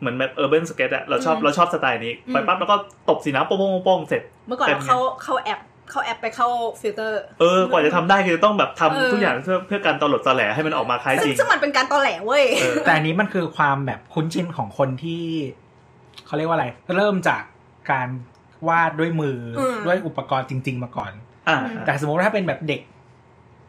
Speaker 3: เหมือนแบบเออร์เบิร์นสเก็ตอะเราชอบ
Speaker 6: อืม
Speaker 3: เราชอบสไตล์นี้
Speaker 6: อืม
Speaker 3: ไปปั๊บแล้วก็ตบสีน้ำโป้งๆโป้งๆเสร็จ
Speaker 6: เมื่อก่อน
Speaker 3: เป็น
Speaker 6: เรา
Speaker 3: ไง
Speaker 6: เข้าเข้าแอปเข้าแอปไปเข้าฟิลเตอร์
Speaker 3: เออกว่าจะทำได้คือต้องแบบทำ
Speaker 6: เออ
Speaker 3: ทุกอย่างเพื่อเพื่อการตลดตอแหลให้มันออกมาคล้ายจ
Speaker 6: ซึ่ง
Speaker 3: ริง
Speaker 6: ซึ่งมันเป็นการตอแหลเว้ย
Speaker 3: เออ
Speaker 4: แต่อันนี้มันคือความแบบคุ้นชินของคนที่เขาเรียกว่าอะไร เริ่มจากการวาดด้วยมืออ
Speaker 6: ม
Speaker 4: ด้วยอุปกรณ์จริง ๆ มาก่อน
Speaker 3: อ่า
Speaker 4: แต่สมมติว่าถ้าเป็นแบบเด็ก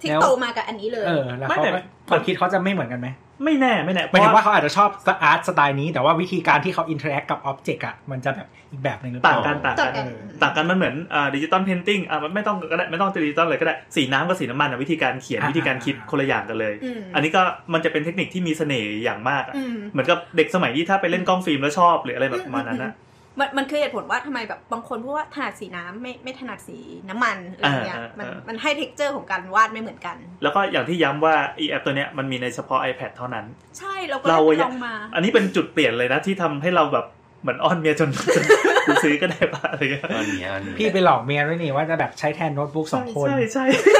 Speaker 6: ที่
Speaker 4: แล้ว
Speaker 6: โตมากับอันนี้เลย
Speaker 4: เออแล้ว
Speaker 3: ไม่
Speaker 4: เขา
Speaker 3: แต่
Speaker 4: ก็ความคิดเขาจะไม่เหมือนกันไหม
Speaker 3: ไม่แน่ไม่แน่
Speaker 4: หมายถึงว่าเขาอาจจะชอบอาร์ตสไตล์นี้ แต่ว่าวิธีการที่เขาอินเทอร์แอคกับอ็อบเจกต์อะมันจะแบบอีกแบบหนึ่งหรือเป
Speaker 3: ต่า
Speaker 4: ล่าง
Speaker 3: กันต่าง
Speaker 6: ต่างกัน
Speaker 3: กัน
Speaker 4: เออ
Speaker 3: ต่างกันมันเหมือนอ่าดิจิตอลเพนติ้งอ่ามันไม่ต้องก็ได้ไม่ต้องดิจิตอลเลยก็ได้สีน้ำกับสีน้ำมันอะวิธีการเขียนวิธีการคิดคนละอย่างกันเลย
Speaker 6: ม
Speaker 3: อันนี้ก็มันจะเป็นเทคนิคที่มีเสน่ห์อย่างมากอะ
Speaker 6: อืม
Speaker 3: เหมือนกับเด็กสมัยที่ถ้าไปเล่นกล้องฟิล์มแล้วชอบหรืออะไรแบบประมาณนั้น นะ
Speaker 6: มันมันคือเหตุผลว่าทำไมแบบบางคนพูดว่าถนัดสีน้ำไม่ไม่ถนัดสีน้ำมันอะไรเงี้ย
Speaker 3: อ่าอ่ามั
Speaker 6: มัน
Speaker 3: อ่ามั
Speaker 6: มันให้เท็กเจอร์ของการวาดไม่เหมือนกัน
Speaker 3: แล้วก็อย่างที่ย้ำว่าอีแอปตัวเนี้ยมันมีในเฉพาะ iPad เท่านั้น
Speaker 6: ใช่เราก็
Speaker 3: เรา
Speaker 6: ได้ไป
Speaker 3: อ
Speaker 6: ล
Speaker 3: ยาก
Speaker 6: องมา
Speaker 3: อันนี้เป็นจุดเปลี่ยนเลยนะที่ทำให้เราแบบเหมือนอ้อนเมียจน จนกูซื้อก็ได้ปะอะไรเงี้ย
Speaker 2: ตอนนี้อันนี้
Speaker 4: พี่ไปหลอกเมียด้วยนี่ว่าจะแบบใช้แทนโน้ตบุ๊กสองคน
Speaker 3: ใช่ใช่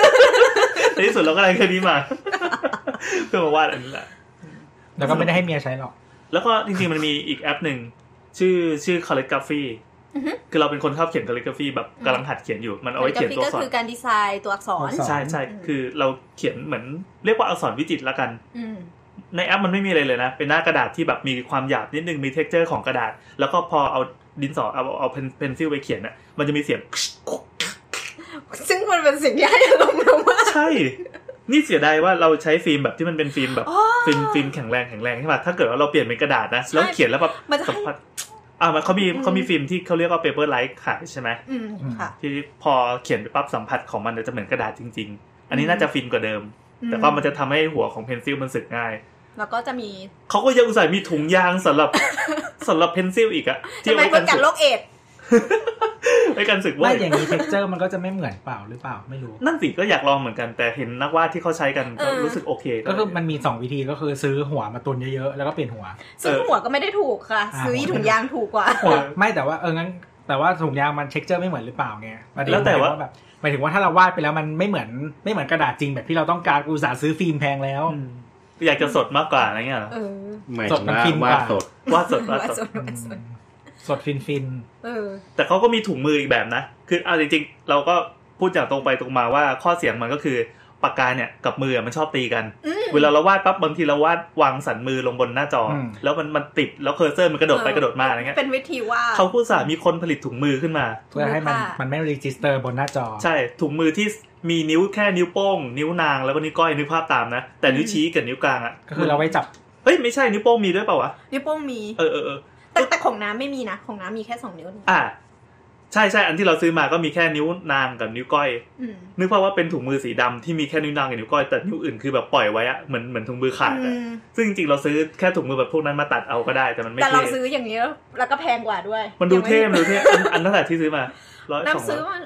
Speaker 3: ในที่สุดเราก็ได้แค่นี้มา เพื่อมาวาดอันนี้แหละ
Speaker 4: แล้วก็ไม่ได้ให้เมียใช้หรอก
Speaker 3: แล้วก็จริงๆมันมีอีกแอปหนึ่ง ชื่อชื่อคาลิกราฟี
Speaker 6: อือฮึ
Speaker 3: คือเราเป็นคนชอบเขียนคาลิกราฟีแบบกำลังหัดเขียนอยู่มันเอาไว้เขียนตัวอั
Speaker 6: ก็
Speaker 3: กษร
Speaker 6: คือการดีไซน์ตัวอักษร
Speaker 4: ตัวอักษร
Speaker 3: ใช่ใช่
Speaker 6: อืม
Speaker 3: คือเราเขียนเหมือนเรียกว่าอักษรวิจิตรละกัน
Speaker 6: อืม
Speaker 3: ในแอปมันไม่มีอะไรเลยนะ เป็นหน้ากระดาษที่แบบมีความหยาบนิดนึง มีเท็กเจอร์ของกระดาษ แล้วก็พอเอาดินสอเอาเอาเพนซิลไปเขียนน่ะ มันจะมีเสียง
Speaker 6: ซึ่งมันเป็นสิ่งที่ให้อารมณ์เรามาก
Speaker 3: ใช่ นี่เสียดายว่าเราใช้ฟิล์มแบบที่มันเป็นฟิล์มแบบ
Speaker 6: อ๋อ
Speaker 3: ฟิล์มฟิล์มแข็งแรงแข็งแรงใช่ป่ะ ถ้าเกิดว่าเราเปลี่ยนเป็นกระดาษนะ
Speaker 6: ใช่
Speaker 3: แล้วเขียนแล้วแบบ
Speaker 6: มันจะให้
Speaker 3: สัมผัสอ่ามันเขามี
Speaker 6: อืม
Speaker 3: เขามีฟิล์มที่เขาเรียกว่าเปเปอร์ไลท์ขายใช่ไหม
Speaker 6: อืมค่ะ
Speaker 3: ที่พอเขียนไปปั๊บสัมผัสของมันจะเหมือนกระดาษจริง ๆ อันนี้
Speaker 6: อืม
Speaker 3: น่าจะฟินกว่าเดิม
Speaker 6: อื
Speaker 3: แต่ว่ามันจะทำให้หัวของเพนซิลมันสึกง่าย
Speaker 6: แล้วก็จะมี
Speaker 3: เขาก็ยังอุตส่าห์มีถุงยางสำหรับ สำหรับเพนซิลอีกอะ
Speaker 6: ทำไม
Speaker 3: ไว้
Speaker 6: คนกัดโรคเอดส์
Speaker 3: ไว้กันสึกเว้
Speaker 4: ไม่
Speaker 3: ย
Speaker 4: อย่างนี้เท็กเจอร์มันก็จะไม่เหมือนเปล่าหรือเปล่าไม่รู้
Speaker 3: นั่นสิก็อยากลองเหมือนกันแต่เห็นนักวาดที่เขาใช้กันก็รู้สึกโอเค
Speaker 4: ก็คือมันมี 2 วิธีก็คือซื้อหัวมาตุนเยอะๆ แล้วก็เปลี่ยนหัว
Speaker 6: ซึ่งหัวก็ไม่ได้ถูกค่ะ
Speaker 4: อ่า
Speaker 6: ซื้อถุงยางถูกกว่า
Speaker 4: หัวไม่แต่ว่าเอองั้นแต่ว่าถุงยางมันเช็คเจอร์ไม่เหมือนหรือเปล่าไงประเด็น
Speaker 3: แล้วแต่ว่า
Speaker 4: แบบหมายถึงว่าถ้าเราวาดไปแล้วมันไม่เหมือนไม่เหมือนกระดาษจริงแบบที่เราต้องการกูอุตสาห์ซื้อฟิล์มแพงแล้ว
Speaker 3: อืมอยากจะสดมากกว่าอะไรเงี้ยเหรอ
Speaker 6: เออ
Speaker 2: หมาย
Speaker 4: ส
Speaker 2: ถึ
Speaker 4: ด
Speaker 2: ง
Speaker 4: มัน
Speaker 2: ว่า
Speaker 4: ฟินกว่า
Speaker 2: วาดสด
Speaker 3: วาดสด
Speaker 6: ว่าสด
Speaker 3: วาดสด
Speaker 6: ว่าสด
Speaker 4: สดฟินฟิน
Speaker 6: เออ
Speaker 3: แต่เขาก็มีถุงมืออีกแบบนะ คือเอาจริงๆ เราก็พูดอย่างตรงไปตรงมาว่าข้อเสียงมันก็คือปากกาเนี่ยกับมืออะมันชอบตีกัน
Speaker 6: อืม
Speaker 3: เวลาเราวาดปั๊บบางทีเราวาดวางสันมือลงบนหน้าจออ
Speaker 4: ม
Speaker 3: แล้วมันมันติดแล้วเคอร์เซอร์มันกระโดดไป
Speaker 6: เออ
Speaker 3: กระโดดมาอะไรเงี้ย
Speaker 6: เป็นวิธีว่า
Speaker 3: เขาพูดสามีคนผลิตถุงมือขึ้นมา
Speaker 4: เพื่อให้มัน
Speaker 6: ถูกค่ะ
Speaker 4: มันไม่รีจิสเตอร์บนหน้าจอ
Speaker 3: ใช่ถุงมือที่มีนิ้วแค่นิ้วโป้ง นิ้วนางแล้วก็นิ้วก้อยนึกภาพตามนะ แต่นิ้วชี้กับนิ้วกลางอ่ะ
Speaker 4: ก็คือเราไว้จับ
Speaker 3: เฮ้ยไม่ใช่นิ้วโป้งมีด้วยเปล่าวะ
Speaker 6: นิ้วโป้งมี
Speaker 3: เออเออเออ
Speaker 6: แต่แต่ของน้ำไม่มีนะ ของน้ำมีแค่สองนิ้วนี่
Speaker 3: อ่ะใช่ใช่อันที่เราซื้อมาก็มีแค่นิ้วนางกับนิ้วก้อย
Speaker 6: อืม
Speaker 3: นึกภาพว่าเป็นถุงมือสีดำที่มีแค่นิ้วนางกับนิ้วก้อยแต่นิ้วอื่นคือแบบปล่อยไว้อะเหมือนเหมือนถุงมือขาด
Speaker 6: อื
Speaker 3: อะ
Speaker 6: ม
Speaker 3: ซึ่งจริงๆเราซื้อแค่ถุงมือแบบพวกนั้นมาตัดเอาก็ได้แต่มันไม่
Speaker 6: แต่เรา
Speaker 3: เท่
Speaker 6: ซื้ออย่างนี้แล้วแล้วก็แพงกว่าด้วย
Speaker 3: มันดูเท่
Speaker 6: ยัง
Speaker 3: มัน
Speaker 6: ไ
Speaker 3: ดูเท่อันอันเท่าไหร่ที่ซื้อมาร้อยสอง
Speaker 6: น้ำ
Speaker 3: ร้
Speaker 6: ซื้
Speaker 3: อ
Speaker 6: อย มา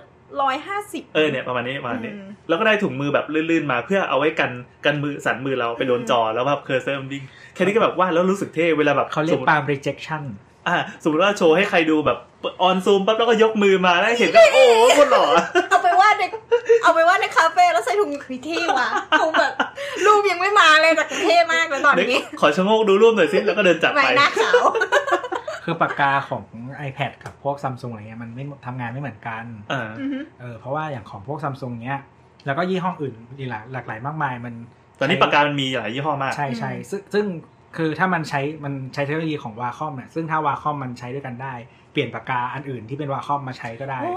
Speaker 6: ร้อยห้าสิบ
Speaker 3: เออเนี่ยประมาณนี้ประมาณนี้
Speaker 6: อืม
Speaker 3: แล้วก็ได้ถุงมือแบบลื่นๆมาเพื่อเอาไว้กันกันมือสันมือเราไปโดนจอแล้วแบบเคอร์เซอร์มันวิ่งแค่นี้ก็แบบว่าดแล้วรู้สึกเท่เวลาแบบ
Speaker 4: เขาเรีย
Speaker 3: ส
Speaker 4: ก
Speaker 3: มมติ
Speaker 4: ปาล์ม rejection
Speaker 3: อ่าสมมติว่าโชว์ให้ใครดูแบบออนซูมปั๊บแล้วก็ยกมือมาแล้วเห็นก็ โอ้โหคนหล่อ
Speaker 6: เอาไปวาดในเอาไปวาดในคาเฟ่แล้วใส่ถุงคุยเท่ว่ะคงแบบรูปยังไม่มาเลยแต่เท่มากเลยตอน
Speaker 3: เดี๋ยว
Speaker 6: นี้
Speaker 3: ขอชะโงกดูรูปหน่อยสิแล้วก็เดินจับ
Speaker 6: ใบ
Speaker 3: ไป
Speaker 6: หน้าขาว
Speaker 4: คือปากกาของ iPad กับพวกซัมซุงอะไรเงี้ยมันไม่ทำงานไม่เหมือนกัน
Speaker 3: อ่า
Speaker 6: อือฮึ
Speaker 4: เออเพราะว่าอย่างของพวกซัมซุงเนี้ยแล้วก็ยี่ห้ออื่นอีกหลายหลากหลายมากมายมัน
Speaker 3: ตอนนี้ปากกามันมีหลายยี่ห้อมาก
Speaker 4: ใช่ใช่ซึ่งซึ่งคือถ้ามันใช้มันใช้เทคโนโลยีของวาคอมเนี่ยซึ่งถ้าวาคอมมันใช้ด้วยกันได้ เปลี่ยนปากกาอันอื่นที่เป็นวาคอมมาใช้ก็ได้
Speaker 6: โอ้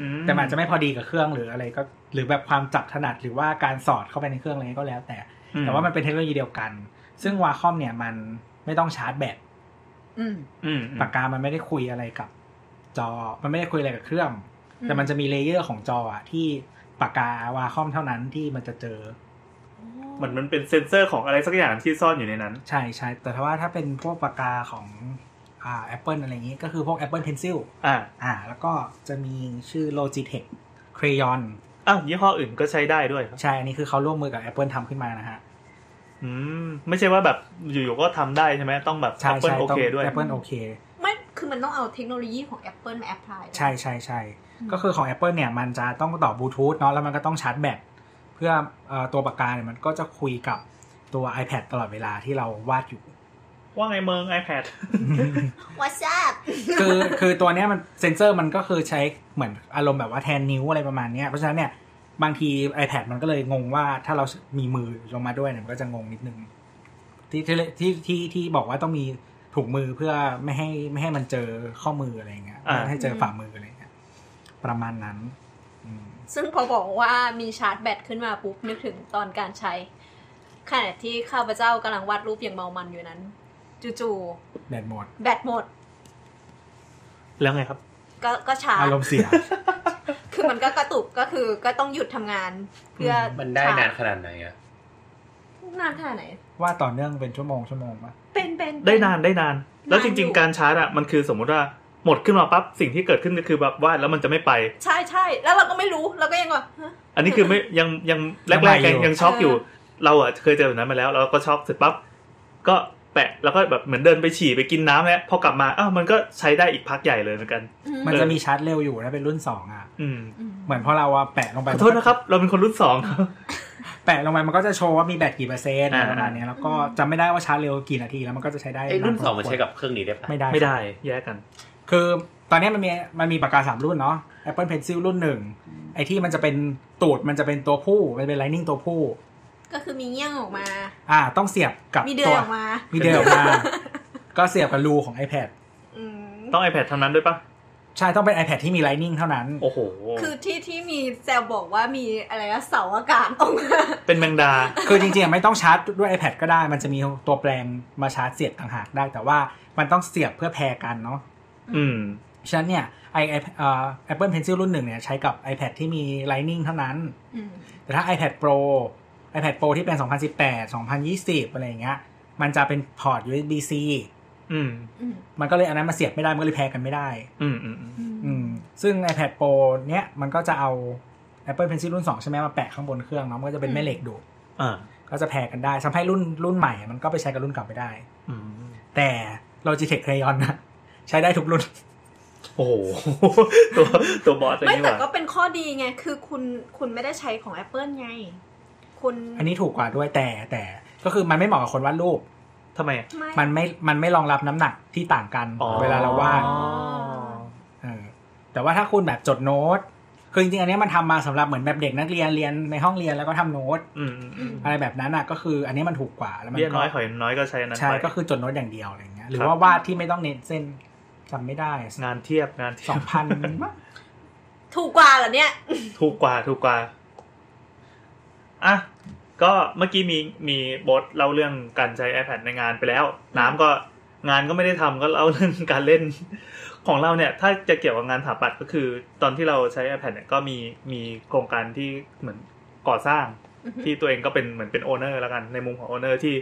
Speaker 3: อื
Speaker 4: แต่มันอาจจะไม่พอดีกับเครื่องหรืออะไรก็หรือแบบความจับถนัดหรือว่าการสอดเข้าไปในเครื่องอะไรก็แล้ว แต่
Speaker 3: อื
Speaker 4: แต่ว่ามันเป็นเทคโนโลยีเดียวกัน ซึ่งวาคอมเนี่ยมันไม่ต้องชาร์จแบต
Speaker 6: อืม
Speaker 3: อืม
Speaker 4: ปากกามันไม่ได้คุยอะไรกับ จอมันไม่ได้คุยอะไรกับเครื่อง
Speaker 6: อื
Speaker 4: แต่มันจะมีเลเยอร์ของจออะที่ปากกาวาคอมเท่านั้นที่มันจะเจอ
Speaker 3: มันมันเป็นเซ็นเซอร์ของอะไรสักอย่างที่ซ่อนอยู่ในนั้น
Speaker 4: ใช่ใช่แต่ถ้าว่าถ้าเป็นพวกปากกาของอ่า Apple อะไรอย่างนี้ ก็คือพวก Apple Pencil
Speaker 3: อ่า
Speaker 4: อ่า แล้วก็จะมีชื่อ Logitech Crayon
Speaker 3: อ้าวยี่ห้ออื่นก็ใช้ได้ด้วยครับ
Speaker 4: ใช่ อันนี้คือเขาร่วมมือกับ Apple ทำขึ้นมานะฮะ
Speaker 3: อืมไม่ใช่ว่าแบบอยู่ๆก็ทำได้ใช่ไหมต้องแบบ
Speaker 4: ใช่
Speaker 3: Apple
Speaker 4: ใช่
Speaker 3: โอ
Speaker 4: ต้ง
Speaker 3: เคด้วย
Speaker 4: Apple โอเค
Speaker 6: ไม่คือมันต้องเอาเทคโนโลยีของ Apple มาแอพพลาย
Speaker 4: ใช่ใช่ใช่
Speaker 6: อืม
Speaker 4: ก็คือของ Apple เนี่ย มันจะต้องต่อบลูทูธเนาะแล้วมันก็ต้องชาร์จแบตเพื่อเอ่อตัวปากกาเนี่ยมันก็จะคุยกับตัว iPad ตลอดเวลาที่เราวาดอยู่
Speaker 3: ว่าไงเมือง iPad
Speaker 6: ว่าทราบ
Speaker 4: คือ คือตัวเนี้ยมันเซนเซอร์มันก็คือใช้เหมือนอารมณ์แบบว่าแทนนิ้วอะไรประมาณเนี้ยเพราะฉะนั้นเนี่ยบางที iPad มันก็เลยงงว่าถ้าเรามีมือลงมาด้วยเนี่ยมันก็จะงงนิดนึงที่ที่ที่ที่ที่บอกว่าต้องมีถุงมือเพื่อไม่ให้ไม่ให้มันเจอข้อมืออะไรอย่างเงี้ย
Speaker 3: อ่า
Speaker 4: ไม่ให้เจอฝ่ามืออะไรอย่างเงี้ยประมาณนั้นอืม
Speaker 6: ซึ่งพอบอกว่ามีชาร์จแบตขึ้นมาปุ๊บนึกถึงตอนการใช้ขณะที่ข้าพเจ้ากำลังวาดรูปอย่างเมามันอยู่นั้นจู่
Speaker 4: แบตหมด
Speaker 6: ๆแบตหมด
Speaker 3: แล้วไงครับ
Speaker 6: ก็ก็ชาร์
Speaker 4: อา
Speaker 6: จ
Speaker 4: รมณ์เสีย
Speaker 6: คือมันก็กระตุกก็คือก็ต้องหยุดทำงาน เพื่อ
Speaker 4: อืม
Speaker 2: มันได้
Speaker 6: ชร์จ
Speaker 2: นานขนาดไหนอะ
Speaker 6: นานแค่ไหน
Speaker 4: ว่าต่อเนื่องเป็นชั่วโมงชั่วโมงปะ
Speaker 6: เป็นเป็น
Speaker 3: ได้นานได้นาน แล้วจริง
Speaker 6: อยู่
Speaker 3: ๆการชาร์จอ่ะมันคือสมมุติว่าหมดขึ้นมาปั๊บสิ่งที่เกิดขึ้นก็คือแบบวาดแล้วมันจะไม่ไป
Speaker 6: ใช่ใช่แล้วเราก็ไม่รู้เราก็ยังแบบฮะ
Speaker 3: อันนี้คือไม่ ยังยังแรกๆยังยังช็อกอยู่ เราอ่ะเคยเจอแบบนั้นมาแล้ว เราก็ช็อกเสร็จปั๊บก็ไป ปะ แล้วก็แบบเหมือนเดินไปฉี่ไปกินน้ำแล้วพอกลับมาอ้าวมันก็ใช้ได้อีกพักใหญ่เลยเหมือนกัน
Speaker 4: มันจะมีชาร์จเร็วอยู่นะเป็นรุ่นสองอ่ะ
Speaker 3: อืม
Speaker 4: เหมือนพอเราอะแปะลงไป
Speaker 3: ขอโทษนะครับ เราเป็นคนรุ่น สอง
Speaker 4: แปะลงไปมันก็จะโชว์ว่ามีแบตกี่เปอร์เซ็นต์อะไร
Speaker 3: อ่า
Speaker 4: ประมาณเนี้ยแล้วก็จำไม่ได้ว่าชาร์จเร็วกี่นาทีแล้วมันก็จะใช้ได้
Speaker 2: ไอ้รุ่น
Speaker 4: าน
Speaker 2: สองมัน
Speaker 4: พ
Speaker 2: ใช้กับเครื่องนี้ได้ปะ
Speaker 4: ไม่ได้
Speaker 3: ไม่ได้แยกกัน
Speaker 4: คือตอนเนี้ยมันมีมันมีปากกาสามรุ่นเนาะ Apple Pencil รุ่นหนึ่งไอ้ที่มันจะเป็นตูดมันจะเป็นตัวผู้มันเป็น Lightning ตัวผู้
Speaker 6: ก็คือมีเงี้ยงออกมา
Speaker 4: อ่า ต้องเสียบกับ
Speaker 6: มีเดือย
Speaker 4: ตัว
Speaker 6: ออกมา
Speaker 4: มีเดือยออกมา ก็เสียบกับรูของ iPad
Speaker 6: อืม
Speaker 3: ต้อง iPad ทำนั้นด้วยปะ
Speaker 4: ใช่ต้องเป็น iPad ที่มี Lightning เท่านั้น
Speaker 3: โอ้โห
Speaker 6: คือที่ที่มีแซวบอกว่ามีอะไรนะเสาอากาศออกมา
Speaker 3: เป็นแมงดา
Speaker 4: คือจริงๆอะไม่ต้องชาร์จด้วย iPad ก็ได้ มันจะมีตัวแปลงมาชาร์จเสียบต่างหากได้ แต่ว่ามันต้องเสียบเพื่อแพรกันเนาะ
Speaker 3: อืม
Speaker 4: ฉะนั้นเนี่ยไอไอเอ่อ Apple Pencil รุ่นหนึ่งเนี่ยใช้กับ iPad ที่มี Lightning เท่านั้น
Speaker 6: อืม
Speaker 4: แต่ถ้า iPad Pro iPad Pro ที่เป็น 2018 2020 อะไรอย่างเงี้ย มันจะเป็นพอร์ต USB-C
Speaker 3: อืม
Speaker 6: อืม
Speaker 4: มันก็เลยอันนั้นมาเสียบไม่ได้ มันก็เลยแพรกันไม่ได้
Speaker 3: อืมอืมอืม
Speaker 4: อืม ซึ่ง iPad Pro เนี้ยมันก็จะเอา Apple Pencil รุ่น 2 ใช่ไหมมาแปะข้างบนเครื่องเนาะ มันก็จะเป็นแม่เหล็กดูด
Speaker 3: อ่า
Speaker 4: ก็จะแพรกันได้ทำให้รุ่นรุ่นใหม่อะมันก็ไปใช้กับรุ่นเก่าไม่ได้
Speaker 3: อืม
Speaker 4: แต่ Logitech Crayon นะใช้ได้ทุกรุ่น
Speaker 3: โอ้โห ตัวตัวบอสเลย
Speaker 6: ไม่
Speaker 3: นี่ห
Speaker 6: แต่
Speaker 3: ว่า
Speaker 6: ก็เป็นข้อดีไง คือคุณคุณไม่ได้ใช้ของ Apple ไง คุณ
Speaker 4: อันนี้ถูกกว่าด้วยแต่แต่ก็คือมันไม่เหมาะกับคนวาดรูป
Speaker 3: ทำไมอะ
Speaker 6: ไม่
Speaker 4: มันไม่ มันไม่รองรับน้ำหนักที่ต่างกัน
Speaker 3: อ๋อ
Speaker 4: เวลาเราวาด
Speaker 3: อ๋อ
Speaker 4: เออแต่ว่าถ้าคุณแบบจดโน้ต คือจริงๆอันเนี้ยมันทำมาสำหรับเหมือนแบบเด็กนักเรียนเรียนในห้องเรียนแล้วก็ทำโน้ต
Speaker 3: อืมอืมอืม
Speaker 4: อะไรแบบนั้นอ่ะก็คืออันเนี้ยมันถูกกว่าแล้วมัน
Speaker 3: เบี้ย
Speaker 4: ก็
Speaker 3: น้อยหอยน้อยก็ใช้อันนั้น
Speaker 4: ใช่
Speaker 3: ไป
Speaker 4: ก็คือจดโน้ตอย่างเดียวอะไรเงี้ยหรือ
Speaker 3: ครับ
Speaker 4: ว่าวาดที่ไม่ต้องเน้นเส้นจำไม่ ได้
Speaker 3: งานเทียบงานเที
Speaker 4: ส
Speaker 3: ย
Speaker 4: อบ งพัน
Speaker 6: ถูกกว่าเหรอเนี่ย
Speaker 3: ถูกกว่าถูกกว่า อ่ะ ก็เมื่อกี้มีมีบอสเล่าเรื่องการใช้ iPad ในงานไปแล้ว น้ำก็งานก็ไม่ได้ทำก็เล่าเรื่องการเล่น ของเราเนี่ย ถ้าจะเกี่ยวกับงานสถาปัตย์ก็คือ ตอนที่เราใช้ iPad เนี่ยก็มีมีโครงการที่เหมือนก่อสร้าง
Speaker 6: อือฮึ
Speaker 3: ที่ตัวเองก็เป็นเหมือนเป็นโอเนอร์แล้วกันในมุมของโอเนอร์ที่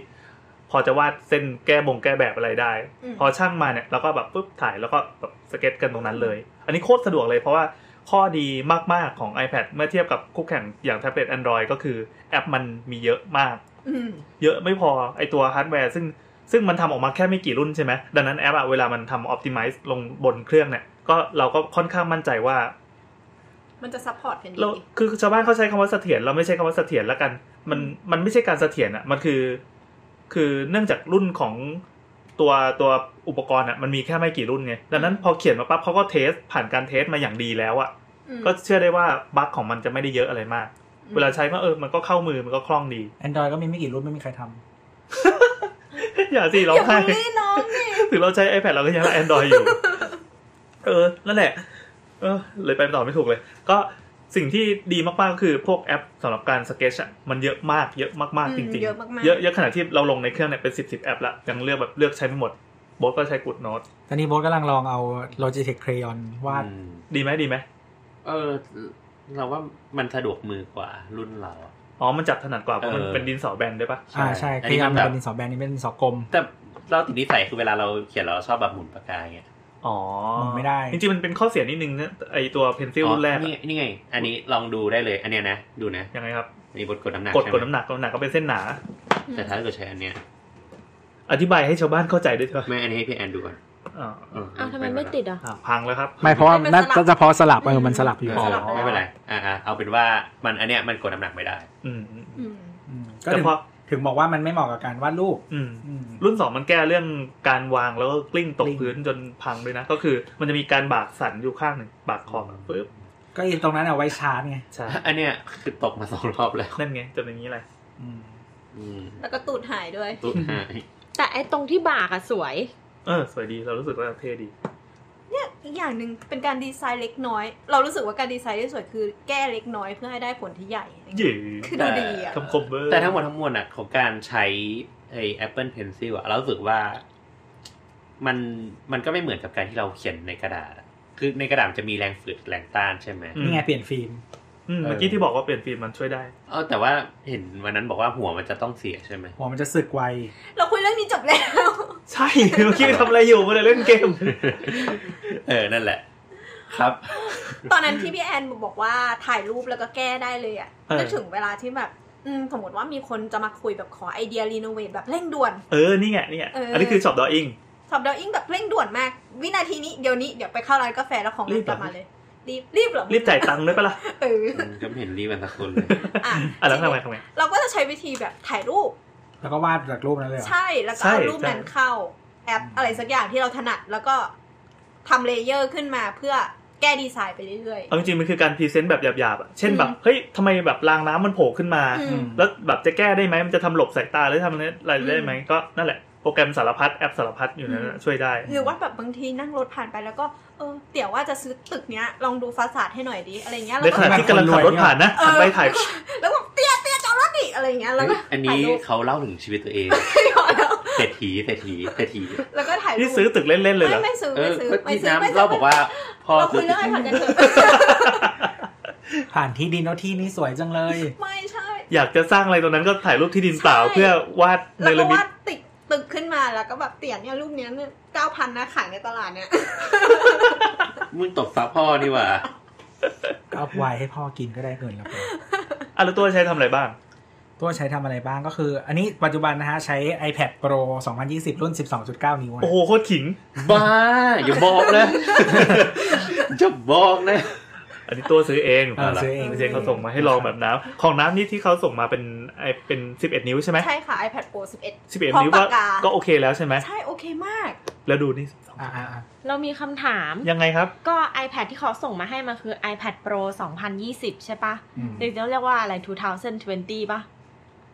Speaker 3: พอจะวาดเส้นแก้บงแก้แบบอะไรได้
Speaker 6: อืม
Speaker 3: พอช่างมาเนี่ยเราก็แบบปุ๊บถ่ายแล้วก็แบบสเก็ตกันตรงนั้นเลย อันนี้โคตรสะดวกเลยเพราะว่าข้อดีมาก ๆ ของ iPad เมื่อเทียบกับคู่แข่งอย่างแท็บเล็ต Android ก็คือแอปมันมีเยอะมาก
Speaker 6: อืม
Speaker 3: เยอะไม่พอไอตัวฮาร์ดแวร์ซึ่งซึ่งมันทำออกมาแค่ไม่กี่รุ่นใช่ไหมดังนั้นแอปอะเวลามันทำออ t ติมิซ์ลงบนเครื่องเนี่ยก็เราก็ค่อนข้างมั่นใจว่า
Speaker 6: มันจะซัพพอร์ตกันดี
Speaker 3: เราคือชาวบ้านเขาใช้คำว่าเสถียรเราไม่ใช้คำว่าเสถียรแล้วกัน มันมันไม่ใช่การเสถียรอ่ะมันคือ คือเนื่องจากรุ่นของตัวตัวอุปกรณ์อ่ะมันมีแค่ไม่กี่รุ่นไงดังนั้นพอเขียนมาปั๊บเขาก็เทสผ่านการเทสมาอย่างดีแล้วอ่ะ
Speaker 6: อืม
Speaker 3: ก็เชื่อได้ว่าบั๊กของมันจะไม่ได้เยอะอะไรมาก เวลาใช้ก็เออมันก็เข้ามือมันก็คล่องดี
Speaker 4: แอนดรอยก็มีไม่กี่รุ่นไม่มีใครทำ
Speaker 3: อย่าสิร้อ
Speaker 6: อง ย่า
Speaker 3: ไห้
Speaker 6: บูลลี่น้องดิ
Speaker 3: ถึงเราใช้ iPad เราก็ยังรัก Android อยู่ เออ นั่นแหละ เออ เลยไปต่อไม่ถูกเลย ก็สิ่งที่ดีมากๆก็คือพวกแอปสำหรับการสเกจอะมันเยอะมาก เยอะมากๆจริง ๆ
Speaker 6: เยอะมากๆ
Speaker 3: เยอะเยอะขนาดที่เราลงในเครื่องเนี่ยเป็นสิบสิบแอปละยังเลือกแบบเลือกใช้ไม่หมดโบอสก็ใช้กูดโน้ต
Speaker 4: ตอนนี้โบ๊ทกำลังลองเอา Logitech Crayon วาด
Speaker 2: อืม
Speaker 3: ดีไหมดีไหม
Speaker 2: เออ เราว่ามันสะดวกมือกว่ารุ่นเราอะ
Speaker 3: อ๋อ มันจับถนัดกว่าเพราะมัน
Speaker 2: เออ
Speaker 3: เป็นดินสอแบนด้วยปะ
Speaker 4: อ่าใช่
Speaker 2: อัน
Speaker 4: คือ
Speaker 2: นี้
Speaker 4: ยั
Speaker 2: มั
Speaker 4: ง
Speaker 2: น
Speaker 4: เป็
Speaker 2: แบ
Speaker 4: น
Speaker 2: บ
Speaker 4: ดินสอแบนนี่เป็นดินสอกลม
Speaker 2: แต่เราติดนิสัยคือเวลาเราเขียนเราชอบแบบหมุนปากกาอย่างเงี้ย
Speaker 3: อ๋อ
Speaker 4: หมุนไม่ได้
Speaker 3: จริงๆมันเป็นข้อเสียนิดนึงนะไอตัวเพนซิลรุ่นแรก
Speaker 2: อ๋อนี่
Speaker 3: อะ
Speaker 2: ไงนี่ไง อันนี้ลองดูได้เลย อันเนี้ยนะ ดูนะ
Speaker 3: ยังไงครับ
Speaker 2: อันนี้บทกดน้ำหนัก
Speaker 3: กด
Speaker 2: ใช่
Speaker 3: กดน้ำหนักกดน้ำหนักก็เป็นเส้นหนา
Speaker 2: แต่ถ้าเกิดใช้อันเนี้ย
Speaker 3: อธิบายให้ชาวบ้านเข้าใจด้วยเถ อะ
Speaker 2: ไม่อันนี้ให้พี่แอนดูก่อน
Speaker 3: อ๋อ
Speaker 2: อื
Speaker 5: อ้าวทำไมไม่ติดอ่ะ
Speaker 3: อ่ะพังแล้วครับ
Speaker 4: ไม่เพราะว่าน่าจะพอสลับเออมันสลับอ
Speaker 2: เอยู่ อ
Speaker 6: สลับ
Speaker 2: ไม่เป็นไรอ่าๆเอาเป็นว่ามันอันเนี้ยมันกดน้ำหนักไม่ได้
Speaker 3: อืมอืมอืม
Speaker 6: อืม
Speaker 4: อืมก็
Speaker 3: แต่
Speaker 4: ถึง
Speaker 3: พอ
Speaker 4: ถึงบอกว่ามันไม่เหมาะกับการวาดรูป
Speaker 3: อืม
Speaker 4: อืม
Speaker 3: รุ่นสองมันแก้เรื่องการวางแล้วก็กลิ้งตก
Speaker 4: กลิ้ง
Speaker 3: พื้นจนพังด้วยนะ ก็คือมันจะมีการบากสันอยู่ข้างหนึ่งบากคอมาปึ๊บ
Speaker 4: ก็อีตรงนั้นเอาไว้ชาร์จไง
Speaker 3: ใช่
Speaker 2: อันเนี้ยคือตกมาสองรอบแล้ว
Speaker 3: นั่นไงจะเป็นอย่างนี้เลย
Speaker 4: อืม
Speaker 2: อื ม
Speaker 6: แล้วก็ตูดหายด้วย
Speaker 2: ตุ๊ดหาย
Speaker 5: แต่ไอ้ตรงที่บากอะสวย
Speaker 3: เออ สวยดีเรารู้สึกว่าเท่ดี
Speaker 6: เนี่ยอีกอย่างหนึ่งเป็นการดีไซน์เล็กน้อย เรารู้สึกว่าการดีไซน์ที่สวยคือแก้เล็กน้อยเพื่อให้ได้ผลที่ใหญ่
Speaker 3: หยื
Speaker 6: คือดูดีอ่ะ
Speaker 3: คำคมเบอร์
Speaker 2: แต่ทั้งหมดทั้งมวลอ่ะของการใช้ไอ้ Apple Pencil อ่ะเรารู้สึกว่า มันมันก็ไม่เหมือนกับการที่เราเขียนในกระดาษอะคือในกระดาษมันจะมีแรงฝืดแรงต้านใช่ไหม
Speaker 4: นี่ไงเปลี่ยนฟิล์ม
Speaker 3: อืมเมื่อกี้ที่บอกว่าเปลี่ยนฟิล์มมันช่วยได้
Speaker 2: เออแต่ว่าเห็นวันนั้นบอกว่าหัวมันจะต้องเสีย ใช่ไหม
Speaker 4: หัวมันจะสึกไว
Speaker 6: เราคุยเรื่องนี้จบแล้ว
Speaker 3: ใช่ เมื่อกี้ทำอะไรอยู่มันเลยเล่นเกม
Speaker 2: เออนั่นแหละ ครับ
Speaker 6: ตอนนั้นที่พี่แอนบอกว่าถ่ายรูปแล้วก็แก้ได้เลยอ่ะ
Speaker 3: เออ
Speaker 6: นึกถึงเวลาที่แบบ อืมสมมติว่ามีคนจะมาคุยแบบขอไอเดียรีโนเวทแบบเร่งด่วน
Speaker 3: เออนี่ไงนี่ไง
Speaker 6: เอออั
Speaker 3: อันนี้คือช็อปดออิง
Speaker 6: สอบดาวอิงแบบเร่งด่วนมาก วินาทีนี้เดี๋ยวนี้เดี๋ยวไปเข้าร้านกาแฟแล้วของมันกลับมาเลย รีบรีบเหรอ
Speaker 3: รีบจ่ายตังค์ด้วยปะล่ะ
Speaker 6: เออ
Speaker 2: ก็ไม่เห็นรีบกันสักคนเลย
Speaker 6: อ่ะ
Speaker 3: อ่ะแล้วทำไมทำไม
Speaker 6: เราก็จะใช้วิธีแบบถ่ายรูป
Speaker 4: แล้วก็วาดจากรูปนั้นเลยเหรอ
Speaker 6: ใช่แล้วก็เอา
Speaker 3: ใช่
Speaker 6: รูปนั้น
Speaker 3: ใช่
Speaker 6: เข้าแอปอะไรสักอย่างที่เราถนัดแล้วก็ทำเลเยอร์ขึ้นมาเพื่อแก้ดีไซน์ไปเรื่อย
Speaker 3: เอาจริงๆมันคือการพรีเซนต์แบบหยาบๆอ่ะเช่นแบบ
Speaker 6: อืม
Speaker 3: เฮ้ยทำไมแบบรางน้ำมันโผล่ขึ้นมา
Speaker 6: ๆอืม
Speaker 3: แล้วแบบจะแก้ได้ไหมมันจะทำหลบสายตาหรือทำอะไรได้ไหมก็นั่นแหละโปรแกรมสารพัดแอปสารพัดอยู่นั้นน่ะ
Speaker 6: อืม
Speaker 3: ช่วยได้
Speaker 6: หรือว่าแบบบางทีนั่งรถผ่านไปแล้วก็เออเดี๋ยวว่าจะซื้อตึกเนี้ยลองดูฟาสาดให้หน่อยดิอะไรเงี้ย
Speaker 3: ใน
Speaker 6: แล้ว
Speaker 3: ข
Speaker 6: ก็
Speaker 3: ณะที่กำลังขับรถผ่านนะหันไปถ่าย
Speaker 6: แล้วบอกเตี้ยเตี้ยจอดรถดิอะไรเงี้ยแล้วก็
Speaker 2: อัน
Speaker 6: ถ่าย
Speaker 2: นี้
Speaker 6: รูป
Speaker 2: เขาเล่าถึงชีวิตตัวเองเศรษฐีเศรษฐีเศรษฐี
Speaker 6: แล้วก็ถ่ายรูป
Speaker 3: นี่ซื้อตึกเล่นๆเลยเหร
Speaker 6: ไม่
Speaker 3: อ
Speaker 6: ไม่ซื้อ
Speaker 2: เอ
Speaker 6: ไม่
Speaker 2: อ
Speaker 6: ซื้อไม่
Speaker 2: ที่
Speaker 6: ซื้อไม่ซื้
Speaker 2: น้ำเล่าบอกว่าพอ
Speaker 6: เราคุย
Speaker 2: ซื้อ
Speaker 6: เรื่องอะไรผ่านกันเถอะ
Speaker 4: ผ่านที่ดินแล้วที่นี้สวยจังเลย
Speaker 6: ไม่ใช่
Speaker 3: อยากจะสร้างอะไรตรงนั้นก็ถ่ายรูปที่ดินเปล่า
Speaker 6: ใช่
Speaker 3: เพื่อวาดใน
Speaker 6: แล้ว
Speaker 3: ระ
Speaker 6: ก็
Speaker 3: มิด
Speaker 6: ว่าติดตึกขึ้นมาแล้วก็แบบเตี่ยเนี่ยรูปเนี้ยเนี่ยเก้าพันนะขายในตลาดเนี่ย
Speaker 2: มึงตบซับพ่อนี่หว่า
Speaker 4: ก็เอาไวน์ให้พ่อกินก็ได้เงินแล้วไป
Speaker 3: อ่ะแล้วตัวใช้ทำอะไรบ้าง
Speaker 4: ตัวใช้ทำอะไรบ้างก็คือ อันนี้ปัจจุบันนะฮะ ใช้ iPad Pro 2020 รุ่น 12.9 นิ้วนะ
Speaker 3: โอ้โหโคตรขิง
Speaker 2: บ้า อย่าบอกนะ จะบอกนะ
Speaker 3: อันนี้ตัวซื้อเอง
Speaker 4: เออซื้อเอง
Speaker 3: ไม่ใช่เขาส่งมาให้ลองแบบน้ำของน้ำนี่ที่เขาส่งมาเป็นไอเป็น 11 นิ้วใช่ไหม
Speaker 6: ใช่ค่ะ iPad Pro 11
Speaker 3: 11 นิ้ว
Speaker 6: พ
Speaker 3: ก็
Speaker 6: ร้อมปากกา
Speaker 3: ก็โอเคแล้วใช่ไหม
Speaker 6: ใช่โอเคมาก
Speaker 3: แล้วดูนี่
Speaker 4: อ่าอ่าอ่า
Speaker 5: เรามีคำถาม
Speaker 3: ยังไงครับ
Speaker 5: ก็ iPad ที่เขาส่งมาให้มันคือ iPad Pro 2020 ใช่ปะ
Speaker 4: อืม
Speaker 5: หรือจะเรียกว่าอะไร 2020ปะ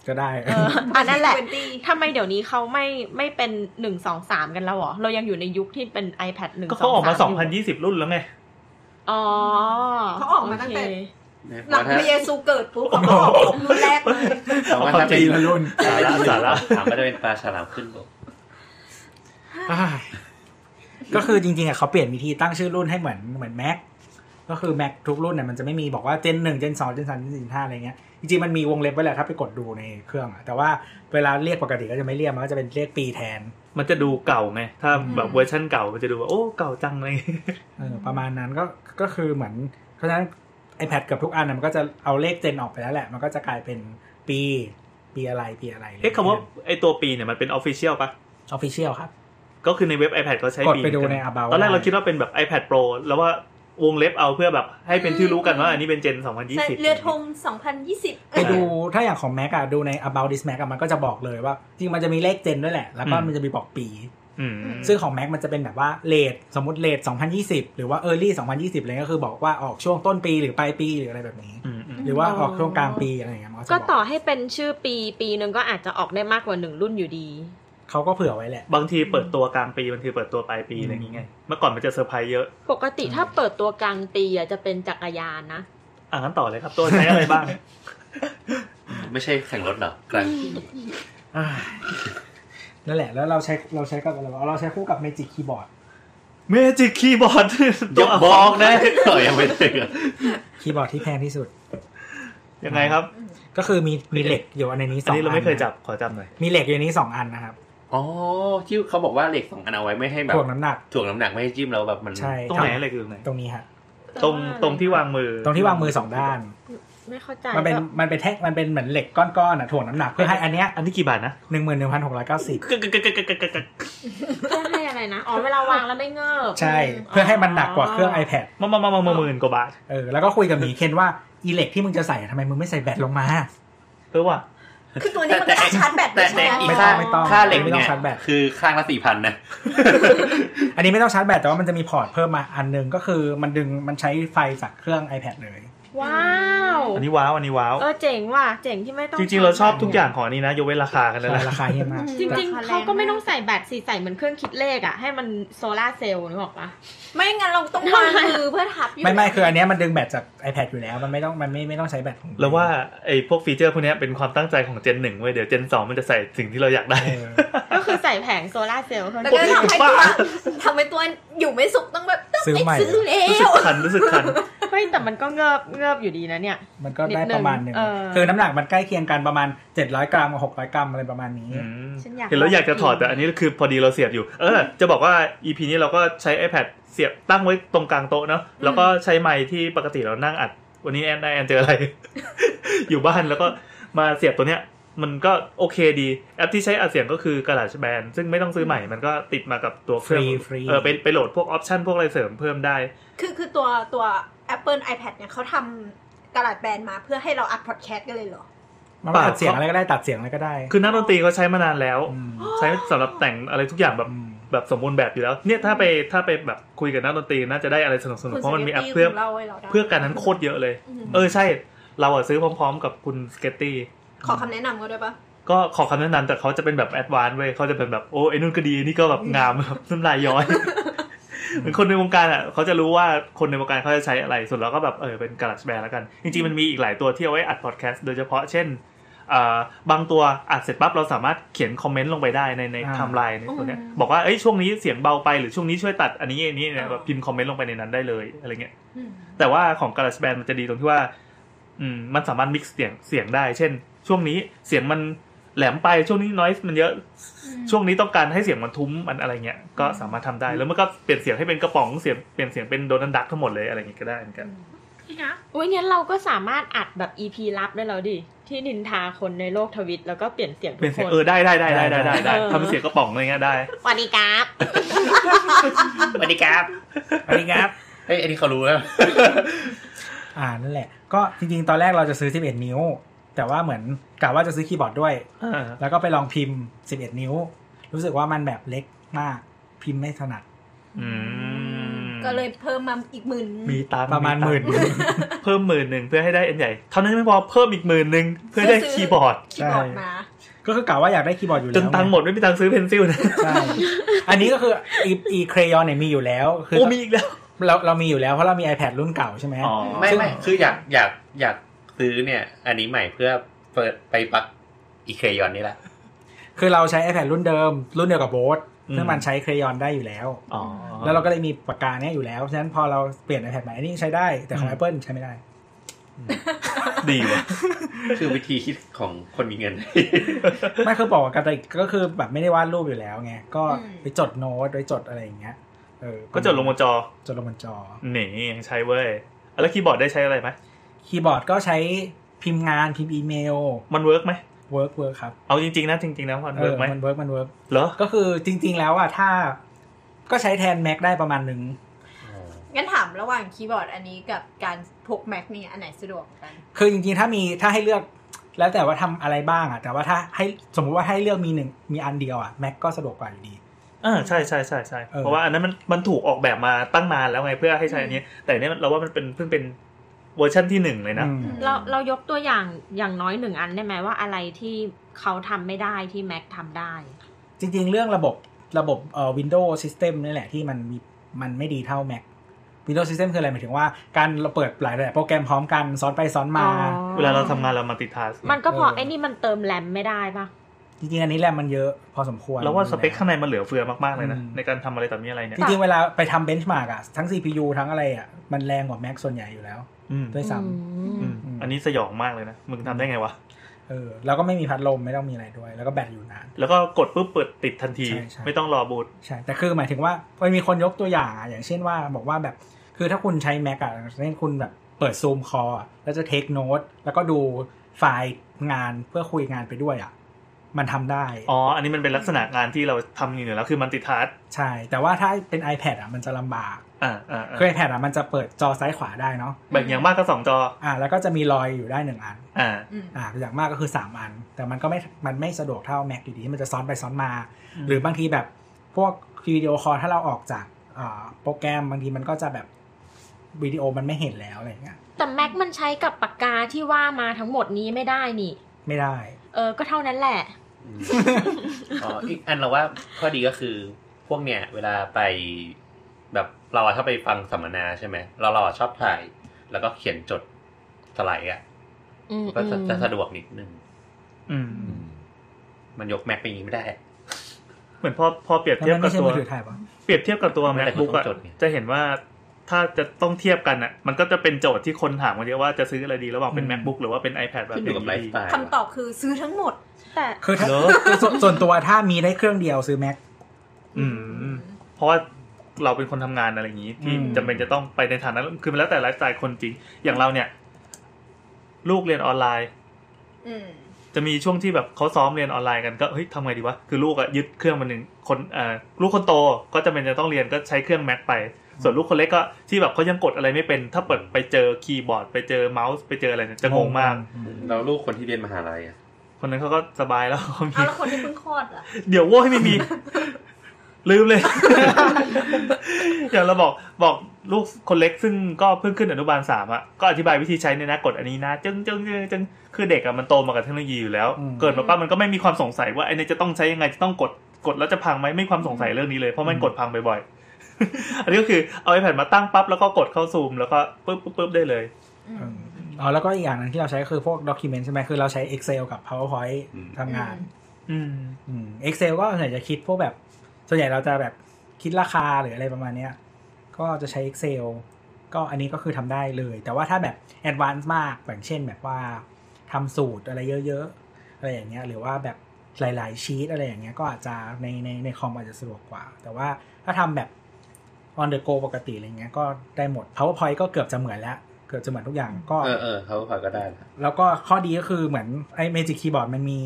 Speaker 4: ก็ได้
Speaker 5: เออ อันนั่นแหละ
Speaker 6: 20
Speaker 5: ทำไมเดี๋ยวนี้เขาไม่ไม่เป็น 1 2 3 กันแล้วเหรอ เรายังอยู่ในยุคที่เป็น iPad 1 2 3
Speaker 3: ก็เขาออกมา
Speaker 5: ยู่
Speaker 3: 2020 รุ่นแล้วไง
Speaker 5: อ๋อ
Speaker 6: เขาออกมาตั้งแต่
Speaker 5: โเค
Speaker 6: หลังพระเยซูเกิดปุ๊บเขาก็ออกปกรุ่นแรกเลย
Speaker 2: แต่ว่าถ้าเป็น
Speaker 4: ปีละรุ่น
Speaker 2: สาระ
Speaker 3: สาระ
Speaker 2: สาระถามว่าจะเป็นปลาฉลามขึ้นบก
Speaker 4: อ้ายก็คือจริงๆอ่ะเขาเปลี่ยนวิธีตั้งชื่อรุ่นให้เหมือนเหมือน Mac ก็คือ Mac ทุกรุ่นเนี่ยมันจะไม่มีบอกว่า Gen 1 Gen 2 Gen 3 Gen 4 Gen 5อะไรเงี้ยจริงๆมันมีวงเล็บไว้แหละถ้าไปกดดูในเครื่องอ่ะแต่ว่าเวลาเรียกปกติก็จะไม่เรียกมันก็จะเป็นเรียกปีแทน
Speaker 3: มันจะดูเก่าไง ถ้าแบบเวอร์ชั่นเก่ามันจะดูว่าโอ้เก่าจังเลย
Speaker 4: เออประมาณนั้นก็ก็คือเหมือนเพราะฉะนั้น iPad เกับทุกอันน่ะมันก็จะเอาเลขเจนออกไปแล้วแหละ มันก็จะกลายเป็นปีปีอะไรปีอะไร
Speaker 3: เอ๊ะคำว่าไอตัวปีเนี่ยมันเป็นออฟฟิเชียลปะ
Speaker 4: ออฟฟิเชียลครับ
Speaker 3: ก็คือในเว็บ iPad เขาใช้
Speaker 4: กด
Speaker 3: ปี
Speaker 4: ไปดู
Speaker 3: กั
Speaker 4: ใน About
Speaker 3: ตอนแรกเรา
Speaker 4: ได้
Speaker 3: คิดว่าเป็นแบบ iPad Pro แล้วว่าวงเล็บเอาเพื่อแบบให้เป็นที่รู้กันว่าอันนี้เป็นเจน
Speaker 6: ใช่
Speaker 3: 2020
Speaker 6: เรือธง2020
Speaker 4: ไปดูถ้าอย่างของ Mac อะดูใน about this Mac อะมันก็จะบอกเลยว่าจริงมันจะมีเลขเจนด้วยแหละ แล้วก็
Speaker 3: อืม
Speaker 4: มันจะมีบอกปี
Speaker 3: อืม
Speaker 4: ซึ่งของ Mac มันจะเป็นแบบว่าเลทสมมติเลท2020 หรือว่า early 2020อะไรก็คือบอกว่าออกช่วงต้นปีหรือปลายปีหรืออะไรแบบนี้
Speaker 3: อืมอืม
Speaker 4: หรือว่าออกช่วงกลางปีอะไรอย่างเงี้ยมันก็
Speaker 5: ก็
Speaker 4: จะบ
Speaker 5: ต่
Speaker 4: อก
Speaker 5: อให้เป็นชื่อปีปีหนึ่งก็อาจจะออกได้มากกว่าหนึ่งรุ่นอยู่ดี
Speaker 4: เขาก็เผื่อไว้แหละ
Speaker 3: บางทีเปิดตัวกลางปีบางทีเปิดตัวปลายปีอะไรอย่างเงี้ยเมื่อก่อนมันจะเซอร์ไพรส์เยอะ
Speaker 5: ปกติถ้าเปิดตัวกลางปีอ่ะจะเป็นจักรยานนะ
Speaker 3: อ่ะงั้นต่อเลยครับตัวใช้อะไรบ้าง
Speaker 2: ไม่ใช่แข่งรถเหรอกลาง
Speaker 4: อ่านั่นแหละแล้วเราใช้เราใช้กับอะไรวะเราใช้คู่กับ Magic Keyboard
Speaker 3: เมจิกคีย์บอร์ด
Speaker 2: อ
Speaker 3: ตัว
Speaker 2: ย่าบอกนะ ต่อยังไม่ถึงอะ
Speaker 4: คีย์บอร์ดที่แพงที่สุด
Speaker 3: ยังไงครับ
Speaker 4: ก็คือมีมีเหล็กอยู่ในนี้ส
Speaker 3: อัน
Speaker 4: องอั
Speaker 3: นี้
Speaker 4: น
Speaker 3: เราไม่เคยจับขอจับหน่อย
Speaker 4: มีเหล็กอยู่ในนี้สองอันนะครับ
Speaker 2: อ๋อที่เขาบอกว่าเหล็กสองอันเอาไว้ไม่ให้แบบ
Speaker 4: ถ่วงน้ำหนัก
Speaker 2: ถ่วงน้ำหนักไม่ให้จิ้มแล้วแบบมัน
Speaker 4: ใช่
Speaker 3: ตรงไหนอะไรคือตรงไหน
Speaker 4: ตรงนี้ฮะ
Speaker 3: ตรงตรงที่วางมือ
Speaker 4: ตรงที่วางมือสองด้าน
Speaker 5: ไม่เข้าใจ
Speaker 4: มันเป็น
Speaker 5: แบบ
Speaker 4: มันเป็นแท่งมันเป็นเหมือนเหล็กก้อนๆอ่ะถ่วงน้ำหนักเพื่อให้อันเนี้ย
Speaker 3: อันนี้กี่บาทนะ
Speaker 4: หนึ่งหมื่นหนึ่งพันหกร้อยเก้าสิบ
Speaker 5: เพื่อให้อะไรนะ อ๋อเวลาวางแล้วไม่เงิบ
Speaker 4: ใช่ เพื่อให้มันหนักกว่าเครื่อง iPad
Speaker 3: มามามามามาหมื่นกว่าบาท
Speaker 4: เออแล้วก็คุยกับหมีเคนว่าอีเหล็กที่มึงจะใส่อะทำไมมึงไม่ใส่แบตลงมา
Speaker 3: เออว่ะ
Speaker 6: คือตัวนี้มันก็ต้องชาร์จแบตด้
Speaker 2: แต่
Speaker 6: วยใช่
Speaker 2: แต่
Speaker 6: ไหม
Speaker 2: อีก
Speaker 4: ไม่ได้
Speaker 2: ข้าง
Speaker 4: ไม่ต้อง
Speaker 2: ค่าเหล็ก
Speaker 4: ไม่ต้อ
Speaker 2: เนี่
Speaker 4: ง
Speaker 2: ย
Speaker 4: ชาร์จแบต
Speaker 2: คือข้างละสี่พันนะ
Speaker 4: อันนี้ไม่ต้องชาร์จแบตแต่ว่ามันจะมีพอร์ตเพิ่มมาอันหนึงก็คือมันดึงมันใช้ไฟจากเครื่อง iPad เลย
Speaker 5: ว้าว
Speaker 3: อันนี้ว้าวอันนี้ว้าว
Speaker 5: เออเจ๋งว่ะเจ๋งที่ไม่ต้อง
Speaker 3: จริงๆ เราชอบทุกอย่างของอันนี้นะยกเว้นราคากันนั่นแหละ
Speaker 4: ราคาเฮี้ยมาก
Speaker 5: จริงๆเขาก็ไม่ต้องใส่แบตสีใส่เหมือนเครื่องคิดเลขอ่ะให้มันโซลาร์เซลล์นึกออกปะ
Speaker 6: ไม่งั้นเราต้องวางมือเพื่อทับอยู่
Speaker 4: ไม่ไม่คืออันเนี้ยมันดึงแบตจาก iPad อยู่แล้วมันไม่ต้องมันไม่ไม่ต้องใช้แบตของ
Speaker 3: แล้วว่าไอ้พวกฟีเจอร์พวกเนี้ยเป็นความตั้งใจของเจนหนึ่งเว้ยเดี๋ยวเจนสองมันจะใส่สิ่งที่เราอยากได้
Speaker 4: เออ
Speaker 5: ก็คือใส่แผงโซลาร์เซลล์เท่า
Speaker 6: แล้ว
Speaker 5: นั้น
Speaker 6: ก็ทำให้ตัว
Speaker 3: บ้า
Speaker 6: ทำให้ตัวอยู่ไม่สุขต้องแบบต้อง
Speaker 4: ซื้อ
Speaker 6: ไป
Speaker 4: ใหม่
Speaker 6: ซื้อแล้
Speaker 3: รู้สึ
Speaker 6: ว
Speaker 3: กคันรู้สึกคัน
Speaker 5: เฮ้ยแต่มันก็เงิบเงิบอยู่ดีนะเนี่ย
Speaker 4: มันก็ได้ประมาณหนึ่ง
Speaker 5: นิดนึงเออ
Speaker 4: คือน้ำหนักมันใกล้เคียงกันประมาณ 700 กรัมกับ600 กรัมอะไรประมาณนี้
Speaker 5: ฉันอยาก
Speaker 3: เห็นแล้วอยากจะถอด
Speaker 5: ลองกิน
Speaker 3: แต่อันนี้คือพอดีเราเสียบอยู่ เออ จะบอกว่า EP นี้เราก็ใช้ iPad เสียบตั้งไว้ตรงกลางโต๊ะเนาะแล้ว ก็ใช้ไมค์ที่ปกติเรานั่งอัด วันนี้แอนได้แอนเจออะไร อยู่บ้านแล้วก็ มาเสียบตัวเนี้ย มันก็โอเคดี แอปที่ใช้อัดเสียงก็คือ GarageBand ซึ่งไม่ต้องซื้อใหม่มันก็ติดมากับตัวเครื่อง
Speaker 4: Free free
Speaker 3: เออไปไปโหลดพวกออปชันพวกอะไรเสริมเพิ่มได้
Speaker 6: คือคือตัวตัว Apple iPad เนี่ยเขาทำกระดาษแบนมาเพื่อให้เราอัดพอดแคสต์กันเลยเหรอ
Speaker 4: มัน
Speaker 3: เปล่า
Speaker 4: อัดเสียงอะไรก็ได้ตัดเสียงอะไรก็ได้
Speaker 3: คือนักดนตรีเขาใช้มานานแล้ว
Speaker 4: ม
Speaker 3: ใช้สำหรับแต่งอะไรทุกอย่างแบบ
Speaker 4: อืม
Speaker 3: แบบสมบูรณ์แบบอยู่แล้วเนี่ยถ้าไปถ้าไปแบบคุยกับนักดนตรีน่าจะได้อะไรสนุกสนุก
Speaker 6: คุณ
Speaker 3: เพราะมันมีแอป
Speaker 6: Security
Speaker 3: เพื่อ
Speaker 6: ขงเราไว้แล้วนะ
Speaker 3: เพื่อการนั้นโคตรเยอะเลย
Speaker 6: อืม
Speaker 3: เออใช่ เราอะซื้อพร้อม ๆ กับคุณสเกตตี้
Speaker 6: ขอคำแนะนำก็ได้ปะ
Speaker 3: ก็ขอคำแนะนำแต่เขาจะเป็นแบบแอดวานซ์เว้ยเขาจะเป็นแบบโอ้ไอ้นู่นก็ดีนี่ก็แบบงาม แบบน้ำลายย้อย เหมือนคนในวงการอ่ะเขาจะรู้ว่าคนในวงการเขาจะใช้อะไรส่วนเราก็แบบเออเป็นก a ลั g แบร์แล้วกัน จริงๆมันมีอีกหลายตัวที่เอาไว้อัดพอดแคสต์โดยเฉพาะเช่นเอ่อบางตัวอัดเสร็จปั๊บเราสามารถเขียนคอมเมนต์ลงไปได้ในใน
Speaker 4: อ่า
Speaker 3: ไทม์ไลน์ในตัวเนี้ยบอกว่าเอ้ยช่วงนี้เสียงเบาไปหรือช่วงนี้ช่วยตัดอันนี้อันนี้เนี่ยแบบพิมพ์คอมเมนต์ลงไปในนั้นได้เลยอะไรเงี้ย
Speaker 6: อืม
Speaker 3: แต่ว่าของ GarageBand มันจะดีตรงที่ว่า อืม มันสามารถมิกซ์เสียงเสียงได้ เช่น ช่วงนี้เสียงมันแหลมไป ช่วงนี้น o i s e มันเยอะ ช่วงนี้ต้องการให้เสียงมันทุ้มมันอะไรเงี้ย ก็สามารถทำได้ แล้วมันก็เปลี่ยนเสียงให้เป็นกระป๋อง เสียงเปลี่ยนเสียงเป็นโดนันดักทั้งหมดเลยอะไรเงี้ยก็ได้เหมือนกัน
Speaker 5: อุ้ยเนี่ยเราก็สามารถอัดแบบ EP ลับได้แล้วดิ ที่นินทาคนในโลกทวิต แล้วก็เปลี่ยนเสียง
Speaker 3: เป
Speaker 5: ทุ
Speaker 3: ลี่ยน
Speaker 5: ก
Speaker 3: เสีย
Speaker 5: ค
Speaker 3: ง
Speaker 5: น
Speaker 3: เออได้ได้ได้ได้ได้ได้ได้
Speaker 5: เออ
Speaker 3: ทำเป็นเสียงกระป๋องอะไรเงี้ยได้
Speaker 5: สวัสดีครับ
Speaker 2: สวัสดีครับ
Speaker 4: อันนี้ครับ
Speaker 2: เฮ้ยอันนี้เขารู้แล้ว
Speaker 4: อ่านั่นแหละ ก็จริงๆ ตอนแรกเราจะซื้อ 11 นิ้ว แต่ว่าเหมือนกะว่าจะซื้อคีย์บอร์ดด้วย
Speaker 3: อ่า
Speaker 4: แล้วก็ไปลองพิมพ์ 11 นิ้ว รู้สึกว่ามันแบบเล็กมากพิมพ์ไม่ถนัด
Speaker 3: อืม
Speaker 6: ก็เลยเพิ่มมาอีกหมื่น
Speaker 3: มีตังค์
Speaker 4: ประมาณหมื่น
Speaker 3: ตังค์เพิ่มหมื่นหนึ่งเพื่อให้ได้อันใหญ่ เท่านั้นไม่พอเพิ่มอีกหมื่นหนึ่งเพื่อได้คีย์บอร์ด
Speaker 6: คีย์บอร์ดมา
Speaker 4: ก็คือกะว่าอยากได้คีย์บอร์ดอยู่
Speaker 3: จ
Speaker 4: แล้ว
Speaker 3: นตังค์หมดไม่มีตังค์ซื้อเพนซิลนะ
Speaker 4: ใช่อันนี้ก็คืออีอีเครยอนเนี่ยมีอยู่แล้วคื
Speaker 3: โอ้มีอีกแล้ว
Speaker 4: เราเรามีอยู่แล้วเพราะเรามี iPad รุ่นเก่าใช่ไหม
Speaker 3: อ๋อ
Speaker 2: ไม่ไม่คืออยากอยากอยากซื้อเนี่ย อันนี้ใหม่เพื่อเปิดไปปักอีเคยอนนี่แหละ
Speaker 4: คือเราใช้ iPad รุ่นเดิม รุ่นเดียวกับโบส
Speaker 3: อืม
Speaker 4: ซึ่งมันใช้เครยอนได้อยู่แล้ว
Speaker 3: อ๋อ
Speaker 4: แล้วเราก็เลยมีปากกาเนี้ยอยู่แล้วฉะนั้นพอเราเปลี่ยน iPad ใหม่อันนี้ใช้ได้แต่ของ
Speaker 3: อืม
Speaker 4: Apple ใช้ไม่ได้
Speaker 3: ดีว่ะ
Speaker 2: คือวิธีคิดของคนมีเงิน
Speaker 4: ไม่คือบอกกันแต่ก็คือแบบไม่ได้วาดรูปอยู่แล้วไงก็
Speaker 6: อืม
Speaker 4: ไปจดโน้ตไปจดอะไรอย่างเงี้ยเออ
Speaker 3: ก็จดลงบนจอ
Speaker 4: จดลงบนจอ
Speaker 3: นี่ยังใช้เว้ย แล้วคีย์บอร์ดได้ใช้อะไรไหม
Speaker 4: คีย์บอร์ดก็ใช้พิมพ์งานพิมพ์อีเมล
Speaker 3: มันเวิร์กไหม
Speaker 4: เวิร์กเวิร์กครับ
Speaker 3: เอาจริงๆนะ จริงๆนะมันเวิร์กไหม
Speaker 4: มันเวิร์กมันเวิร์ก
Speaker 3: เหรอ
Speaker 4: ก็คือจริง ๆ แล้วอะถ้าก็ใช้แทน Mac ได้ประมาณหนึ่ง
Speaker 6: งั้นถามระหว่างคีย์บอร์ดอันนี้กับการพก Mac นี่อันไหนสะดวกกว่ากัน
Speaker 4: คือจริงๆถ้ามีถ้าให้เลือกแล้วแต่ว่าทำอะไรบ้างอะแต่ว่าถ้าให้สมมุติว่าให้เลือกมีหนึ่งมีอันเดียวอะ Mac ก็สะดวกกว่าอยู่ดี
Speaker 3: อ่าใช่ใช่ใช่ใช่
Speaker 4: เออ
Speaker 3: เพราะว่าอันนั้นมันมันถูกออกแบบมาตั้งนานแล้วไงเพื่อให้ใช้อันนี้ แต่เนี้ยเราว่ามันเป็นเพิ่งเป็นเวอร์ชันที่หนึ่งเลยนะ
Speaker 4: อืม
Speaker 5: เราเรายกตัวอย่างอย่างน้อยหนึ่งอันได้ไหมว่าอะไรที่เขาทำไม่ได้ที่แม็กทำได้
Speaker 4: จริงๆ เรื่องระบบระบบเอ่อ Windows System นี่แหละที่มันมีมันไม่ดีเท่า Mac Windows System คืออะไรหมายถึงว่าการเราเปิดหลายๆโปรแกรมพร้อมกันซ้อนไปซ้อนมา
Speaker 3: เวลาเราทำงานเรามาติดทัส
Speaker 5: มันก็พอ
Speaker 4: เออ
Speaker 5: ไอ้นี่มันเติมแรมไม่ได้ปะ
Speaker 4: จริงๆ อันนี้แหละมันเยอะพอสมควร
Speaker 3: แล้วว่าสเปคข้างในมันเหลือเฟือมากๆเลยนะ
Speaker 4: อืม
Speaker 3: ในการทำอะไรต่อมีอะไรเนี่ย
Speaker 4: จริงๆ เวลาไปทำเบนช์มาร์กอะทั้ง CPU ทั้งอะไรอะมันแรงกว่า Mac ส่วนใหญ่อยู่แล้ว
Speaker 3: อืม
Speaker 4: ด้วยซ้
Speaker 3: อืม
Speaker 4: อืม
Speaker 3: อันนี้สยองมากเลยนะ มึงทำได้ไงวะ
Speaker 4: ำเออแล้วก็ไม่มีพัดลมไม่ต้องมีอะไรด้วย แล้วก็แบตอยู่นาน
Speaker 3: แล้วก็กดปุ๊บเปิดติดทันที
Speaker 4: ใช่ใช่
Speaker 3: ไม่ต้องรอบูต
Speaker 4: ใช่ แต่คือหมายถึงว่ามันมีคนยกตัวอย่างอะอย่างเช่นว่าบอกว่าแบบ คือถ้าคุณใช้ Mac อะเช่นคุณแบบเปิดซูมคอแล้วจะเทคโน้ตแล้วก็ดูไฟล์งานเพื่อคุยงานไปด้วยอะมันทำได้
Speaker 3: อ๋อ อันนี้มันเป็นลักษณะงานที่เราทำอยู่แล้วคือมันติดทัส
Speaker 4: ใช่ แต่ว่าถ้าเป็น iPad อะมันจะลำบาก
Speaker 3: อ่าอ่าอ่า
Speaker 4: คือ iPad อะมันจะเปิดจอซ้ายขวาได้เนาะ
Speaker 3: แบบอย่างมากก็สองจอ
Speaker 4: อ่า แล้วก็จะมีรอยอยู่ได้หนึ่งอัน
Speaker 3: อ่า
Speaker 6: อืม
Speaker 4: อ่า อย่างมากก็คือ 3 อัน แต่มันก็ไม่ มันไม่สะดวกเท่า Mac อยู่ดีที่มันจะซ้อนไปซ้อนมา
Speaker 3: อืม
Speaker 4: หรือบางทีแบบพวกวิดีโอคอลถ้าเราออกจากอ่าโปรแกรมบางทีมันก็จะแบบวิดีโอมันไม่เห็นแล้วอะไรอย่างเงี้ย
Speaker 5: แต่แม็กมันใช้กับปากกาที่ว่ามาทั้งหมดนี้ไม่ได้นี่
Speaker 4: ไม่ได้
Speaker 5: เออ ก็เท่านั้นแหละ
Speaker 2: อ๋ออีกอันเราว่าข้อดีก็คือพวกเนี่ย เวลาไปแบบเราอะถ้าไปฟังสัมมนาใช่ไหมเราเราอะชอบถ่าย แล้วก็เขียนจดสไลด์อ่ะ
Speaker 5: อืม
Speaker 2: ก็จะ
Speaker 5: อืม
Speaker 2: จะสะดวกนิดนึง
Speaker 3: อืม
Speaker 2: มันยกแม็กไปอย่างนี้ไม่ได้
Speaker 3: เหมือนพอพอเปรียบ
Speaker 4: แล้ว
Speaker 3: เทียบ
Speaker 4: มัน
Speaker 3: กั
Speaker 4: ไม่
Speaker 3: บตั
Speaker 4: ใช่
Speaker 3: ว
Speaker 4: มือถือถ่ายปะ
Speaker 3: เปรียบเทียบกับตัว
Speaker 2: ไม่ได้
Speaker 3: macbook อะ
Speaker 2: ผมต้องจดไง
Speaker 3: จะเห็นว่าถ้าจะต้องเทียบกันอ่ะ มันก็จะเป็นโจทย์ที่คนถามกันเยอะว่าจะซื้ออะไรดีระหว่างเป็น macbook หรือว่าเป็น ipad แบบ
Speaker 2: ขึ้นอยู่กับไลฟ์สไตล์
Speaker 6: คำตอบคือซื้อทั้งหมด
Speaker 5: แต่
Speaker 4: คือถ้า
Speaker 3: เหรอ
Speaker 4: คือส่วนส่วนตัวถ้ามีได้เครื่องเดียวซื้อ Mac
Speaker 3: อืม เพราะว่าเราเป็นคนทำงานอะไรอย่างนี้ ที่
Speaker 4: อืม
Speaker 3: จำเป็นจะต้องไปในฐานะคือมันแล้วแต่ไลฟ์สไตล์คนจริง อย่างเราเนี่ย ลูกเรียนออนไลน์
Speaker 6: อืม
Speaker 3: จะมีช่วงที่แบบเขาซ้อมเรียนออนไลน์กันก็เฮ้ยทำไงดีวะ คือลูกอะยึดเครื่องมันหนึ่งคนเอ่อลูกคนโตก็จะเป็นจะต้องเรียนก็ใช้เครื่องแม็กไป ส่วนลูกคนเล็กก็ที่แบบเขายังกดอะไรไม่เป็น ถ้าเปิดไปเจอคีย์บอร์ด ไปเจอเมาส์ไปเจออะไรเนี่ยจะงงมาก
Speaker 2: เราลูกคนที่เรียนมหาลัยอะ
Speaker 3: คนนั้นเขาก็สบายแล้ว เขา
Speaker 6: เอา
Speaker 3: มี
Speaker 6: แล้วคนที่เพิ่งคลอดล่ะ
Speaker 3: เดี๋ยวโว้ยไม่มี ลืมเลย เดี๋ยวเราบอกบอกลูกคนเล็กซึ่งก็เพิ่งขึ้นอนุบาลสามอ่ะก็อธิบายวิธีใช้เนี่ยนะกดอันนี้นะจึงจึงจึงจึงคือเด็กอ่ะมันโตมากับเทคโนโลยีอยู่แล้ว
Speaker 4: อืม
Speaker 3: เกิดมาป้ามันก็ไม่มีความสงสัยว่าไอ้เนี่ยจะต้องใช้ยังไงจะต้องกดกดแล้วจะพังไหมไม่มีความสงสัยเรื่องนี้เลยเพราะมันกดพังบ่อยๆ อันนี้ก็คือเอาไอแผ่นมาตั้งปั๊บแล้วก็กดเข้าซูมแล้วก็ปึ๊บปึ๊บปึ๊บได้เลย
Speaker 6: อืม
Speaker 4: อ๋อแล้วก็อีกอย่างหนึงที่เราใช้ก็คือพวก document ใช่ไหมคือเราใช้ Excel กับ PowerPoint ทำงาน
Speaker 3: อืม
Speaker 4: อืม Excel ก็ส่วนใหญ่จะคิดพวกแบบ ส่วนใหญ่เราจะแบบคิดราคาหรืออะไรประมาณเนี้ย ก็จะใช้ Excel ก็อันนี้ก็คือทำได้เลย แต่ว่าถ้าแบบ Advanced มากอย่างเช่นแบบว่าทำสูตรอะไรเยอะๆ อะไรอย่างเงี้ยหรือว่าแบบหลายๆชีตอะไรอย่างเงี้ยก็อาจจะในในในคอมอาจจะสะดวกกว่า แต่ว่าถ้าทำแบบ on the go ปกติอะไรเงี้ยก็ได้หมด PowerPoint ก็เกือบจะเหมือนแล้ว เกือบจะเหมือนทุกอย่างก็
Speaker 2: เออเออเขาก็ได้นะ
Speaker 4: แล้วก็ข้อดีก็คือเหมือนไอ้ Magic Keyboard มันมี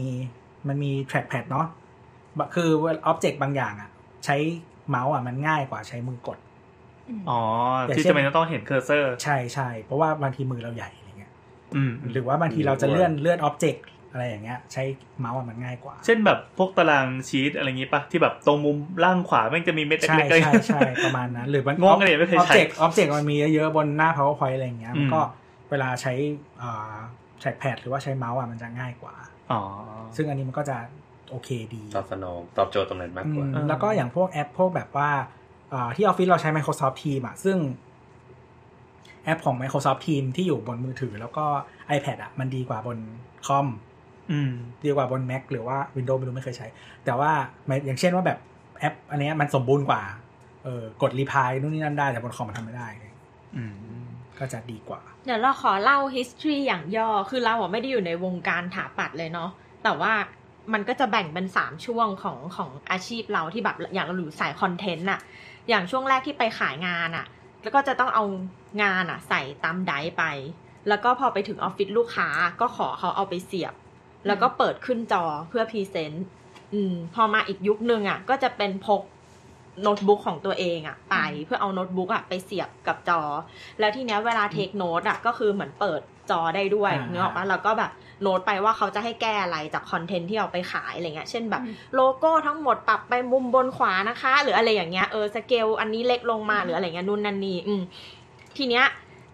Speaker 4: มันมี trackpad เนาะบะคืออ็อบเจกต์บางอย่างอะใช้เมาส์อะมันง่ายกว่าใช้มือกด
Speaker 3: อ๋อ
Speaker 4: อย่าง
Speaker 3: ที่
Speaker 4: เช่น
Speaker 3: จะเป็นต้องเห็นเคอร์เซอร์
Speaker 4: ใช่ใช่เพราะว่าบางทีมือเราใหญ่อะไรเงี้ย
Speaker 3: อืม
Speaker 4: หรือว่าบางทีเราจะเลื่อนเลื่อนอ็อบเจกต์อะไรอย่างเงี้ย ใช้เมาส์อะมันง่ายกว่า
Speaker 3: เช่นแบบพวกตารางชีตอะไรอย่างงี้ปะที่แบบตรงมุมล่างขวาแม่งจะมีเม็ด
Speaker 4: ใช่
Speaker 3: เล็กๆอะไร
Speaker 4: ใช่ใช่ประมาณนั้น หรือมัน
Speaker 3: งงกันเลยไม่เคย
Speaker 4: อ็อบ
Speaker 3: ใช้
Speaker 4: เจกต์อ็อบเจกต์มันมีเยอะๆบนหน้า powerpoint อะไรอย่างเงี้ยมันก็
Speaker 3: อืม
Speaker 4: เวลาใช้อ่า trackpad หรือว่าใช้เมาส์อะมันจะง่ายกว่า
Speaker 3: อ๋อ
Speaker 4: ซึ่งอันนี้มันก็จะโอเคดี
Speaker 2: ตอบสนองตอบโจทย์ตรงนั้นมากกว่า
Speaker 4: อืม
Speaker 3: เออ
Speaker 4: แล้วก็อย่างพวกแอปพวกแบบว่าอ่าที่ออฟฟิศเราใช้ Microsoft Teams อะซึ่งแอปของ Microsoft Teams ที่อยู่บนมือถือ แล้วก็ iPad อะมันดีกว่าบนคอม
Speaker 3: อืม
Speaker 4: ดีกว่าบน Mac หรือว่า Windows ไม่รู้ไม่เคยใช้ แต่ว่าหมายอย่างเช่นว่าแบบแอป อันเนี้ยมันสมบูรณ์กว่าเออกดรีพายนู่นนี่นั่นได้แต่บนคอมมันทำไม่ได้เลย
Speaker 3: อืม
Speaker 4: ก็จะดีกว่า
Speaker 5: เดี๋ยวเราขอเล่า history อย่างย่อ คือเราอะไม่ได้อยู่ในวงการถาปัดเลยเนาะ แต่ว่ามันก็จะแบ่งเป็นสามช่วงของของอาชีพเราที่แบบอย่างเราอยู่สายคอนเทนต์อะอย่างช่วงแรกที่ไปขายงานอะแล้วก็จะต้องเอางานอะใส่ตามไดร์ไป แล้วก็พอไปถึงออฟฟิศลูกค้าก็ขอเขาเอาไปเสียบ แล้วก็เปิดขึ้นจอเพื่อพรีเซนต์อืมพอมาอีกยุคนึงอะก็จะเป็นพกโน้ตบุ๊กของตัวเองอะไป เพื่อเอาโน้ตบุ๊กอะไปเสียบกับจอ แล้วทีเนี้ยเวลาเทคโน t e อะก็คือเหมือนเปิดจอได้ด้วย
Speaker 4: อ่า
Speaker 5: เนื้อออกปะแล้วก็แบบโน้ตไปว่าเขาจะให้แก้อะไรจากคอนเทนต์ที่เอาไปขายอะไรเงี้ย เช่นแบบ
Speaker 6: อืม
Speaker 5: โลโก้ทั้งหมดปรับไปมุมบนขวานะคะ หรืออะไรอย่างเงี้ยเออสเกลอันนี้เล็กลงมาหรืออะไรเงี้ยนู่นนั่นนี่อืมทีเนี้ย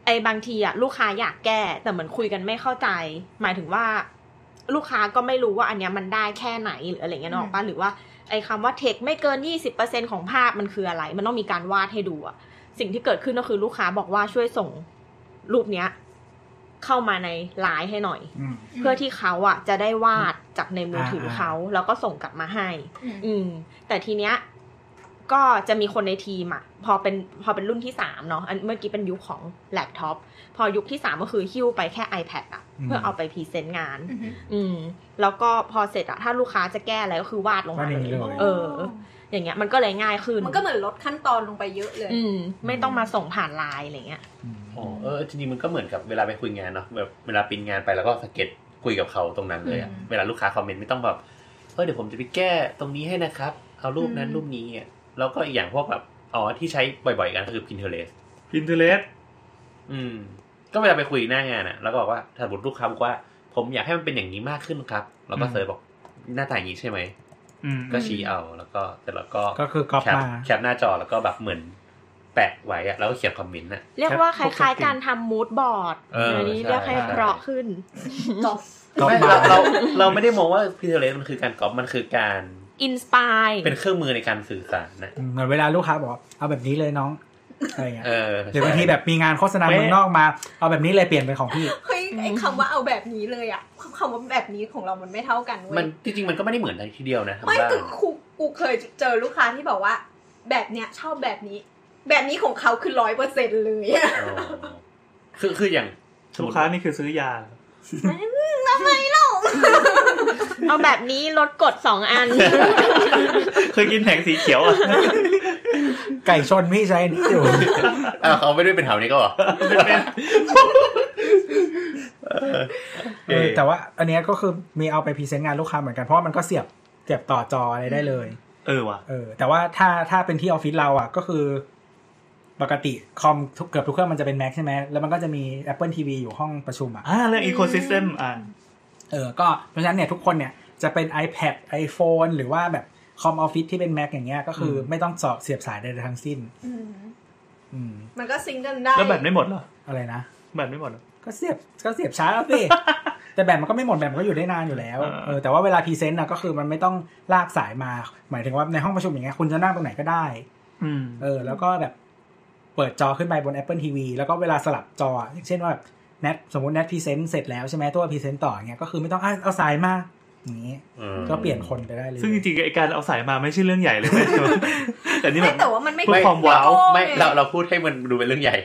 Speaker 5: ไอ้บางทีอะลูกค้าอยากแก้แต่เหมือนคุยกันไม่เข้าใจ หมายถึงว่า ลูกค้าก็ไม่รู้ว่าอันเนี้ยมันได้แค่ไหนหรืออะไรเงี้ยเนกอะปะหรือว่าไอ้คำว่าเทคไม่เกิน 20%ของภาพมันคืออะไร มันต้องมีการวาดให้ดูอะ สิ่งที่เกิดขึ้นก็คือลูกค้าบอกว่าช่วยส่งรูปเนี้ย เข้ามาในไลน์ให้หน่อย
Speaker 4: อืม
Speaker 5: เพื่อที่เขาอ่ะจะได้วาดจากในมือถืออา เขา แล้วก็ส่งกลับมาให้
Speaker 6: อืม
Speaker 5: อืม แต่ทีเนี้ยก็จะมีคนในทีมอะพอเป็นพอเป็นรุ่นที่สามเนาะอันเมื่อกี้เป็นยุคของแล็ปท็อปพอยุคที่สามก็คือหิ้วไปแค่ iPad อะเพื่อเอาไปพรีเซนต์งาน
Speaker 6: อืม
Speaker 5: อืม แล้วก็พอเสร็จอะถ้าลูกค้าจะแก้อะไรก็คือวาดลง
Speaker 4: วา
Speaker 5: มา
Speaker 4: ด
Speaker 5: เล
Speaker 4: เอง
Speaker 5: ย
Speaker 4: เลย
Speaker 5: เออ อย่างเงี้ยมันก็เลยง่ายขึ้น
Speaker 6: มันก็เหมือนลดขั้นตอนลงไปเยอะเลย
Speaker 5: อืม ไม่ต้องมาส่งผ่านไลน์อะไรเงี้ย
Speaker 4: อืม
Speaker 2: อ๋อเออจริงๆมันก็เหมือนกับเวลาไปคุยงานเนาะแบบเวลาปริ้นงานไปแล้วก็สเก็ตคุยกับเขาตรงนั้นเลยอะ
Speaker 6: อืม
Speaker 2: เวลาลูกค้าคอมเมนต์ไม่ต้องแบบเออเดี๋ยวผมจะไปแก้ตรงนี้ให้นะครับ เอารูปนั้นรูปนี้อะแล้วก็อีกอย่างพวกแบบอ๋อที่ใช้บ่อยๆกันก็คือ Pinterest
Speaker 3: Pinterest
Speaker 2: อืม ก็เวลาไปคุยหน้างานอะแล้วก็บอกว่าถ้าสมมติลูกค้าบอกว่า ผมอยากให้มันเป็นอย่างนี้มากขึ้นครับ แล้วก็เซิร์ชบอกหน้าตาอย่างนี้ใช่ไหม
Speaker 3: อืม
Speaker 2: ก็ชี้เอาแล้วก็เสร็จแล้วก็
Speaker 4: ก็คือก๊อป
Speaker 2: แคป
Speaker 4: มา
Speaker 2: แคปหน้าจอแล้วก็แบบเหมือนแปะไว้อะแล้วก็เขียนคอมเมนต์อะ
Speaker 5: เรียกว่าคล้ายๆการทำมูดบอร์ด
Speaker 2: เอออั
Speaker 5: นนี้
Speaker 2: ใช่
Speaker 5: เรียกให้เพราะขึ้น
Speaker 6: จบ
Speaker 4: ก๊อป
Speaker 2: ไม่
Speaker 4: มา
Speaker 2: เราเราเราไม่ได้มองว่า Pinterest มันคือการก๊อปมันคือการ
Speaker 5: อินสปาย
Speaker 2: เป็น เครื่องมือในการสื่อสารนะ
Speaker 4: อืมเหมือนเวลาลูกค้าบอกว่าเอาแบบนี้เลยน้องอะไรอย่างเงี้ย
Speaker 2: เออ
Speaker 4: หรือบางทีแบบมีงานโฆษณาเมืองนอกมา เอาแบบนี้เลยเปลี่ยนเป็นของ พี่
Speaker 6: เฮ้ยไอ้คำว่าเอาแบบนี้เลยอะคำว่าแบบนี้ของเรามันไม่เท่ากันเว้
Speaker 2: มัน
Speaker 6: ย
Speaker 2: จริงๆมันก็ไม่ได้เหมือนกันทีเดียวนะทำ
Speaker 6: ไม่
Speaker 2: บ้าน
Speaker 6: คือครูกูเคยเจอลูกค้าที่บอกว่า แบบเนี้ยชอบแบบนี้ แบบนี้ของเขาคือร้อยเปอร์เซ็นต์เลยอะ
Speaker 2: อ๋อคือคืออย่างสม
Speaker 3: ลูก
Speaker 2: มติ
Speaker 3: ค้านี่คือซื้อยา
Speaker 5: เอาแบบนี้ลดกดสองอัน
Speaker 3: เคยกินแผงสีเขียวอ่ะ
Speaker 4: ไก่ชนพี่ใช้นี่อยู่
Speaker 2: อ้าวเขาไม่ได้เป็นแถวนี้ก็เหรอ
Speaker 3: เป็นเป็น
Speaker 2: เอ เอ
Speaker 4: เออ
Speaker 2: อ
Speaker 4: แต่ว่าอันเนี้ยก็คือมีเอาไปพรีเซนต์งานลูกค้าเหมือนกันเพราะว่ามันก็เสียบเสียบต่อจออะไรได้เลย
Speaker 3: เออว่ะ
Speaker 4: เออแต่ว่าถ้าถ้าเป็นที่ออฟฟิศเราอ่ะ ก็คือ ปกติคอมทุกเกือบทุกเครื่องมันจะเป็น Mac ใช่ไหมแล้วมันก็จะมี Apple TV อยู่ห้องประชุมอ่ะ
Speaker 3: อ่าเรื่องอีโคซิสเต็มอ่า
Speaker 4: เออก็เพราะฉะนั้นเนี่ยทุกคนเนี่ยจะเป็น iPad iPhone หรือว่าแบบคอมออฟฟิศที่เป็น Mac อย่างเงี้ยก็คืออไม่ต้องสอบเสียบสายใดๆทั้งสิ้น
Speaker 6: อืม
Speaker 4: อืม
Speaker 6: มันก็ซิงค์กันได้
Speaker 3: แล้วแบตไม่หมดเหรอ
Speaker 4: อะไรนะ
Speaker 3: แบตไม่หมดเหรอ
Speaker 4: ก็เสียบก็เสียบช้าแล้ว สิ แต่แบตมันก็ไม่หมดแบตมันก็อยู่ได้นานอยู่แล้ว
Speaker 3: อ่า
Speaker 4: เออแต่ว่าเวลาพรีเซนต์นะก็คือมันไม่ต้องลากสายมา หมายถึงว่าในห้องประชุมอย่างเงี้ยคุณจะนั่งตรงไหนก็ได้
Speaker 3: อืม
Speaker 4: เออแล้วก็แบบเปิดจอขึ้นไปบน Apple TV แล้วก็เวลาสลับจออะอย่างเช่นว่าแบบแนทสมมติแนทพรีเซนต์เสร็จแล้วใช่ไหมตัวพรีเซนต์ต่ออย่างเงี้ยก็คือไม่ต้องอ่ะเอาสายมาอย่างงี้
Speaker 2: อืม
Speaker 4: ก็เปลี่ยนคนไปได้เลย
Speaker 3: ซึ่งจริงๆไอการเอาสายมาไม่ใช่เรื่องใหญ่เลยเว้ย ใช่ไหมแต่นี่แบ
Speaker 6: ไม่
Speaker 3: บ
Speaker 6: แต่ว่ามันไม่
Speaker 3: เพื่อความว้าว
Speaker 2: ไม่เราเราพูดให้มันดูเป็นเรื่องใหญ่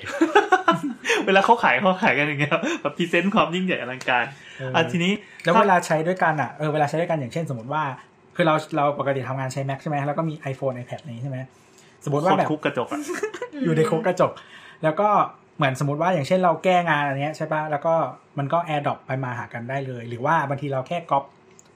Speaker 3: เวลาเขาขายเขาขายกันอย่างเงี้ยแบบพรีเซนต์ความยิ่งใหญ่อลังการ
Speaker 4: เอออ
Speaker 3: อ่ะทีนี้
Speaker 4: แล้วเวลาใช้ด้วยกันอ่ะเออเวลาใช้ด้วยกันอย่างเช่นสมมติว่า คือเราเราปกติทำงานใช้ Mac ใช่ไหมแล้วก็มี iPhone iPad อะไรอย่างงี้ใช่ไหมสมมติ
Speaker 3: ค
Speaker 4: ว่าน แบบ
Speaker 3: คุกกระจกอ่ะ
Speaker 4: อยู่ในคุกกระจก แล้วก็เหมือนสมมติว่าอย่างเช่นเราแก้งานอันเนี้ยใช่ปะแล้วก็มันก็แอร์ดรอปไปมาหากันได้เลย หรือว่าบางทีเราแค่ก๊อป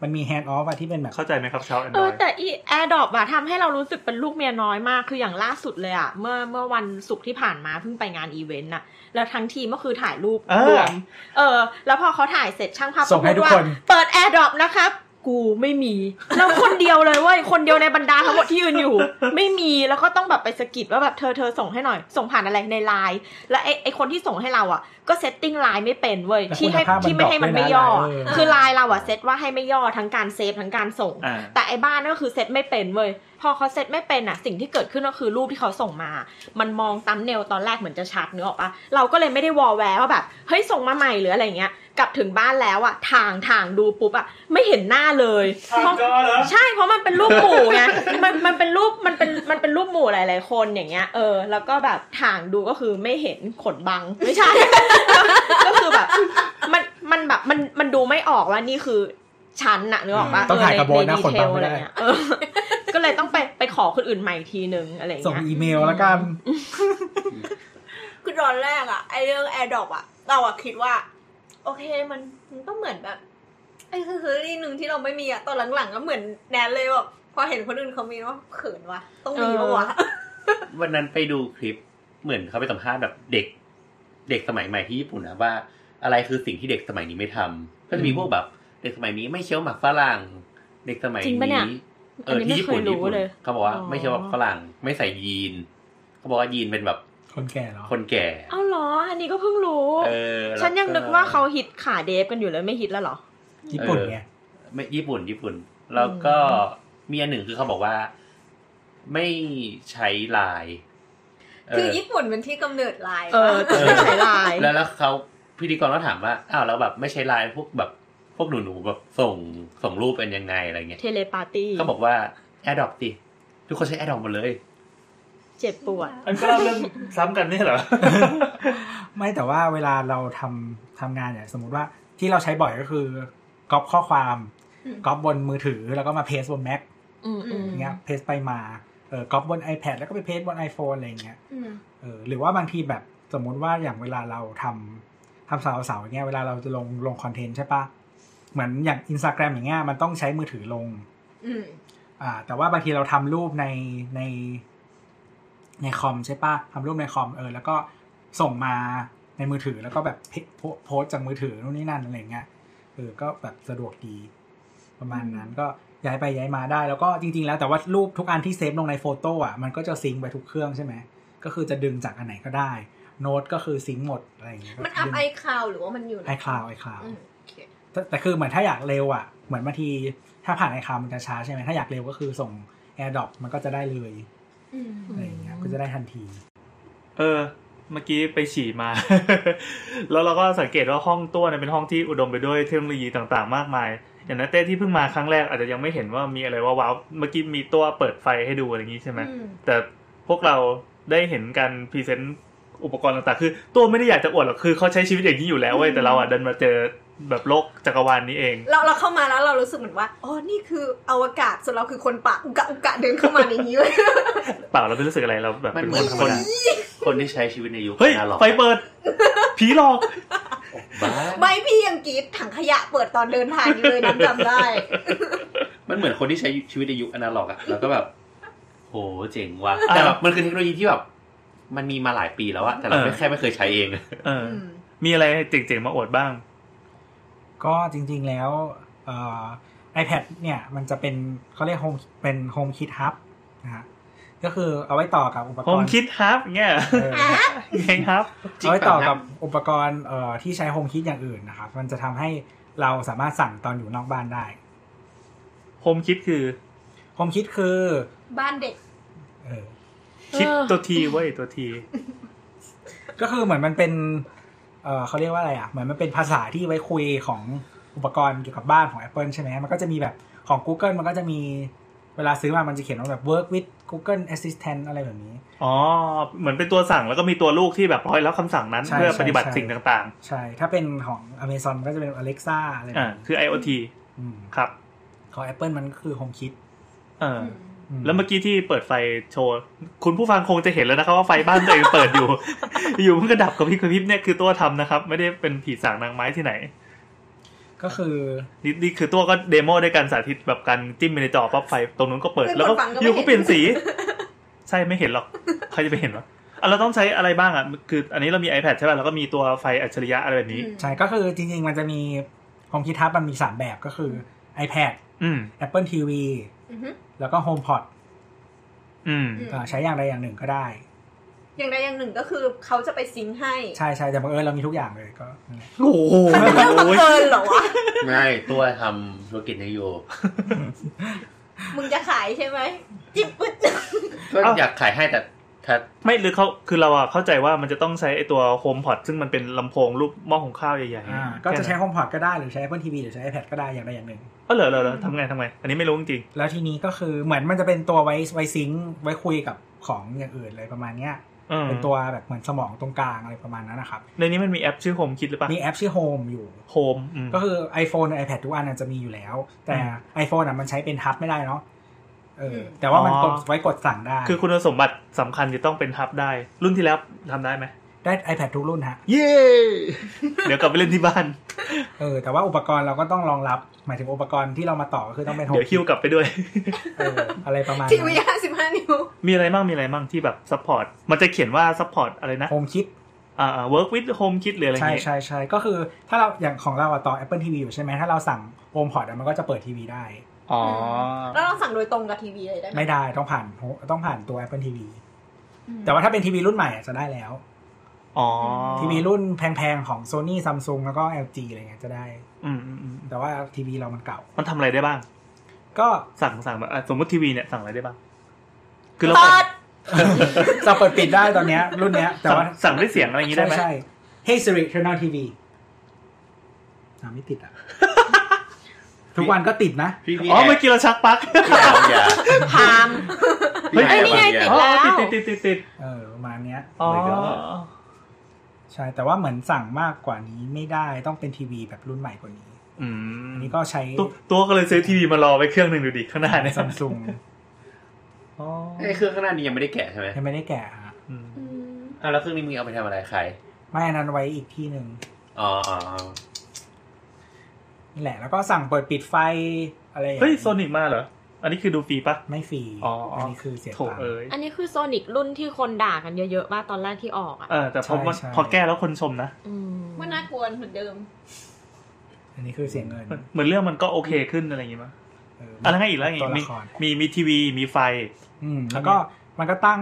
Speaker 4: มันมีแฮนด์ออฟที่เป็นแบบ
Speaker 3: เข้าใจไหมครับชาวแอนด
Speaker 5: เอ
Speaker 3: รอ
Speaker 5: อย แต่อีแอร์ดอปอะทำให้เรารู้สึกเป็นลูกเมียน้อยมาก คืออย่างล่าสุดเลยอะเมื่อเมื่อวันศุกร์ที่ผ่านมาเพิ่งไปงานอีเวนต์อะแล้วทั้งทีมก็คือถ่ายรูปรวมเออ แล้วพอเขาถ่ายเสร็จช่างภาพ
Speaker 4: ส่งให้
Speaker 5: ก็พูด
Speaker 4: ทุก
Speaker 5: ว่า
Speaker 4: คน
Speaker 5: เปิดแอร์ดอปนะครับ กูไม่มี แล้วคนเดียวเลยเว้ย คนเดียวในบรรดาทั้งหมดที่ยืนอยู่ ไม่มีแล้วก็ต้องแบบไปสะกิดว่าแบบเธอเธอส่งให้หน่อย ส่งผ่านอะไรในไลน์แล้วไอไอคนที่ส่งให้เราอะก็เซตติ้งไลน์ไม่เป็นเว้ย
Speaker 4: แล้ว
Speaker 5: ที่ให้
Speaker 4: คุณภาพมัน
Speaker 5: ที่ไม่ให้มันไม่ย่อ
Speaker 4: ดรอปด้วยนะ
Speaker 5: คือไลน์เราอะเซตว่าให้ไม่ย่อทั้งการเซฟทั้งการส่ง
Speaker 3: อ่า
Speaker 5: แต่ไอ้บ้านก็คือเซตไม่เป็นเว้ย พอเขาเซตไม่เป็นอ่ะ สิ่งที่เกิดขึ้นก็คือรูปที่เขาส่งมา มันมองตั้มเนลตอนแรกเหมือนจะชัดเนื้อออกปะเราก็เลยไม่ได้วอลแวร์ว่าแบบ เฮ้ย ส่งมาใหม่หรืออะไรเงี้ย กลับถึงบ้านแล้วอ่ะ ทางทางดูปุ๊บอ่ะ ไม่เห็นหน้าเลยเพราะใช่ เพราะมันเป็นรูปหมู่ไง มันมันเป็นรูป มันเป็น มันเป็นรูปหมู่หลาย ๆ คนอย่างเงี้ย เออ แล้วก็แบบทางดูก็คือไม่เห็นขนบัง ไม่ใช่ ก็คือแบบ มัน มันแบบ มัน มันดูไม่ออกว่านี่คือชั้นน่ะนึกออกปะ
Speaker 4: ต้องถ่ายกับโบนนะขนบัง
Speaker 5: เใ detail
Speaker 4: ไม่ได้
Speaker 5: อะรเงี้ยเออ ก็เลยต้องไปไปขอคนอื่นใหม่อีกทีนึงอะไรอย่าง
Speaker 4: ส่ง
Speaker 5: เงี้ย
Speaker 4: อีเมลแล้วกัน
Speaker 6: คือตอนแรกอะไอเรื่องแอร์ดรอปอะเราอะคิดว่า โอเคมันมันก็เหมือนแบบไอ้คือคือนี่หนึ่งที่เราไม่มีอะตอนหลังๆก็เหมือนแนนเลยแบบพอเห็นคนอื่นเขามีว่าเขินวะต้องมีปะวะ
Speaker 2: วันนั้นไปดูคลิปเหมือนเขาไปสัมภาษณ์แบบเด็ก เด็กสมัยใหม่ที่ญี่ปุ่นนะว่า อะไรคือสิ่งที่เด็กสมัยนี้ไม่ทำก็จะมีพวกแบบ เด็กสมัยนี้ไม่เคี้ยวหมากฝรั่ง เด็กสมัย
Speaker 5: จริงปะเนี่ย
Speaker 2: เอออน
Speaker 5: นี้
Speaker 2: ที่ญี่ปุ่น
Speaker 5: ไม่เคยรู้
Speaker 2: ญี่ปุ่น
Speaker 5: เลย
Speaker 2: เขาบอกว่า
Speaker 5: อ๋อ
Speaker 2: ไม่เคี้ยวหมากฝรั่ง ไม่ใส่ยีนเขาบอกว่ายีนเป็นแบบ
Speaker 4: คนแก่เหรอ
Speaker 2: คนแก่
Speaker 5: เอ้าเหรอ อันนี้ก็เพิ่งรู้
Speaker 2: เออแล้ว
Speaker 5: ฉันยังนึกว่าเขาฮิตขาเดฟกันอยู่เลยไม่ฮิตแล้วเหรอ
Speaker 4: ญี่ปุ่นไง
Speaker 2: ไม่ญี่ปุ่น ญี่ปุ่น แล้วก็มีอันหนึ่งคือเขาบอกว่าไม่ใช้ลายเ
Speaker 6: คือญี่ปุ่นเป็นที่กำเนิดลาย
Speaker 5: เออ
Speaker 6: ปะ
Speaker 5: จะไม่ใช้ไลาย
Speaker 2: แล้วแล้วเขาพิธีกรก็ถามว่าอ้าวแล้วแบบไม่ใช้ไลน์พวกแบบพวกหนูหนูๆแบบส่งส่งรูปเป็นยังไงอะไรเงี้ย
Speaker 5: เทเลปาร์ตี้
Speaker 2: เขาบอกว่าแอดดอปสิทุกคนใช้แอดดอปหมดเลย
Speaker 5: เจ็บปวด
Speaker 3: อันก็เล่าเรื่องซ้ำกันไม่ใช่เหรอ
Speaker 4: ไม่แต่ว่าเวลาเราทำทำงานเนี่ยสมมติว่าที่เราใช้บ่อยก็คือก๊อปข้อความ
Speaker 6: อืม
Speaker 4: ก๊อปบนมือถือแล้วก็มาเพสบน Mac
Speaker 5: อืมอืม
Speaker 4: อย่างเงี้ยเพสไปมาเออก๊อปบน iPad แล้วก็ไปเพสบน iPhone อะไรอย่างเงี้ย
Speaker 6: อืม
Speaker 4: เออหรือว่าบางทีแบบสมมุติว่าอย่างเวลาเราทำทำสาวสาวๆอย่างเงี้ยเวลาเราจะลงลงคอนเทนต์ใช่ปะเหมือนอย่าง Instagram อย่างเงี้ยมันต้องใช้มือถือลง
Speaker 6: อืม
Speaker 4: อ่าแต่ว่าบางทีเราทำรูปในใน ในคอมใช่ปะทำรูปในคอมเออแล้วก็ส่งมาในมือถือแล้วก็แบบเพโพโพสต์จากมือถือนู่นนี่นั่นอะไรเงี้ยเออก็แบบสะดวกดี ประมาณนั้นก็ย้ายไปย้ายมาได้ แล้วก็จริง ๆ แล้วแต่ว่ารูปทุกอันที่เซฟลงในโฟโต้อ่ะมันก็จะซิงค์ไปทุกเครื่องใช่ไหม ก็คือจะดึงจากอันไหนก็ได้ โน้ตก็คือซิงค์หมดอะไรอย่างเงี้ย
Speaker 6: มันอัพไอคลาวหรือว่ามันอยู่
Speaker 4: ไอคลาวไอคลาว
Speaker 6: อืมโอเค
Speaker 4: แต่คือเหมือนถ้าอยากเร็วอ่ะ เหมือนบางทีถ้าผ่านไอคลาวมันจะช้าใช่ไหมถ้าอยากเร็วก็คือส่ง AirDrop มันก็จะได้เลย
Speaker 6: อืม
Speaker 4: อะไรอย่างเงี้ยก็จะได้ทันที
Speaker 3: เออ เมื่อกี้ไปฉี่มา แล้วเราก็สังเกตว่าห้องตัวเนี่ยเป็นห้องที่อุดมไปด้วยเทคโนโลยีต่างๆ มากมาย อย่างนัตเต้ที่เพิ่งมาครั้งแรกอาจจะยังไม่เห็นว่ามีอะไรว้าวๆเมื่อกี้มีตัวเปิดไฟให้ดูอะไรอย่างนี้ใช่ไหม
Speaker 6: อืม
Speaker 3: แต่พวกเราได้เห็นการพรีเซนต์อุปกรณ์ต่างๆ คือตัวไม่ได้อยากจะอวดหรอกคือเขาใช้ชีวิตอย่างนี้อยู่แล้วเว้ยแต่เราอ่ะดันมาเจอแบบโลกจักรวาลนี้เอง
Speaker 6: เราเราเข้ามาแล้วเรารู้สึกเหมือนว่าอ๋อนี่คืออวกาศส่วนเราคือคนปะอุกะอุกะเดินเข้ามาในนี้เลย
Speaker 3: เปล่าเราไม่รู้สึกอะไรเราแบบ
Speaker 2: มัน
Speaker 3: เป็น
Speaker 2: เหมือน
Speaker 3: ค
Speaker 2: คน นคนที่ใช้ชีวิตในยุค
Speaker 3: เฮ้ย
Speaker 2: นาหลอก
Speaker 3: ไฟเปิด ผีหลอก
Speaker 2: บ้า
Speaker 6: ไม่พี่ยังกรีดถังขยะเปิดตอนเดินผ่านอยู่เลยน้ำจำได้
Speaker 2: มันเหมือนคนที่ใช้ชีวิตในยุคอนาล็อกอะแล้วก็แบบ โหเจ๋งว่ะแต่แบบมันคือเทคโนโลยีที่แบบมันมีมาหลายปีแล้วอะแต่เราไม่
Speaker 3: เออ
Speaker 2: แค่ไม่เคยใช้เอง
Speaker 3: เออ
Speaker 6: อื
Speaker 3: อ
Speaker 6: ม
Speaker 3: มีอะไรเจ๋งๆมาอวดบ้าง
Speaker 4: ก็จริงๆแล้วเอ่อ iPad เนี่ยมันจะเป็นเขาเรียก Home เป็น Home Kit Hub นะฮะก็คือเอาไว้ต่อกับอุปก
Speaker 3: ผม
Speaker 4: รณ์
Speaker 3: คิดฮับเงี้ย
Speaker 4: เอ อ
Speaker 3: เองฮับ
Speaker 2: จ
Speaker 4: เอา
Speaker 2: ริง
Speaker 4: ไว้ต่อกับ
Speaker 2: เปล่าครับ
Speaker 4: อุปกรณ์เอ่อที่ใช้โฮมคิดอย่างอื่นนะครับ มันจะทำให้เราสามารถสั่งตอนอยู่นอกบ้านได้
Speaker 3: ผมคิดคือ
Speaker 4: โฮมคิดคือ
Speaker 6: บ้านเด็ก
Speaker 4: เออ
Speaker 3: คิด
Speaker 5: เออ
Speaker 3: ตัวทีเว้ยตัวที
Speaker 4: ก็คือเหมือนมันเป็นเอ่อเขาเรียกว่าอะไรอ่ะ เหมือนมันเป็นภาษาที่ไว้คุยของอุปกรณ์เกี่ยวกับบ้านของ Apple ใช่ไหมมันก็จะมีแบบของ Google มันก็จะมีเวลาซื้อมามันจะเขียนว่าแบบ work with Google Assistant อะไรแบบนี้
Speaker 3: อ๋อ เหมือนเป็นตัวสั่งแล้วก็มีตัวลูกที่แบบร้อยแล้วคำสั่งนั้น
Speaker 4: ใช่
Speaker 3: เพื่อปฏิบัติ
Speaker 4: ใช่ใช่
Speaker 3: สิ่งต่าง
Speaker 4: ใช่ ถ้าเป็นของ Amazon ก็จะเป็น Alexa อะไร
Speaker 3: ๆ
Speaker 4: แบบ
Speaker 3: อ่า
Speaker 4: นี้
Speaker 3: คือ IoT
Speaker 4: อืม
Speaker 3: ครับ
Speaker 4: ของ Apple มันก็คือ Home Kit
Speaker 3: เอออ
Speaker 4: อืม
Speaker 3: แล้วเมื่อกี้ที่เปิดไฟโชว์ คุณผู้ฟังคงจะเห็นแล้วนะครับว่าไฟบ้านตัวเองเปิดอยู่ อยู่มันก็ดับกับพริบกระพริบเนี่ยคือตัวทำนะครับ ไม่ได้เป็นผีสางนางไม้ที่ไหน
Speaker 4: ก็คือ
Speaker 3: นี่นี่คือตัวก็เดโมด้วยการสาธิตแบบการจิ้มไปในจอปั๊บไฟตรงนู้นก็เปิด
Speaker 6: ไม่
Speaker 3: แล้วก็
Speaker 6: คนฟังก็ไม่
Speaker 3: อยู่
Speaker 6: เห็
Speaker 3: ก็
Speaker 6: น
Speaker 3: เปลี่ยนสี ใช่ไม่เห็นหรอก ใครจะไปเห็นวะอ่ะเราต้องใช้อะไรบ้างอ่ะคือ อันนี้เรามี iPad ใช่ป่ะแล้วก็มีตัวไฟอัจฉริยะอะไรแบบนี้
Speaker 4: ใช่ ก็คือจริงๆ มันจะมีผมคิดทับมันมี 3 แบบก็คือ iPad
Speaker 3: อืม
Speaker 4: Apple TV
Speaker 6: อือฮึ
Speaker 4: แล้วก็ HomePod
Speaker 3: อืม
Speaker 6: อืม
Speaker 4: อ่าใช้อย่างใดอย่างหนึ่งก็ได้
Speaker 6: อย่างใดอย่างหนึ่งก็คือเขาจะไปซิงค์ให้
Speaker 4: ใช่ใช่แต่บังเอิญเรามีทุกอย่างเลยก็นั่นแหละ
Speaker 3: โอ้โห
Speaker 6: มันเป็นเรื่องบังเอิญเหรอวะ
Speaker 2: ไม่ตัวทำธุรกิจนโย
Speaker 6: มึงจะขายใช่ไหม จิบปึ๊ด
Speaker 2: ก็อยากขายให้แต่ถ้า
Speaker 3: ไม่หรือเขาคือเราอ่ะเข้าใจว่ามันจะต้องใช้ไอตัวโฮมพอดซึ่งมันเป็นลำโพงรูปหม้อหุงข้าวใหญ่
Speaker 4: อ่า
Speaker 3: ๆ
Speaker 4: ก็จะใช้
Speaker 3: แค่นั้น
Speaker 4: HomePod ก็ได้หรือใช้ Apple TV หรือใช้ iPad ก็ได้อย่างใดอย่างหนึ่ง
Speaker 3: เออเหรอเหรอเหรอทำไงทำไงอันนี้ไม่รู้จริง
Speaker 4: แล้วทีนี้ก็คือเหมือนมันจะเป็นตัวไว้ไว้ซิงค์ไว้คุยกับของอย่างอื่นอะไรประมาณเนี้ย
Speaker 3: ๆเออ
Speaker 4: เป็นตัวแบบเหมือนสมองตรงกลางอะไรประมาณนั้นนะครับ
Speaker 3: ในนี้มันมีแอปชื่อโฮมคิดหรือเปล่า
Speaker 4: มีแอปชื่อ Home อยู่
Speaker 3: โฮมอืม
Speaker 4: ก็คือ iPhone กับ iPad ทุกอันน่ะจะมีอยู่แล้ว แต่
Speaker 3: อืม
Speaker 4: iPhone อ่ะมันใช้เป็นทับไม่ได้เนาะเอออแต่ว่ามันกด
Speaker 3: อ๋อ
Speaker 4: ไว้กดสั่งได้
Speaker 3: คือคุณสมบัติสำคัญจะต้องเป็นฮับได้ รุ่นที่แล้วทำได้ไหม
Speaker 4: ได้ iPad ทุกรุ่นฮะ
Speaker 3: เย้ เดี๋ยวกลับไปเล่นที่บ้าน
Speaker 4: เออ แต่ว่าอุปกรณ์เราก็ต้องรองรับ หมายถึงอุปกรณ์ที่เรามาต่อก็คือต้องเป็น
Speaker 3: เดี๋ยวฮิ้วกลับไปด้วย
Speaker 4: เอออะไรประมาณ
Speaker 6: ที
Speaker 4: นั้
Speaker 6: วี
Speaker 4: น
Speaker 6: ห้าสิบห้านิ้ว
Speaker 3: มีอะไรบ้างมีอะไรบ้างที่แบบซัพพอร์ต มันจะเขียนว่าซัพพอร์ตอะไรนะ
Speaker 4: โฮมคิด
Speaker 3: อ่า work with home kit หรืออะไร
Speaker 4: ใช่
Speaker 3: เงี้ย
Speaker 4: ใช่ใช่ก็คือถ้าเราอย่างของเราอะต่อ Apple TV อยู่ใช่ไหมถ้าเราสั่ง HomePod อะมันก็จะเปิดทีวีได้
Speaker 3: อ๋อ
Speaker 6: แล้วเราสั่งโดยตรงกับทีวีเลยได้ไหม
Speaker 4: ไม่ได้ต้องผ่าน Ho- ต้องผ่านตัว Apple TV
Speaker 6: อืม
Speaker 4: แต่ว่าถ้าเป็นทีวีรุ่นใหม่อะจะได้แล้ว
Speaker 3: อ๋อ
Speaker 4: ทีวีรุ่นแพงๆ ของ Sony Samsung แล้วก็ LG อะไรเงี้ยจะได้
Speaker 3: อืมอืมอืม
Speaker 4: แต่ว่าทีวีเรามันเก่า
Speaker 3: มันทำอะไรได้บ้าง
Speaker 4: ก็
Speaker 3: สั่งสั่งแบบอ่ะสมมติทีวีเนี่ยสั่งอะไรได้บ้าง คือเรา
Speaker 6: ตอด
Speaker 4: จะเปิดปิดได้ตอนเนี้ยรุ่นเนี้ยแต่
Speaker 3: สั่ง
Speaker 4: ว่า
Speaker 3: สั่งด้วยเสียงอะไรอย่างงี้ได้
Speaker 4: ใช่
Speaker 3: ไหม
Speaker 4: ใช่ Hey Siri turn on TV อ่ะไม่ติด อ่ะ ทุกวันก็ติดนะ
Speaker 2: พี่พี่
Speaker 3: อ๋อ
Speaker 2: แบ
Speaker 3: เมื่อกี้เราชักปลั๊ก
Speaker 2: พี่แอบอย่า
Speaker 5: พาม
Speaker 2: พี่แอบ
Speaker 5: เฮ้ยนี่ไง
Speaker 2: อย่า
Speaker 5: ติด
Speaker 3: อ๋อ
Speaker 5: แล้ว
Speaker 3: ติดติดติดติดติด
Speaker 4: เออประมาณเนี้ย
Speaker 3: อ๋อ
Speaker 2: My God
Speaker 4: ใช่แต่ว่าเหมือนสั่งมากกว่านี้ไม่ได้ต้องเป็นทีวีแบบรุ่นใหม่กว่านี้
Speaker 3: อืม
Speaker 4: อันนี้ก็ใช้
Speaker 3: ตัวตัวก็เลยซื้อทีวีมารอไว้เครื่องหนึ่งดูดิข้างหน้าเนี่ย
Speaker 4: ซัมซุง
Speaker 3: อ๋อ
Speaker 2: ไอ้เครื่องข้างหน้านี้ยังไม่ได้แกะใช่ไหม
Speaker 4: ยังไม่ได้แกะฮะ
Speaker 3: อืม
Speaker 2: อ่ะแล้วเครื่องนี้มึงเอาไปทำอะไรใคร
Speaker 4: ไม่อันนั้นไว้อีกที่หนึ่ง
Speaker 2: อ๋ออ๋ออ๋อ
Speaker 4: นี่แหละ แล้วก็สั่งเปิดปิดไฟอะไรอย่าง
Speaker 3: เฮ้ยโซนิกมาเหรอ อันนี้คือดูฟรีปะ
Speaker 4: ไม่ฟรี
Speaker 3: อ๋ออั
Speaker 4: อันนี้คือเสีย
Speaker 3: โถ
Speaker 4: ตังค์
Speaker 3: เอ้ย
Speaker 5: อันนี้คือโซนิกรุ่นที่คนด่ากันเยอะๆว่าตอนแรกที่ออกอ่ะ
Speaker 3: เออแต่พอว่า
Speaker 4: ใช่ใช่
Speaker 3: พอแก้แล้วคนชมนะ
Speaker 5: อืม
Speaker 6: ว่าน่ากลัวเหมือนเดิม
Speaker 4: อันนี้คือเสียเงิน
Speaker 3: เหมือนเรื่องมันก็โอเคขึ้นอะไรอย่างงี้มั้ง
Speaker 4: เออ
Speaker 3: อะไรงั้นอีกแล้วไง
Speaker 4: ตัว
Speaker 3: มี
Speaker 4: ละคร
Speaker 3: มีมีทีวีมีไฟ
Speaker 4: อืมแล้วก็มันก็ตั้ง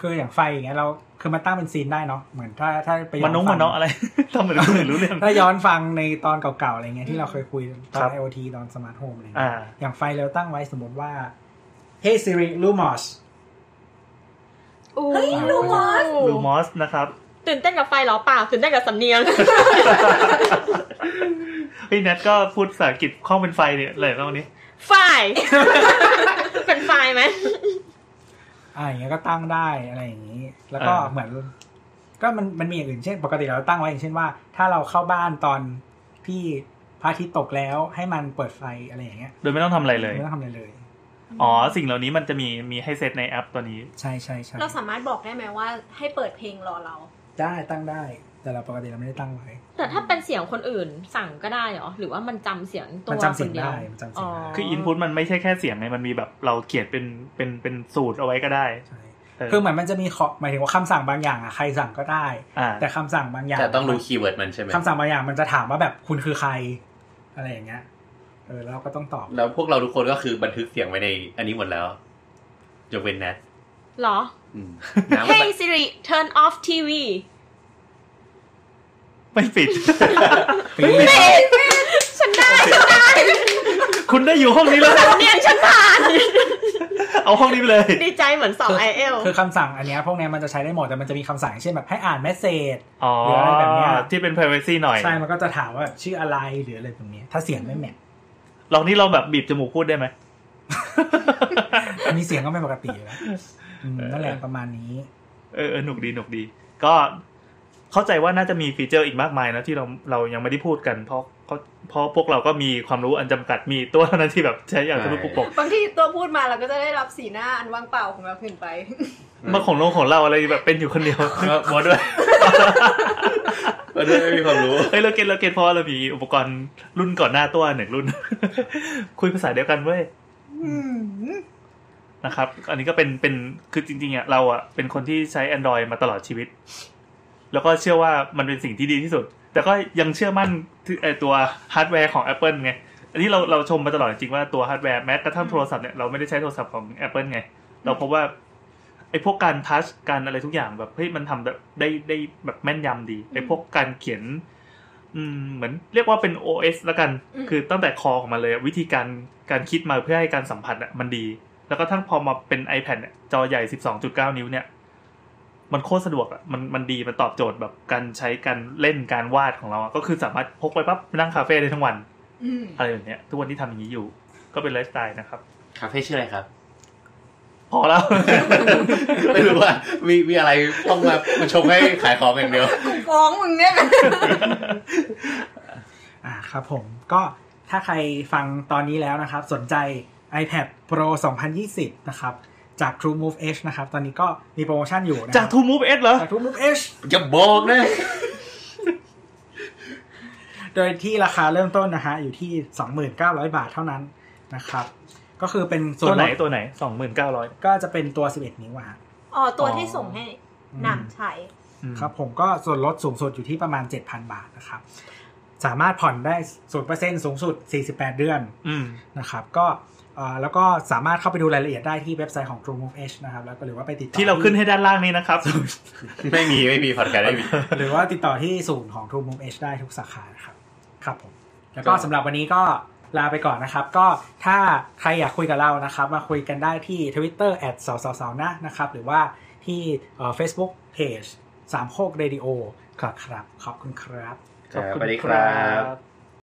Speaker 4: คืออย่างไฟอย่างเงี้ยเราคือมันตั้งเป็นซีนได้เนาะเหมือนถ้าถ้าไปย้
Speaker 3: มันน้อง
Speaker 4: ฟั
Speaker 3: มันน้องอะไร ทำเหมือนคนอื่นรู้เรื่อง
Speaker 4: ถ้าย้อนฟังในตอนเก่าๆอะไรเงี้ยที่เราเคยคุยตอ
Speaker 3: ครั
Speaker 4: น
Speaker 3: บ
Speaker 4: IoT ตอนสมาร์ทโฮมอะไรเงี้ย
Speaker 3: อ่า
Speaker 4: อย่างไฟเราตั้งไว้สมมติว่า Hey Siri Lumos
Speaker 5: อู้
Speaker 6: เฮ้ยรู้วะ
Speaker 3: ลูมอสนะครับ
Speaker 5: ตื่นเต้นกับไฟเหรอเปล่าตื่นเต้นกับสำเนียง
Speaker 3: พี่แนทก็พูดภาษาอังกฤษคล่องเป็นไฟเนี่ยอะไรแล้ววันนี้
Speaker 5: ฝ่าย เป็นฝ่ายไหม
Speaker 4: อ่าอย่างเงี้ยก็ตั้งได้อะไรอย่างนี้ แล้วก็
Speaker 3: อ่า
Speaker 4: เหมือน ก็มันมันมีอย่างอื่นเช่น ปกติเราตั้งไว้อย่างเช่นว่า ถ้าเราเข้าบ้านตอนที่พระอาทิตย์ตกแล้วให้มันเปิดไฟอะไรอย่างเงี้ย
Speaker 3: โดยไม่ต้องทำอะไรเลย
Speaker 4: ไม่ต้องทำอะไรเลย
Speaker 3: อ๋อ สิ่งเหล่านี้มันจะมีมีให้เซตในแอปตัวนี้
Speaker 4: ใช่ใช่ใช่
Speaker 6: เราสามารถบอกได้ไหมว่าให้เปิดเพลงรอเรา
Speaker 4: ได้ตั้งได้ แต่เราปกติเราไม่ได้ตั้งไว้
Speaker 5: แต่ถ้าเป็นเสียงคนอื่นสั่งก็ได้เหรอ หรือว่ามันจำเสียงตัว
Speaker 4: มันจำเสี
Speaker 5: ค
Speaker 4: ยง
Speaker 5: นเดียว
Speaker 4: ได้มันจำเสียงได้
Speaker 3: คืออินพุตมันไม่ใช่แค่เสียงไงมันมีแบบเราเขียนเป็นเป็นเป็นสูตรเอาไว้ก็ได้
Speaker 4: ใช่
Speaker 3: เ
Speaker 4: คือเหมือนมันจะมีขอหมายถึงว่าคำสั่งบางอย่างอ่ะใครสั่งก็ได้
Speaker 3: อ่า
Speaker 4: แต่คำสั่งบางอย่าง
Speaker 2: แต่ต้องรู้คีย์เวิร์ดมันใช่ไหม
Speaker 4: คำสั่งบางอย่างมันจะถามว่าแบบคุณคือใคร อะไรอย่างเงี้ยเออแล้วเราก็ต้องตอบ
Speaker 2: แล้วพวกเราทุกคนก็คือบันทึกเสียงไว้ในอันนี้หมดแล้วยกเว้นแนท
Speaker 5: เหรอ
Speaker 2: อื ม
Speaker 5: Hey Siri turn off TV
Speaker 3: ไม่ปิด
Speaker 5: ฉันได้ฉันได้
Speaker 3: คุณได้อยู่ห้องนี้แล้ว
Speaker 5: เนียงฉันผ่าน
Speaker 3: เอาห้องนี้ไปเลย
Speaker 5: ดีใจเหมือนสอบไอเอล
Speaker 4: คือคำสั่งอันเนี้ยพวกเนี้ยมันจะใช้ได้หมดแต่มันจะมีคำสั่งเช่นแบบให้อ่านเมสเซจ
Speaker 3: อ๋อ
Speaker 4: หรืออะไรแบบเนี้ย
Speaker 3: ที่เป็น privacy หน่อย
Speaker 4: ใช่มันก็จะถามว่าแบบชื่ออะไรหรืออะไรตรงนี้ยถ้าเสียงไม่แมท
Speaker 3: ลองนี่เราแบบบีบจมูกพูดได้ไหม
Speaker 4: มีเสียงก็ไม่ปกติอยู่แล้วอืมนั่นแหละประมาณนี้
Speaker 3: เออเออหนุกดีหนุกดี ก็เข้าใจว่าน่าจะมีฟีเจอร์อีกมากมายนะที่เราเรายังไม่ได้พูดกัน เพราะเพราะเพราะพวกเราก็มีความรู้อันจำกัดมีตัวเท่านั้นที่แบบใช้อย่างทะลุปุกปก
Speaker 6: บางทีตัวพูดมาเราก็จะได้รับสีหน้าอันว่างเปล่าของเราขึ้นไป
Speaker 3: มาของโลงของเราอะไรแบบเป็นอยู่คนเดียว
Speaker 2: บอสด้วย บอสด้วยไม่มีความรู้
Speaker 3: เฮ้ยเราเก็ตเราเก็ตเพราะว่าเรามีอุปกรณ์รุ่นก่อนหน้าตัวหนึ่งรุ่น คุยภาษาเดียวกันเว้ยนะครับ อันนี้ก็เป็นเป็นคือจริงๆอ่ะเราอ่ะเป็นคนที่ใช้ Android มาตลอดชีวิต แล้วก็เชื่อว่ามันเป็นสิ่งที่ดีที่สุด แต่ก็ยังเชื่อมั่นที่ไอตัวฮาร์ดแวร์ของ Apple ไง อันนี้เราเราชมมาตลอดจริงๆว่าตัวฮาร์ดแวร์แม้กระทั่งโทรศัพท์เนี่ยเราไม่ได้ใช้โทรศัพท์ของ Apple ไง เราพบว่าไอ้พวกการทัชการอะไรทุกอย่างแบบเฮ้ยมันทำแบบได้ได้แบบแม่นยำดีไอ้พวกการเขียน อืมเหมือนเรียกว่าเป็น OS แล้วกัน
Speaker 6: อืม
Speaker 3: คือตั้งแต่คอของมันเลยอะวิธีการการคิดมาเพื่อให้การสัมผัสอ่ะมันดี แล้วก็ทั้งพอมาเป็น iPad เนี่ยจอใหญ่ 12.9 นิ้วเนี่ย มันโคตรสะดวกอ่ะมันมันดีมันตอบโจทย์แบบการใช้การเล่นการวาดของเราอะก็คือสามารถพกไปปั๊บนั่งคาเฟ่ได้ทั้งวัน
Speaker 6: อืม
Speaker 3: อะไรแบบเนี้ย ทุกวันที่ทำอย่างนี้อยู่ ก็เป็นไลฟ์สไตล์นะครับ
Speaker 2: คาเฟ่ชื่ออะไรครับ
Speaker 3: พอแล้ว
Speaker 2: ไม่รู้ว่ามีมีอะไรต้องมามาชมให้ขายของอย่างเดียว
Speaker 6: ฟ้องมึงเนี่ย
Speaker 4: อ่าครับผมก็ถ้าใครฟังตอนนี้แล้วนะครับ สนใจ iPad Pro 2020 นะครับ จาก True Move Edge นะครับ ตอนนี้ก็มีโปรโมชั่นอยู่นะค
Speaker 3: จา
Speaker 4: รั
Speaker 3: ก
Speaker 4: บ
Speaker 3: ทูมูฟเอสเหรอ
Speaker 4: จาก True Move Edge
Speaker 2: อย่าบอกนะ
Speaker 4: โดยที่ราคาเริ่มต้นนะฮะ อยู่ที่ 2,900 บาทเท่านั้นนะครับ ก็คือเป็นส่ว
Speaker 3: ตัวน ไหน
Speaker 4: ลด
Speaker 3: ตัวไหนสองหมื่นเก้าร้อย
Speaker 4: ก็จะเป็นตัว 11 นิ้วอะฮะ
Speaker 6: อ๋อ ตัวที่ส่งให้นำใช้
Speaker 4: ครับผมก็ส่วนลดสูงสุดอยู่ที่ประมาณ 7,000 บาทนะครับ สามารถผ่อนได้0%สูงสุด 48 เดือน
Speaker 3: อืม
Speaker 4: นะครับก็เอ่อแล้วก็สามารถเข้าไปดูรายละเอียดได้ที่เว็บไซต์ของ True Move Edge นะครับแล้วก็หรือว่าไปติดต่อ
Speaker 3: ที่เราขึ้นให้ด้านล่างนี้นะครับ
Speaker 2: ไม่มีไม่มีพอดแคสต์ไม่มี
Speaker 4: หรือว่าติดต่อที่ศูนย์ของ True Move Edge ได้ทุกสาขานะครับครับผมแล้วก็สำหรับวันนี้ก็ลาไปก่อนนะครับ ก็ถ้าใครอยากคุยกับเรานะครับ มาคุยกันได้ที่ Twitter แอดสาวสาวนะนะครับ หรือว่าที่เอ่อ Facebook Page สามโคกเรดิโอครับครับ ขอบคุณครับ
Speaker 2: ครับสวัสดีครับ